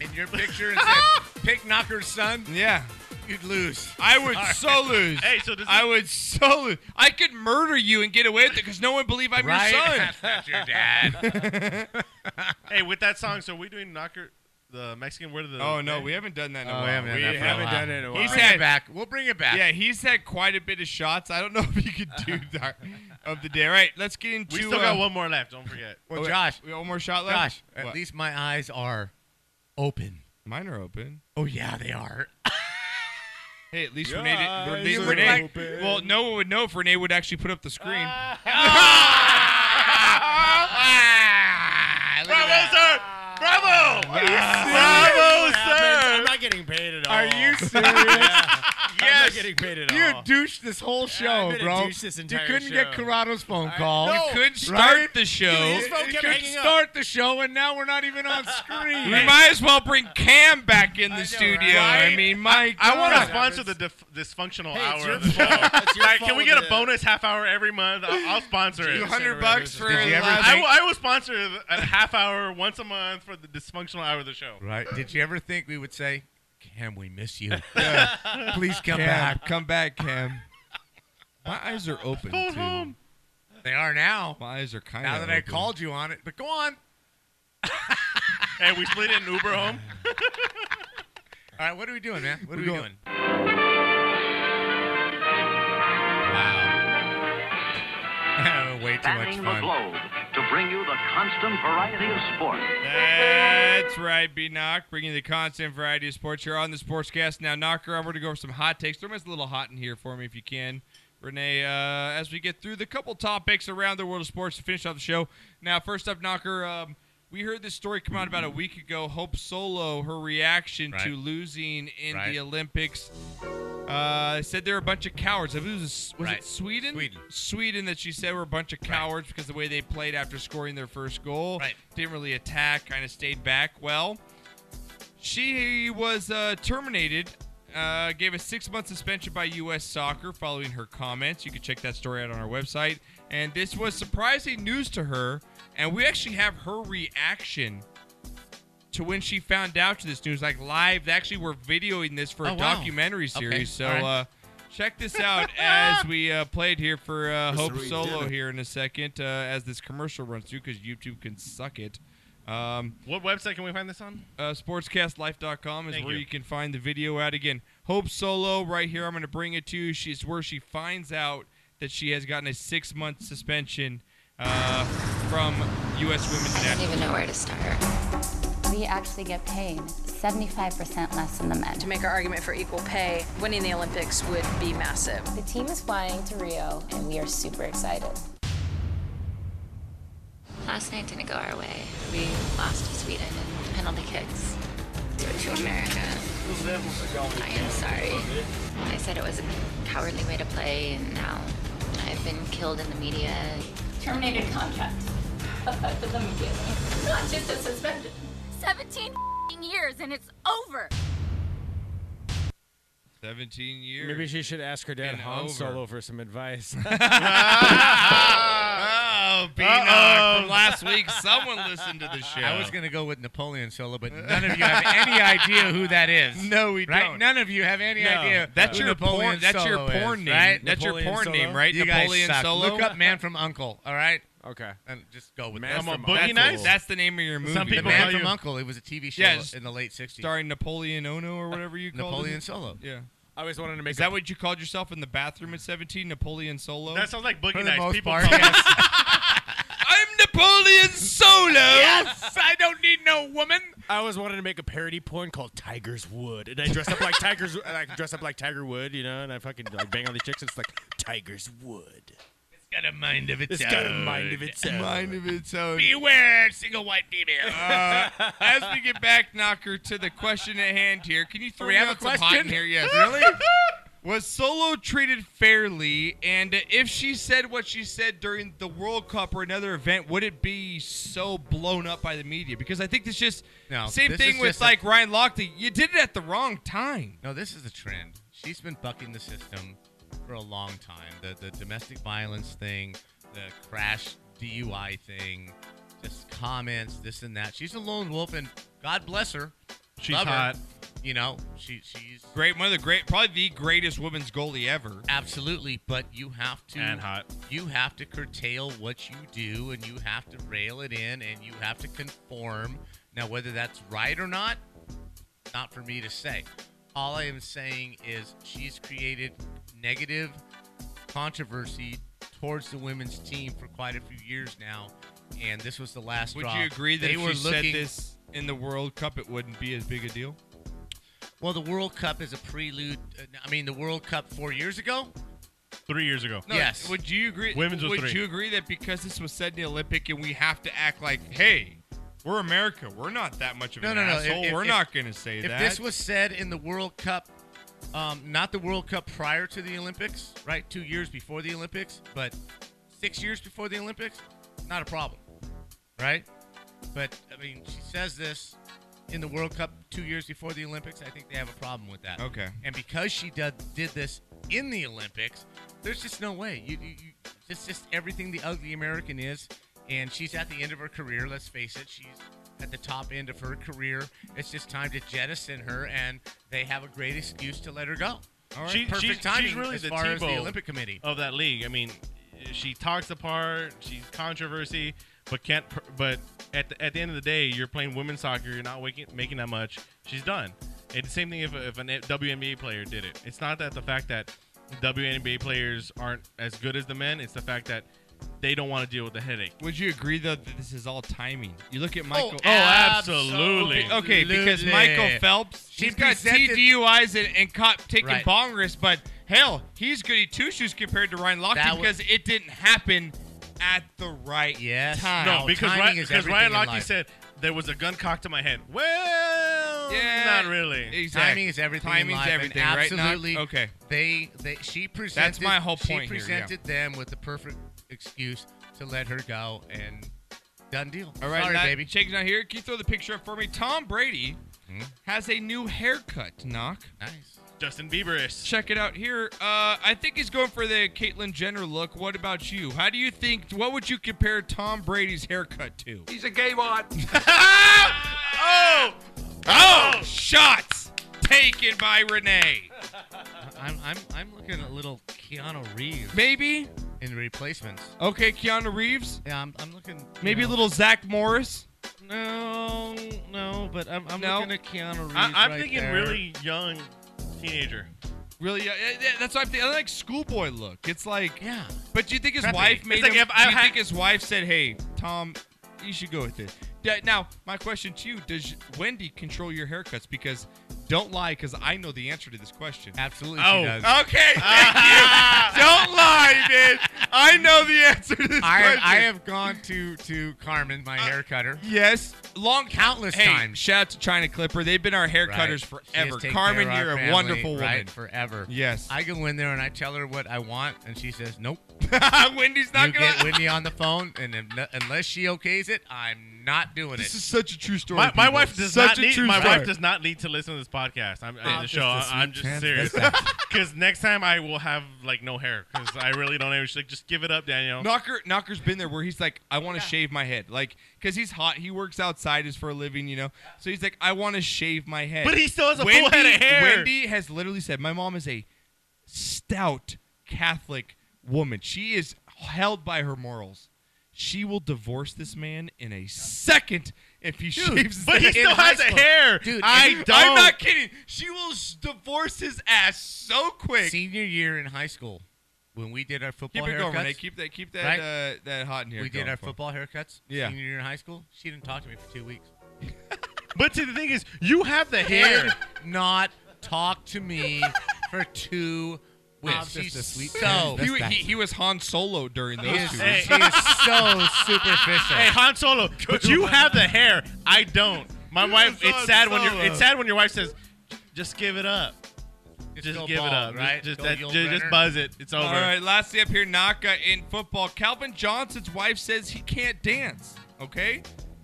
in your picture and said, "Pick Knocker's son." Yeah. You'd lose. I would so lose. Hey, so does I it- would so lose. I could murder you and get away with it because no one believe I'm Right? your son. That's not your dad. hey, with that song, so are we doing Knocker, the Mexican word of the. Oh no, we haven't done that in a Oh, we while. haven't done that for a while. He's Bring it had, back. We'll bring it back. Yeah, he's had quite a bit of shots. I don't know if you could do that of the day. All right, let's get into. uh, oh, We still got one more left. Don't forget. Well, Josh, we got one more shot left. Josh, at What? least my eyes are open. Mine are open. Oh yeah, they are. Hey, at least Yeah, Renee you did. look Renee, Renee, like- well, no one would know if Renee would actually put up the screen. Ah! Bravo, sir! Bravo! Bravo! serious? I'm Yes. not getting paid at you all. douched this whole show, been a bro. douche this you entire couldn't get show. Corrado's phone call. no. You couldn't Right? start the Dude, show. his phone you kept couldn't hanging up. start the show, and now we're not even on screen. Hey. We might as well bring Cam back in the studio. I mean, Mike. I, want to sponsor the dif- dysfunctional Hey, it's hour your of the show. fault. It's your Like, fault can we get a that- bonus half hour every month? I'll, I'll sponsor it. 200 bucks for I the last- will- I will sponsor a half hour once a month for the dysfunctional hour of the show. Right? Did you ever think we would say, "Cam, we miss you. Please Please come Cam, back." Come back, Cam. My eyes are open. Phone too. home. They are now. My eyes are kind of. Now that I called you on it, but go on. hey, we split it in Uber home. All right, what are we doing, man? What are we We're going- doing? Way too much Spanning the fun. globe to bring you the constant variety of sports. That's right, B Knock, bringing the constant variety of sports here on the Sportscast. Now, Knocker, I'm going to go over some hot takes. Throw us a little hot in here for me if you can. Renee, uh, as we get through the couple topics around the world of sports to finish off the show. Now, first up, Knocker, um, we heard this story come out about a week ago. Hope Solo, her reaction Right. to losing in Right. the Olympics, uh, said they're a bunch of cowards. I believe it was, was Right. it Sweden? Sweden. Sweden that she said were a bunch of cowards because the way they played after scoring their first goal. Right. Didn't really attack, kind of stayed back. Well, she was uh, terminated. Uh, gave a six-month suspension by U.S. Soccer following her comments. You can check that story out on our website. And this was surprising news to her, and we actually have her reaction to when she found out to this news, like live. They actually were videoing this for a Oh, wow. documentary Okay, series. So all right. uh, check this out as we uh, played here for uh, Mr. Hope Reed Solo did it. here in a second uh, as this commercial runs through because YouTube can suck it. Um, What website can we find this on? uh, sportscastlife.com is Thank where you. you. can find the video at again. Hope Solo right here. I'm going to bring it to you. She's where she finds out that she has gotten a six month suspension uh, from U.S. Women's National. I don't even know where to start. We actually get paid 75% less than the men. To make our argument for equal pay, winning the Olympics would be massive. The team is flying to Rio, and we are super excited. Last night didn't go our way. We lost to Sweden in penalty kicks. Do it to America. I am sorry. I said it was a cowardly way to play, and now I've been killed in the media. Terminated contract. Effective immediately. Not just a suspension. 17 years and it's over. 17 years. Maybe she should ask her dad And Han over. Solo for some advice. oh, B Uh-oh. from last week. Someone listened to the show. I was going to go with Napoleon Solo, but none of you have any idea who that is. No, we right? don't. None of you have any No. idea. That's who your Napoleon porn- that's your Solo is, porn name. right? That's your porn name, right? You guys Napoleon suck. Solo? Look up Man from Uncle. All right. Okay. And just go with Man that. from Uncle. That's- that's the name of your movie. Some The people Man call from you- Uncle. It was a TV show Yes. in the late '60s. Starring Napoleon Ono or whatever you call Napoleon Solo. Yeah. I always wanted to Is that what you called yourself in the bathroom at 17? Napoleon Solo? That sounds like Boogie For the Nights. most People part, call yes. us- I'm Napoleon Solo. Yes, I don't need no woman. I always wanted to make a parody porn called Tiger's Wood, and I dress up like Tiger's, and I dress up like Tiger Wood, you know, and I fucking like bang on these chicks, and it's like Tiger's Wood. It's got a mind of its, It's own. got a mind of its own. Uh, Mind of its own. Beware, single white female. Uh, as we get back, Knocker, to the question at hand here, can you throw we me have out a some hot question? in here? Yes. Really? Was Solo treated fairly? And if she said what she said during the World Cup or another event, would it be so blown up by the media? Because I think it's just No, same this thing is with just a- like Ryan Lochte. You did it at the wrong time. No, this is a trend. She's been bucking the system for a long time. The the domestic violence thing, the crash DUI thing, just comments, this and that. She's a lone wolf, and God bless her. She's Love her. hot. You know, she she's Great, one of the great, probably the greatest women's goalie ever. Absolutely, but you have Mm. to And hot. You have to curtail what you do, and you have to rail it in, and you have to conform. Now, whether that's right or not, not for me to say. All I am saying is she's created negative controversy towards the women's team for quite a few years now, and this was the last. Would straw. you agree that they if were she looking said this in the World Cup, it wouldn't be as big a deal? Well, the World Cup is a prelude. uh, I mean, the World Cup four years ago. Three years ago. No, yes. Would you agree? Women's was would three. you agree that because this was said in the Olympic and we have to act like, hey, we're America, we're not that much of No, an no, no. asshole, If- if- we're if- not going to say if that. this was said in the World Cup Um, not the World Cup prior to the Olympics, right? Two years before the Olympics, but six years before the Olympics, not a problem, right? But I mean, she says this in the World Cup two years before the Olympics. I think they have a problem with that. Okay. And because she did, did this in the Olympics, there's just no way. You, you, you it's just everything the ugly American is, and she's at the end of her career. Let's face it, she's at the top end of her career. It's just time to jettison her, and they have a great excuse to let her go. All right. She- Perfect she's, timing she's really as the far as the Tebow Olympic Committee. of that league. I mean, she talks apart. She's controversy, but can't. per- But at the, at the end of the day, you're playing women's soccer. You're not waking, making that much. She's done. It's the same thing if, if an WNBA player did it. It's not that the fact that WNBA players aren't as good as the men. It's the fact that they don't want to deal with the headache. Would you agree though that this is all timing? You look at Michael. Oh, absolutely. Okay, because Absolutely. Michael Phelps, She he's got presented- TDUIs and, and caught taking Right. bong risks, but hell, he's goody two shoes compared to Ryan Lochte That wa- because it didn't happen at the right time. No, because Ryan, because Ryan Lochte said there was a gun cocked to my head. Well, Yeah, not really. exactly. Timing is everything. in Timing's life, and everything, right, Knock? Absolutely. Okay. They, they, she presented. That's my whole She point here, yeah. presented them with the perfect excuse to let her go, and done deal. All right, Sorry, Knock, baby. Hmm? Check it out here. Can you throw the picture up for me? Tom Brady has a new haircut. Knock. Nice. Justin Bieberish. Check it out here. Uh, I think he's going for the Caitlyn Jenner look. What about you? How do you think? What would you compare Tom Brady's haircut to? He's a gay mod. oh! Oh! Shots taken by Renee. I'm, I'm, I'm looking at a little Keanu Reeves. Maybe. In replacements. Okay, Keanu Reeves. Yeah, I'm, I'm looking. you Maybe know. a little Zach Morris. No, no, but I'm, I'm No. looking at Keanu Reeves. I, I'm right thinking there. really young teenager. Really, yeah, yeah, yeah, that's what I'm thinking. I like schoolboy look. It's like, yeah. But do you think his Preppy. wife It's made like him? if I do you had- think his wife said, "Hey, Tom, you should go with this"? Yeah, Now, my question to you: Does Wendy control your haircuts? Because don't lie, because I know the answer to this question. Absolutely, she does. Okay, thank you. Don't lie, bitch. I know the answer to this I have, question. I have gone to to Carmen, my hair cutter. Yes, long countless hey, times. Shout out to China Clipper. They've been our hair cutters Right. She has forever. taken care Carmen, of our you're a family, wonderful woman. right, Forever. Yes. I go in there and I tell her what I want, and she says nope. Wendy's not you gonna- get Wendy on the phone, and if, no- unless she okays it, I'm not doing it. This is such a true story. My, my people. wife does such not a need, true my story. wife does not need to listen to this podcast. I'm Oh, in the just show. a I- I'm sweet just serious. transmission. Because next time I will have like no hair. Because I really don't have. She's like, just give it up, Daniel. Knocker Knocker's been there where he's like, I want to shave my head, like, cause he's hot. He works outside, is for a living, you know. So he's like, I want to shave my head. But he still has a full head of hair. Wendy has literally said, my mom is a stout Catholic woman. She is held by her morals. She will divorce this man in a second if he shaves. his but he head. still In high has a school. hair. Dude, I if- I'm don't. not kidding. She will s- divorce his ass so quick. Senior year in high school, when we did our football Keep it going, haircuts, Renee. Keep that. Keep that. right? Uh, that hot in here. we did going our for. football haircuts. Yeah. Senior year in high school, she didn't talk to me for two weeks. But see, the thing is, you have the hair. Did not talk to me for two weeks. Wow, She's just a sweet so he, he, he was Han Solo during He those is- two. hey, weeks. he is so superficial. Hey, Han Solo, but you have the hair. I don't. My You wife. have It's Han sad when Solo. your. It's sad when your wife says, "Just give it up. Just, go give bald, it up. right? Just, Go that- Yul ju- just Brynner. buzz it. It's over." All right, lastly up here, Naka in football. Calvin Johnson's wife says he can't dance. Okay,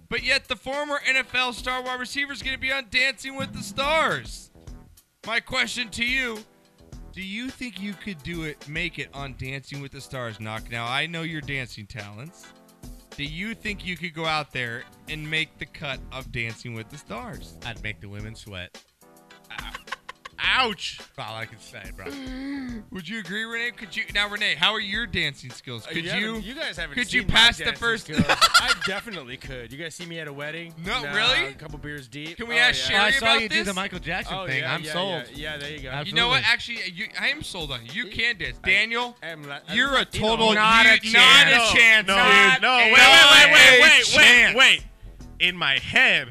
but yet the former NFL star wide receiver is going to be on Dancing with the Stars. My question to you: Do you think you could do it, make it on Dancing with the Stars, Knock? Now I know your dancing talents. Do you think you could go out there and make the cut of Dancing with the Stars? Ah. I'd make the women sweat. Ouch! That's all I can say, bro. Would you agree, Renee? Could you now, Renee? How are your dancing skills? Uh, Could you you? haven't- you guys haven't. Could seen you my pass the dancing first? skills. I definitely could. You guys see me at a wedding? No, Nah, really? A couple beers deep. Can we Oh, ask yeah. Sherry I saw about you do this? the Michael Jackson Oh, thing. yeah, I'm yeah, sold. Yeah, yeah, there you go. You know what? Absolutely. Actually, uh, you, I am sold on you. You can dance, Daniel. la- I'm you're a Latino. total Not you- a chance. Not a chance. No, dude. no, Not wait, a wait, wait, wait, wait, wait, chance. wait. In my head,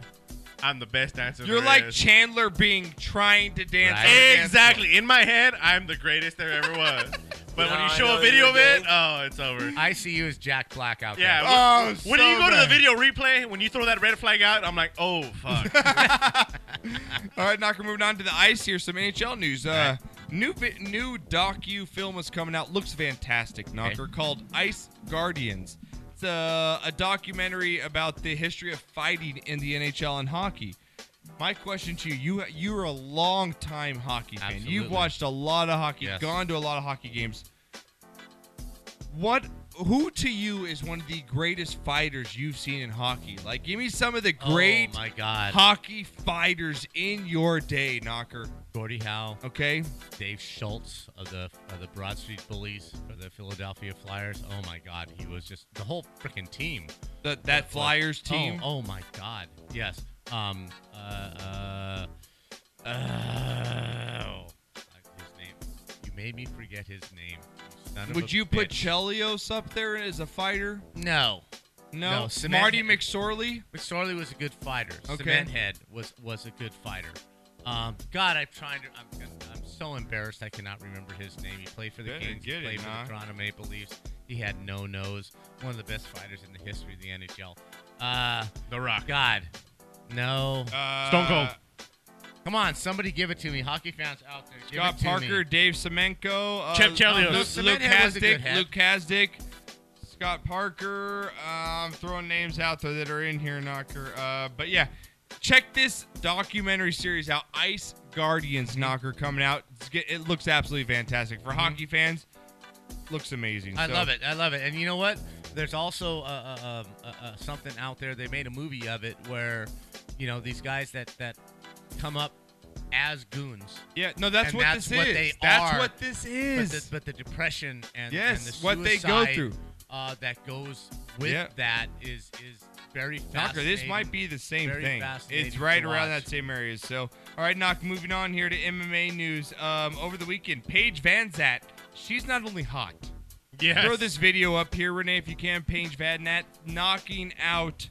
I'm the best dancer. You're there like is. Chandler Bing trying to dance. on the dance exactly. In my head, I'm the greatest there ever was. But when No, you I show know a that video you're of it, oh, it's over. I see you as Jack Black out Yeah. there. when when you go to the video replay, when you throw that red flag out, I'm like, oh fuck. All right, Knocker, moving on to the ice here. Some NHL news. Uh, new vi- new docu film is coming out. Looks fantastic, Knocker. Called Ice Guardians. It's uh, a, a documentary about the history of fighting in the NHL and hockey. My question to you: You you're a long time hockey fan. You've Absolutely. watched a lot of hockey, Yes. gone to a lot of hockey games. What? Who to you is one of the greatest fighters you've seen in hockey? Like, give me some of the Oh, great my God. hockey fighters in your day, Knocker. Gordie Howe. Okay. Dave Schultz of the of the Broad Street Bullies for the Philadelphia Flyers. Oh my God, he was just the whole freaking team. The, that Flyers team? Oh, oh my God, yes. Um. Uh. Uh. uh oh, I- his name. You made me forget his name. Son of oh, Would a you put bitch. Chelios up there as a fighter? No. No. Cement- Marty McSorley. McSorley was a good fighter. Okay. Cementhead was was a good fighter. Um, God, I'm trying to. I'm, I'm so embarrassed. I cannot remember his name. He played for the Better Kings. He get it, played for nah. the Toronto Maple Leafs. He had no nose. One of the best fighters in the history of the NHL. Uh, the Rock. God, no. Uh, Stone Cold. Come on, somebody give it to me. Hockey fans out there, give Scott it to Parker, me. Dave Semenko, uh, Chip Chelios. Luke, Luke Semenhead was a good Kasdick, head. Luke Kasdick, Scott Parker. Uh, I'm throwing names out there that are in here, Knocker. Uh, but yeah, check this documentary series out, Ice Guardians Knocker, coming out. It's get- it looks absolutely fantastic for hockey fans. Looks amazing. Mm-hmm. I So- love it. I love it. And you know what? There's also uh, uh, um, uh, uh, something out there. They made a movie of it where, you know, these guys that that come up as goons. Yeah, no, that's And what that's this what is. They That's are. what this is. But the, but the depression and Yes, and the what they go suicide, through. uh, that goes with Yeah. that is is very Knocker, fascinating. this might be the same very thing. fascinating It's to right around watch. that same area. So, all right, Knock, moving on here to MMA news. Um, over the weekend, Paige Van Zat, she's not only hot. Yes. Throw this video up here, Renee, if you can. Paige Van Zat knocking out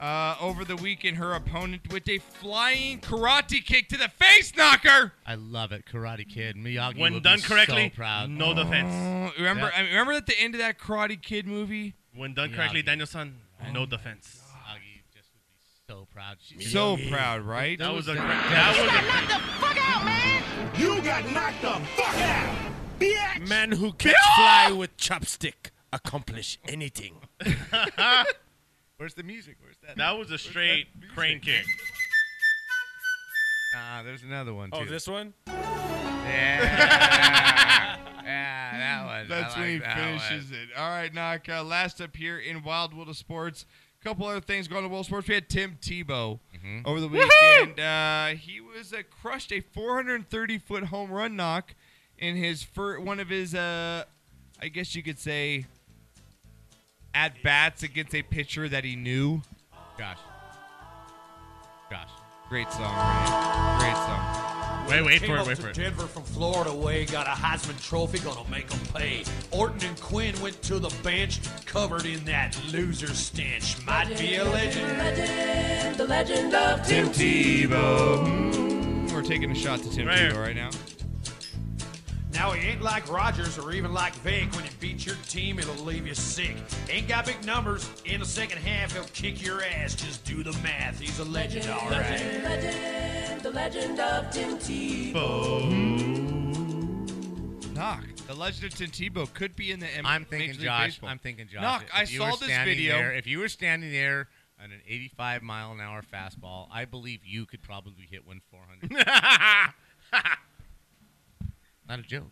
uh, over the weekend her opponent with a flying karate kick to the face, Knocker. I love it, Karate Kid. Miyagi When would be done correctly, so proud. no defense. Oh, remember, Yeah. I remember at the end of that Karate Kid movie. When done correctly, Daniel-san, no defense. so proud. She- So proud, right? That was a great. that was a- That You got knocked the fuck out. Man who can fly with chopstick accomplish anything. Where's the music? Where's that? That was a straight crane kick. Nah, there's another one. Oh, too. this one? Yeah. yeah, that one. I That's when like he that finishes one. it. All right, Knock. Uh, last up here in Wild World of Sports. A couple other things going on in World Sports. We had Tim Tebow Mhm. over the Woohoo! weekend. Uh, he was uh, crushed a 430 foot home run knock in his fir- one of his, uh, I guess you could say, at bats against a pitcher that he knew. Gosh. Gosh. Great song, Ray. Great song. Came up to Denver from Florida way, got a Heisman Trophy, gonna make them pay. Orton and Quinn went to the bench, covered in that loser stench. Might be a legend. The legend of Tim Tebow. Mm, We're taking a shot to Tim Tebow right now. Now he ain't like Rodgers or even like Vick. When he beats your team, it'll leave you sick. Ain't got big numbers. In the second half, he'll kick your ass. Just do the math. He's a legend, all right. The legend of Tim Tebow. Knock. The legend of Tim Tebow could be in the M- I'm thinking Major League Josh. Baseball. I'm thinking Josh. Knock. If I you were saw this standing video. there- if you were standing there on an 85 mile an hour fastball, I believe you could probably hit one 400. Not a joke.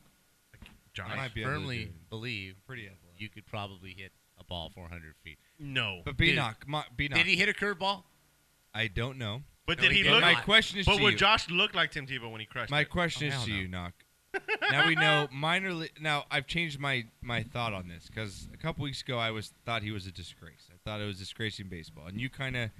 Josh. I Might be able to do firmly it. believe Pretty you could probably hit a ball 400 feet. No. But B Dude. knock, my- B knock. Did he hit a curveball? I don't know. But No, did he he did look? not. My question is But to would you. Josh look like Tim Tebow when he crushed My it? Oh, question is to you, Knock. now we know minor. Li- now I've changed my my thought on this because a couple weeks ago I was thought he was a disgrace. I thought it was disgracing baseball, and you kind of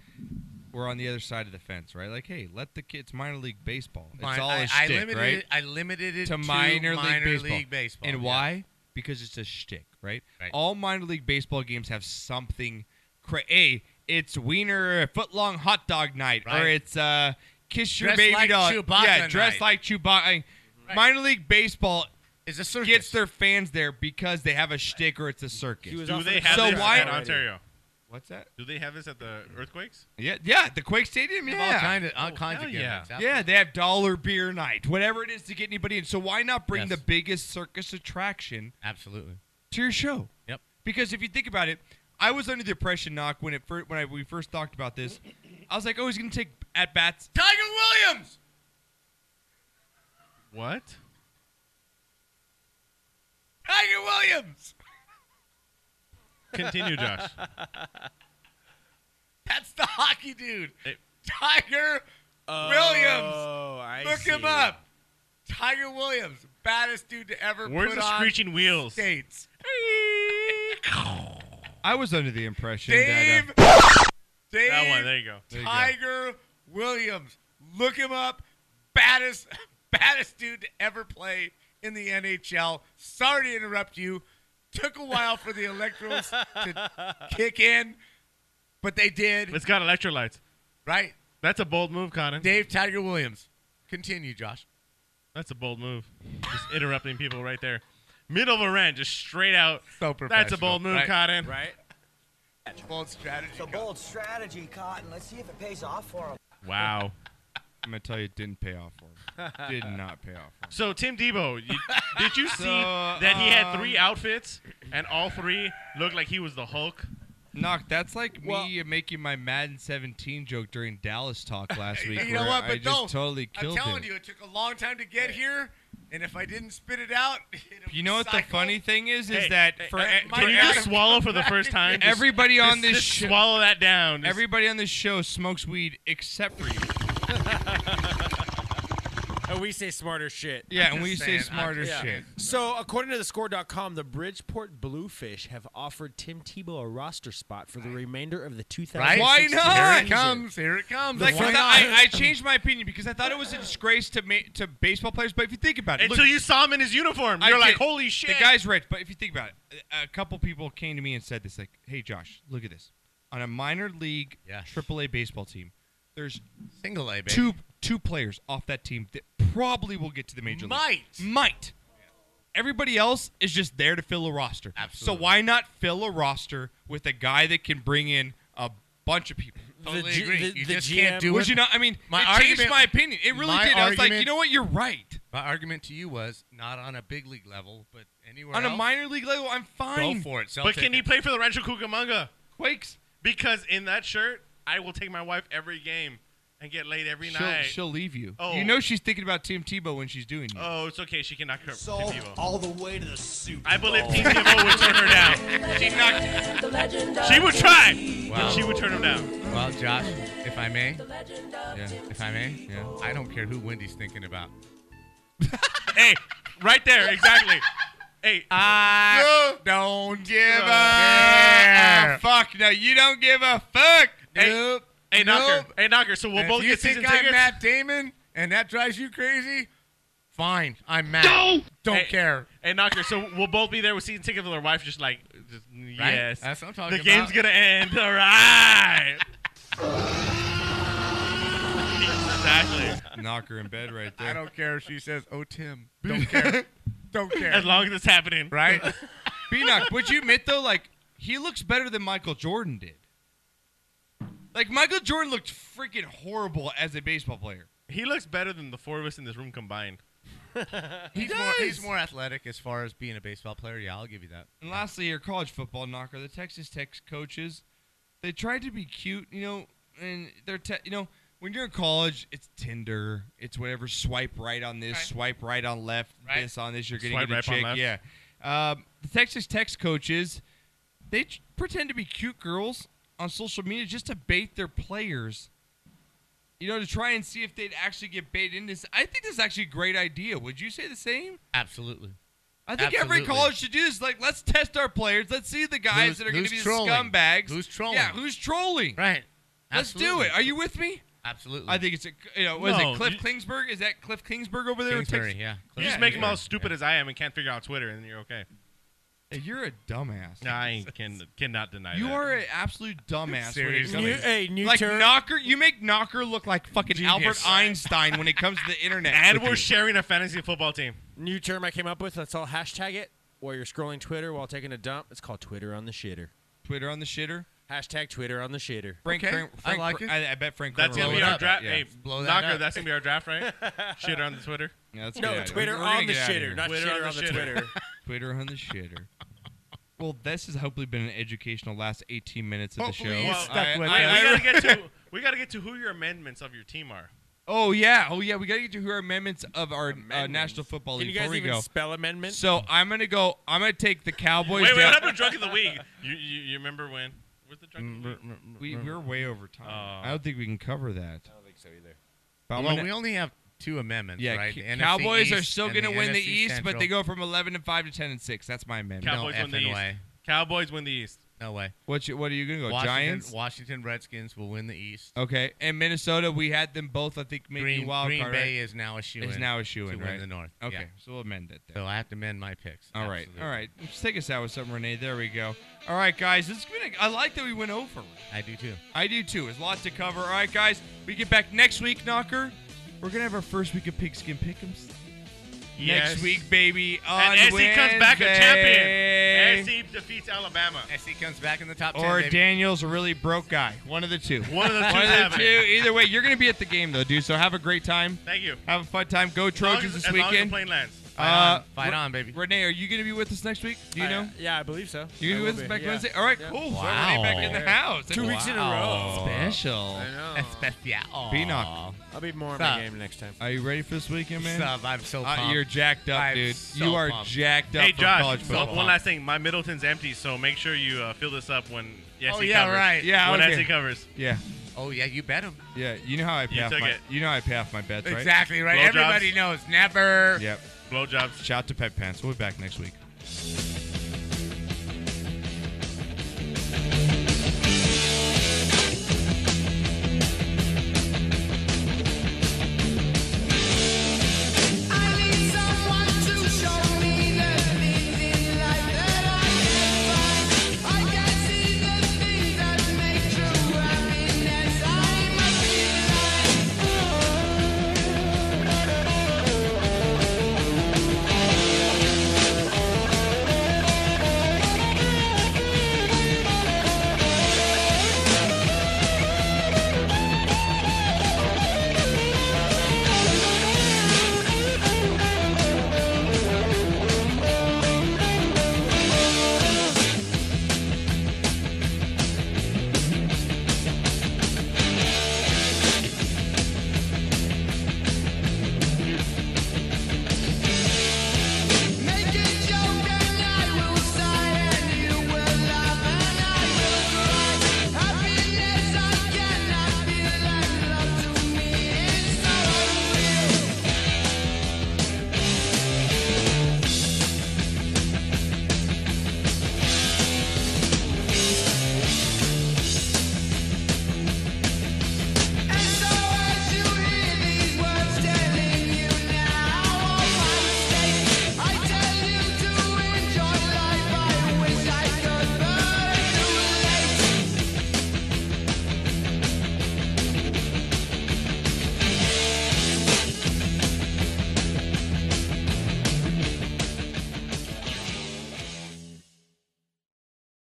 were on the other side of the fence, right? Like, hey, let the kids minor league baseball. It's Mine- all I- a I shtick, limited right? it- I limited it to to minor, minor league, baseball. league baseball, And yeah. why? Because it's a shtick, right? All minor league baseball games have something. Cra- a, it's wiener foot long hot dog night, or Right. it's uh, kiss your Dress baby like doll. Chewbacca yeah, dress night. like Chewbacca. I- Right. Minor league baseball is a gets their fans there because they have a shtick or it's a circus. was Do offered they a have so this why in Ontario? What's that? Do they have this at the earthquakes? Yeah, yeah, the Quake Stadium. They Yeah, have all kind of- all Oh, kinds of hell yeah. gimmicks, yeah. Yeah, they have dollar beer night, whatever it is to get anybody in. So why not bring the biggest circus attraction? Absolutely. To your show. Yep. Because if you think about it, I was under the impression, knock when it fir- when I, we first talked about this, I was like, oh, he's gonna take at bats. Tiger Williams. What? Tiger Williams. Continue, Josh. That's the hockey dude. Tiger Uh, Williams. Oh, Look him see. up. Tiger Williams, baddest dude to ever Where's put the on screeching wheels? States. I was under the impression Dave. that. Uh, Dave. That one, there you go. There you go. Tiger Williams. Look him up. Baddest, baddest dude to ever play in the NHL. Sorry to interrupt you. Took a while for the electrons to kick in, but they did. It's got electrolytes. Right. That's a bold move, Conan. Dave Tiger Williams. Continue, Josh. That's a bold move. Just interrupting people right there. Middle of a rant, just straight out. So That's a bold move, Conan. Bold strategy. It's a bold strategy, Cotton. Let's see if it pays off for him. Wow. I'm gonna tell you, it didn't pay off for him. Did not pay off. So Tim Debo, you, did you see So, that he had three um, outfits and all three looked like he was the Hulk? Knock, that's like me making my Madden 17 joke during Dallas talk last week. You know where what? But I just no, totally I'm killed telling it. you, it took a long time to get here, and if I didn't spit it out, You know what the funny thing is? Is Hey, that hey, for e, hey, for can you every- just swallow for the first time? Just- Everybody on just- this just show, swallow that down. Just- everybody on this show smokes weed except for you. And we say smarter shit. Yeah, I'm and just we say saying, I'm- smarter yeah. shit. So, according to the score.com, the Bridgeport Bluefish have offered Tim Tebow a roster spot for the remainder of the 2016 Why not? season. Here it comes. Like, Why I, not? I, I changed my opinion because I thought it was a disgrace to ma- to baseball players. But if you think about it, Until you saw him in his uniform, you're like, "Holy shit!" The guy's rich. But if you think about it, a a couple people came to me and said this, like, "Hey, Josh, look at this. On a minor league AAA baseball team, there's single A, baby. two two players off that team that probably will get to the major Might. league. might. Everybody else is just there to fill a roster. Absolutely. So why not fill a roster with a guy that can bring in a bunch of people? Totally The G- agree. the- You the just it. can't do Would it. you not? I mean, My it argument- changed my opinion. It really my did. I was like, argument- you know what? You're right. My argument to you was not on a big league level, but anywhere On a else, minor league level, I'm fine. Go for it. Sell but can tickets. he play for the Rancho Cucamonga? Quakes. Because in that shirt, I will take my wife every game and get laid every She'll, night. she'll leave you. Oh. You know she's thinking about Tim Tebow when she's doing you. Oh, it's okay. She cannot curb So, Tim Tebow. all the way to the Super I believe Bowl. Tim Tebow would turn her down. She knocked. She would try, but Wow. she would turn him down. Well, Josh, if I may, yeah, if I may, yeah, I don't care who Wendy's thinking about. hey, right there, exactly. Hey, I don't give a fuck. No, you don't give a fuck. Nope. Hey, hey, Knocker. Nope. Hey, Knocker. So we'll And both if you get season think I'm tickets. Matt Damon, and that drives you crazy. Fine, I'm Matt. Don't, Hey, care. Hey, Knocker. So we'll both be there with season tickets, and our wife just like, just, yes. That's what I'm talking the game's about. gonna end. All right. exactly. Knock her in bed right there. I don't care if she says, "Oh, Tim." Don't care. don't care. As long as it's happening, right? B knock, would you admit though, like he looks better than Michael Jordan did? Like Michael Jordan looked freaking horrible as a baseball player. He looks better than the four of us in this room combined. he's More, he's more athletic as far as being a baseball player. Yeah, I'll give you that. And lastly, your college football knocker, the Texas Tech coaches, they tried to be cute, you know, and they're te- you know when you're in college, it's Tinder, it's whatever. Swipe right on this, swipe right on left, Right. this on this. You're getting Swipe a right on chick, left. yeah. Um, the Texas Tech coaches, they t- pretend to be cute girls on social media just to bait their players. You know, to try and see if they'd actually get baited into this. I think this is actually a great idea. Would you say the same? Absolutely. I think every Absolutely. college should do this. Like, let's test our players. Let's see the guys Who's- that are going who's to be trolling? the scumbags. Who's trolling? Yeah, who's trolling? Right. Let's do Absolutely. it. Are you with me? Absolutely. I think it's a you know was No, it Cliff you- Klingsberg? Is that Cliff Klingsberg over there? in Texas? You just make him all stupid as I am and can't figure out Twitter, and then you're okay. Hey, You're a dumbass. Nah, I ain't- can cannot deny You that. are an absolute dumbass. when it Seriously. comes- New- hey, new like term- knocker. You make knocker look like fucking Genius. Albert Einstein when it comes to the internet. And with we're you. sharing a fantasy football team. New term I came up with. Let's all hashtag it while you're scrolling Twitter while taking a dump. It's called Twitter on the shitter. Twitter on the shitter. Hashtag Twitter on the shader. Frank, Frank, Frank I, I bet Frank. That's Kramer gonna be would our love draft. that, Hey, yeah. Blow that Knocker, up. that's gonna be our draft, right? Shitter on the Twitter. Yeah, that's a no, good idea. Twitter We're gonna on the get outta here. shitter, not shitter on the Twitter. Twitter on the shitter. Well, this has hopefully been an educational last 18 minutes of Hopefully the show. it's I- stuck I- I- we gotta get to we gotta get to who your amendments of your team are. Oh yeah, oh yeah. We gotta get to who our amendments of our uh, National Football Can League. you guys before we even go. spell amendment? So I'm gonna go. I'm gonna take the Cowboys. wait, wait, down. what happened to drunk of the week? You, you, you remember when? Where's the drunk? Mm, of the week? We we're way over time. Oh. I don't think we can cover that. I don't think so either. Well, we only have two amendments, yeah, right? C- The NFC Cowboys are East still and going to the win the NFC East, but they Central. go from 11 and 5 to 10 and 6. That's my amendment. Cowboys win the effing East. way. Cowboys win the East. No way. What you, what are you going to go? Washington, Giants? Washington Redskins will win the East. Okay. And Minnesota, we had them both, I think, making Green, wild Green card. Bay right? is now a shoe Is now a shoe to in, win right? the North. Okay. yeah. So we'll amend it. Then. So I have to amend my picks. All right. All right. Just take us out with something, Renee. There we go. All right, guys. It's been a, I like that we went over. I do too. I do too. There's lots to cover. All right, guys. We get back next week, Knocker. We're going to have our first week of Pigskin Pick'ems. Next Yes. week, baby. On And SC comes back a champion. Wednesday. SC defeats Alabama. SC comes back in the top Or Daniel's a really broke guy. One of the two. One of the two One is of the happening. two. Either way, you're going to be at the game, though, dude. So have a great time. Thank you. Have a fun time. Go long Trojans as- this as long as the weekend. plane lands. Uh, Fight on. Fight Re- on, baby. Renee, are you going to be with us next week? Do you know? Uh, Yeah, I believe so. You gonna I do will this be, back yeah. Wednesday? All right, cool. So everybody back in the house. Two weeks in a Wow. row. Special. I know. Especial. Beanock. I'll be more in Sup? my game next time. Are you ready for this weekend, man? Sup, I'm so Uh, pumped. Oh, you're jacked up, I'm dude. so you are pumped. jacked up Hey for Josh, college one- football. one last thing. My Middleton's empty, so make sure you uh, fill this up when yes Oh, he yeah, covers. right. Yeah, when okay. SC covers. Yeah, Oh yeah, you bet him. yeah. You know how I pay You off took my. it. You know I pay off my bets, right? Exactly right. Blowjobs. Everybody knows never. Yep. Blowjobs. Shout to Pet Pants. We'll be back next week.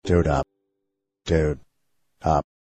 Dude up. Dude up.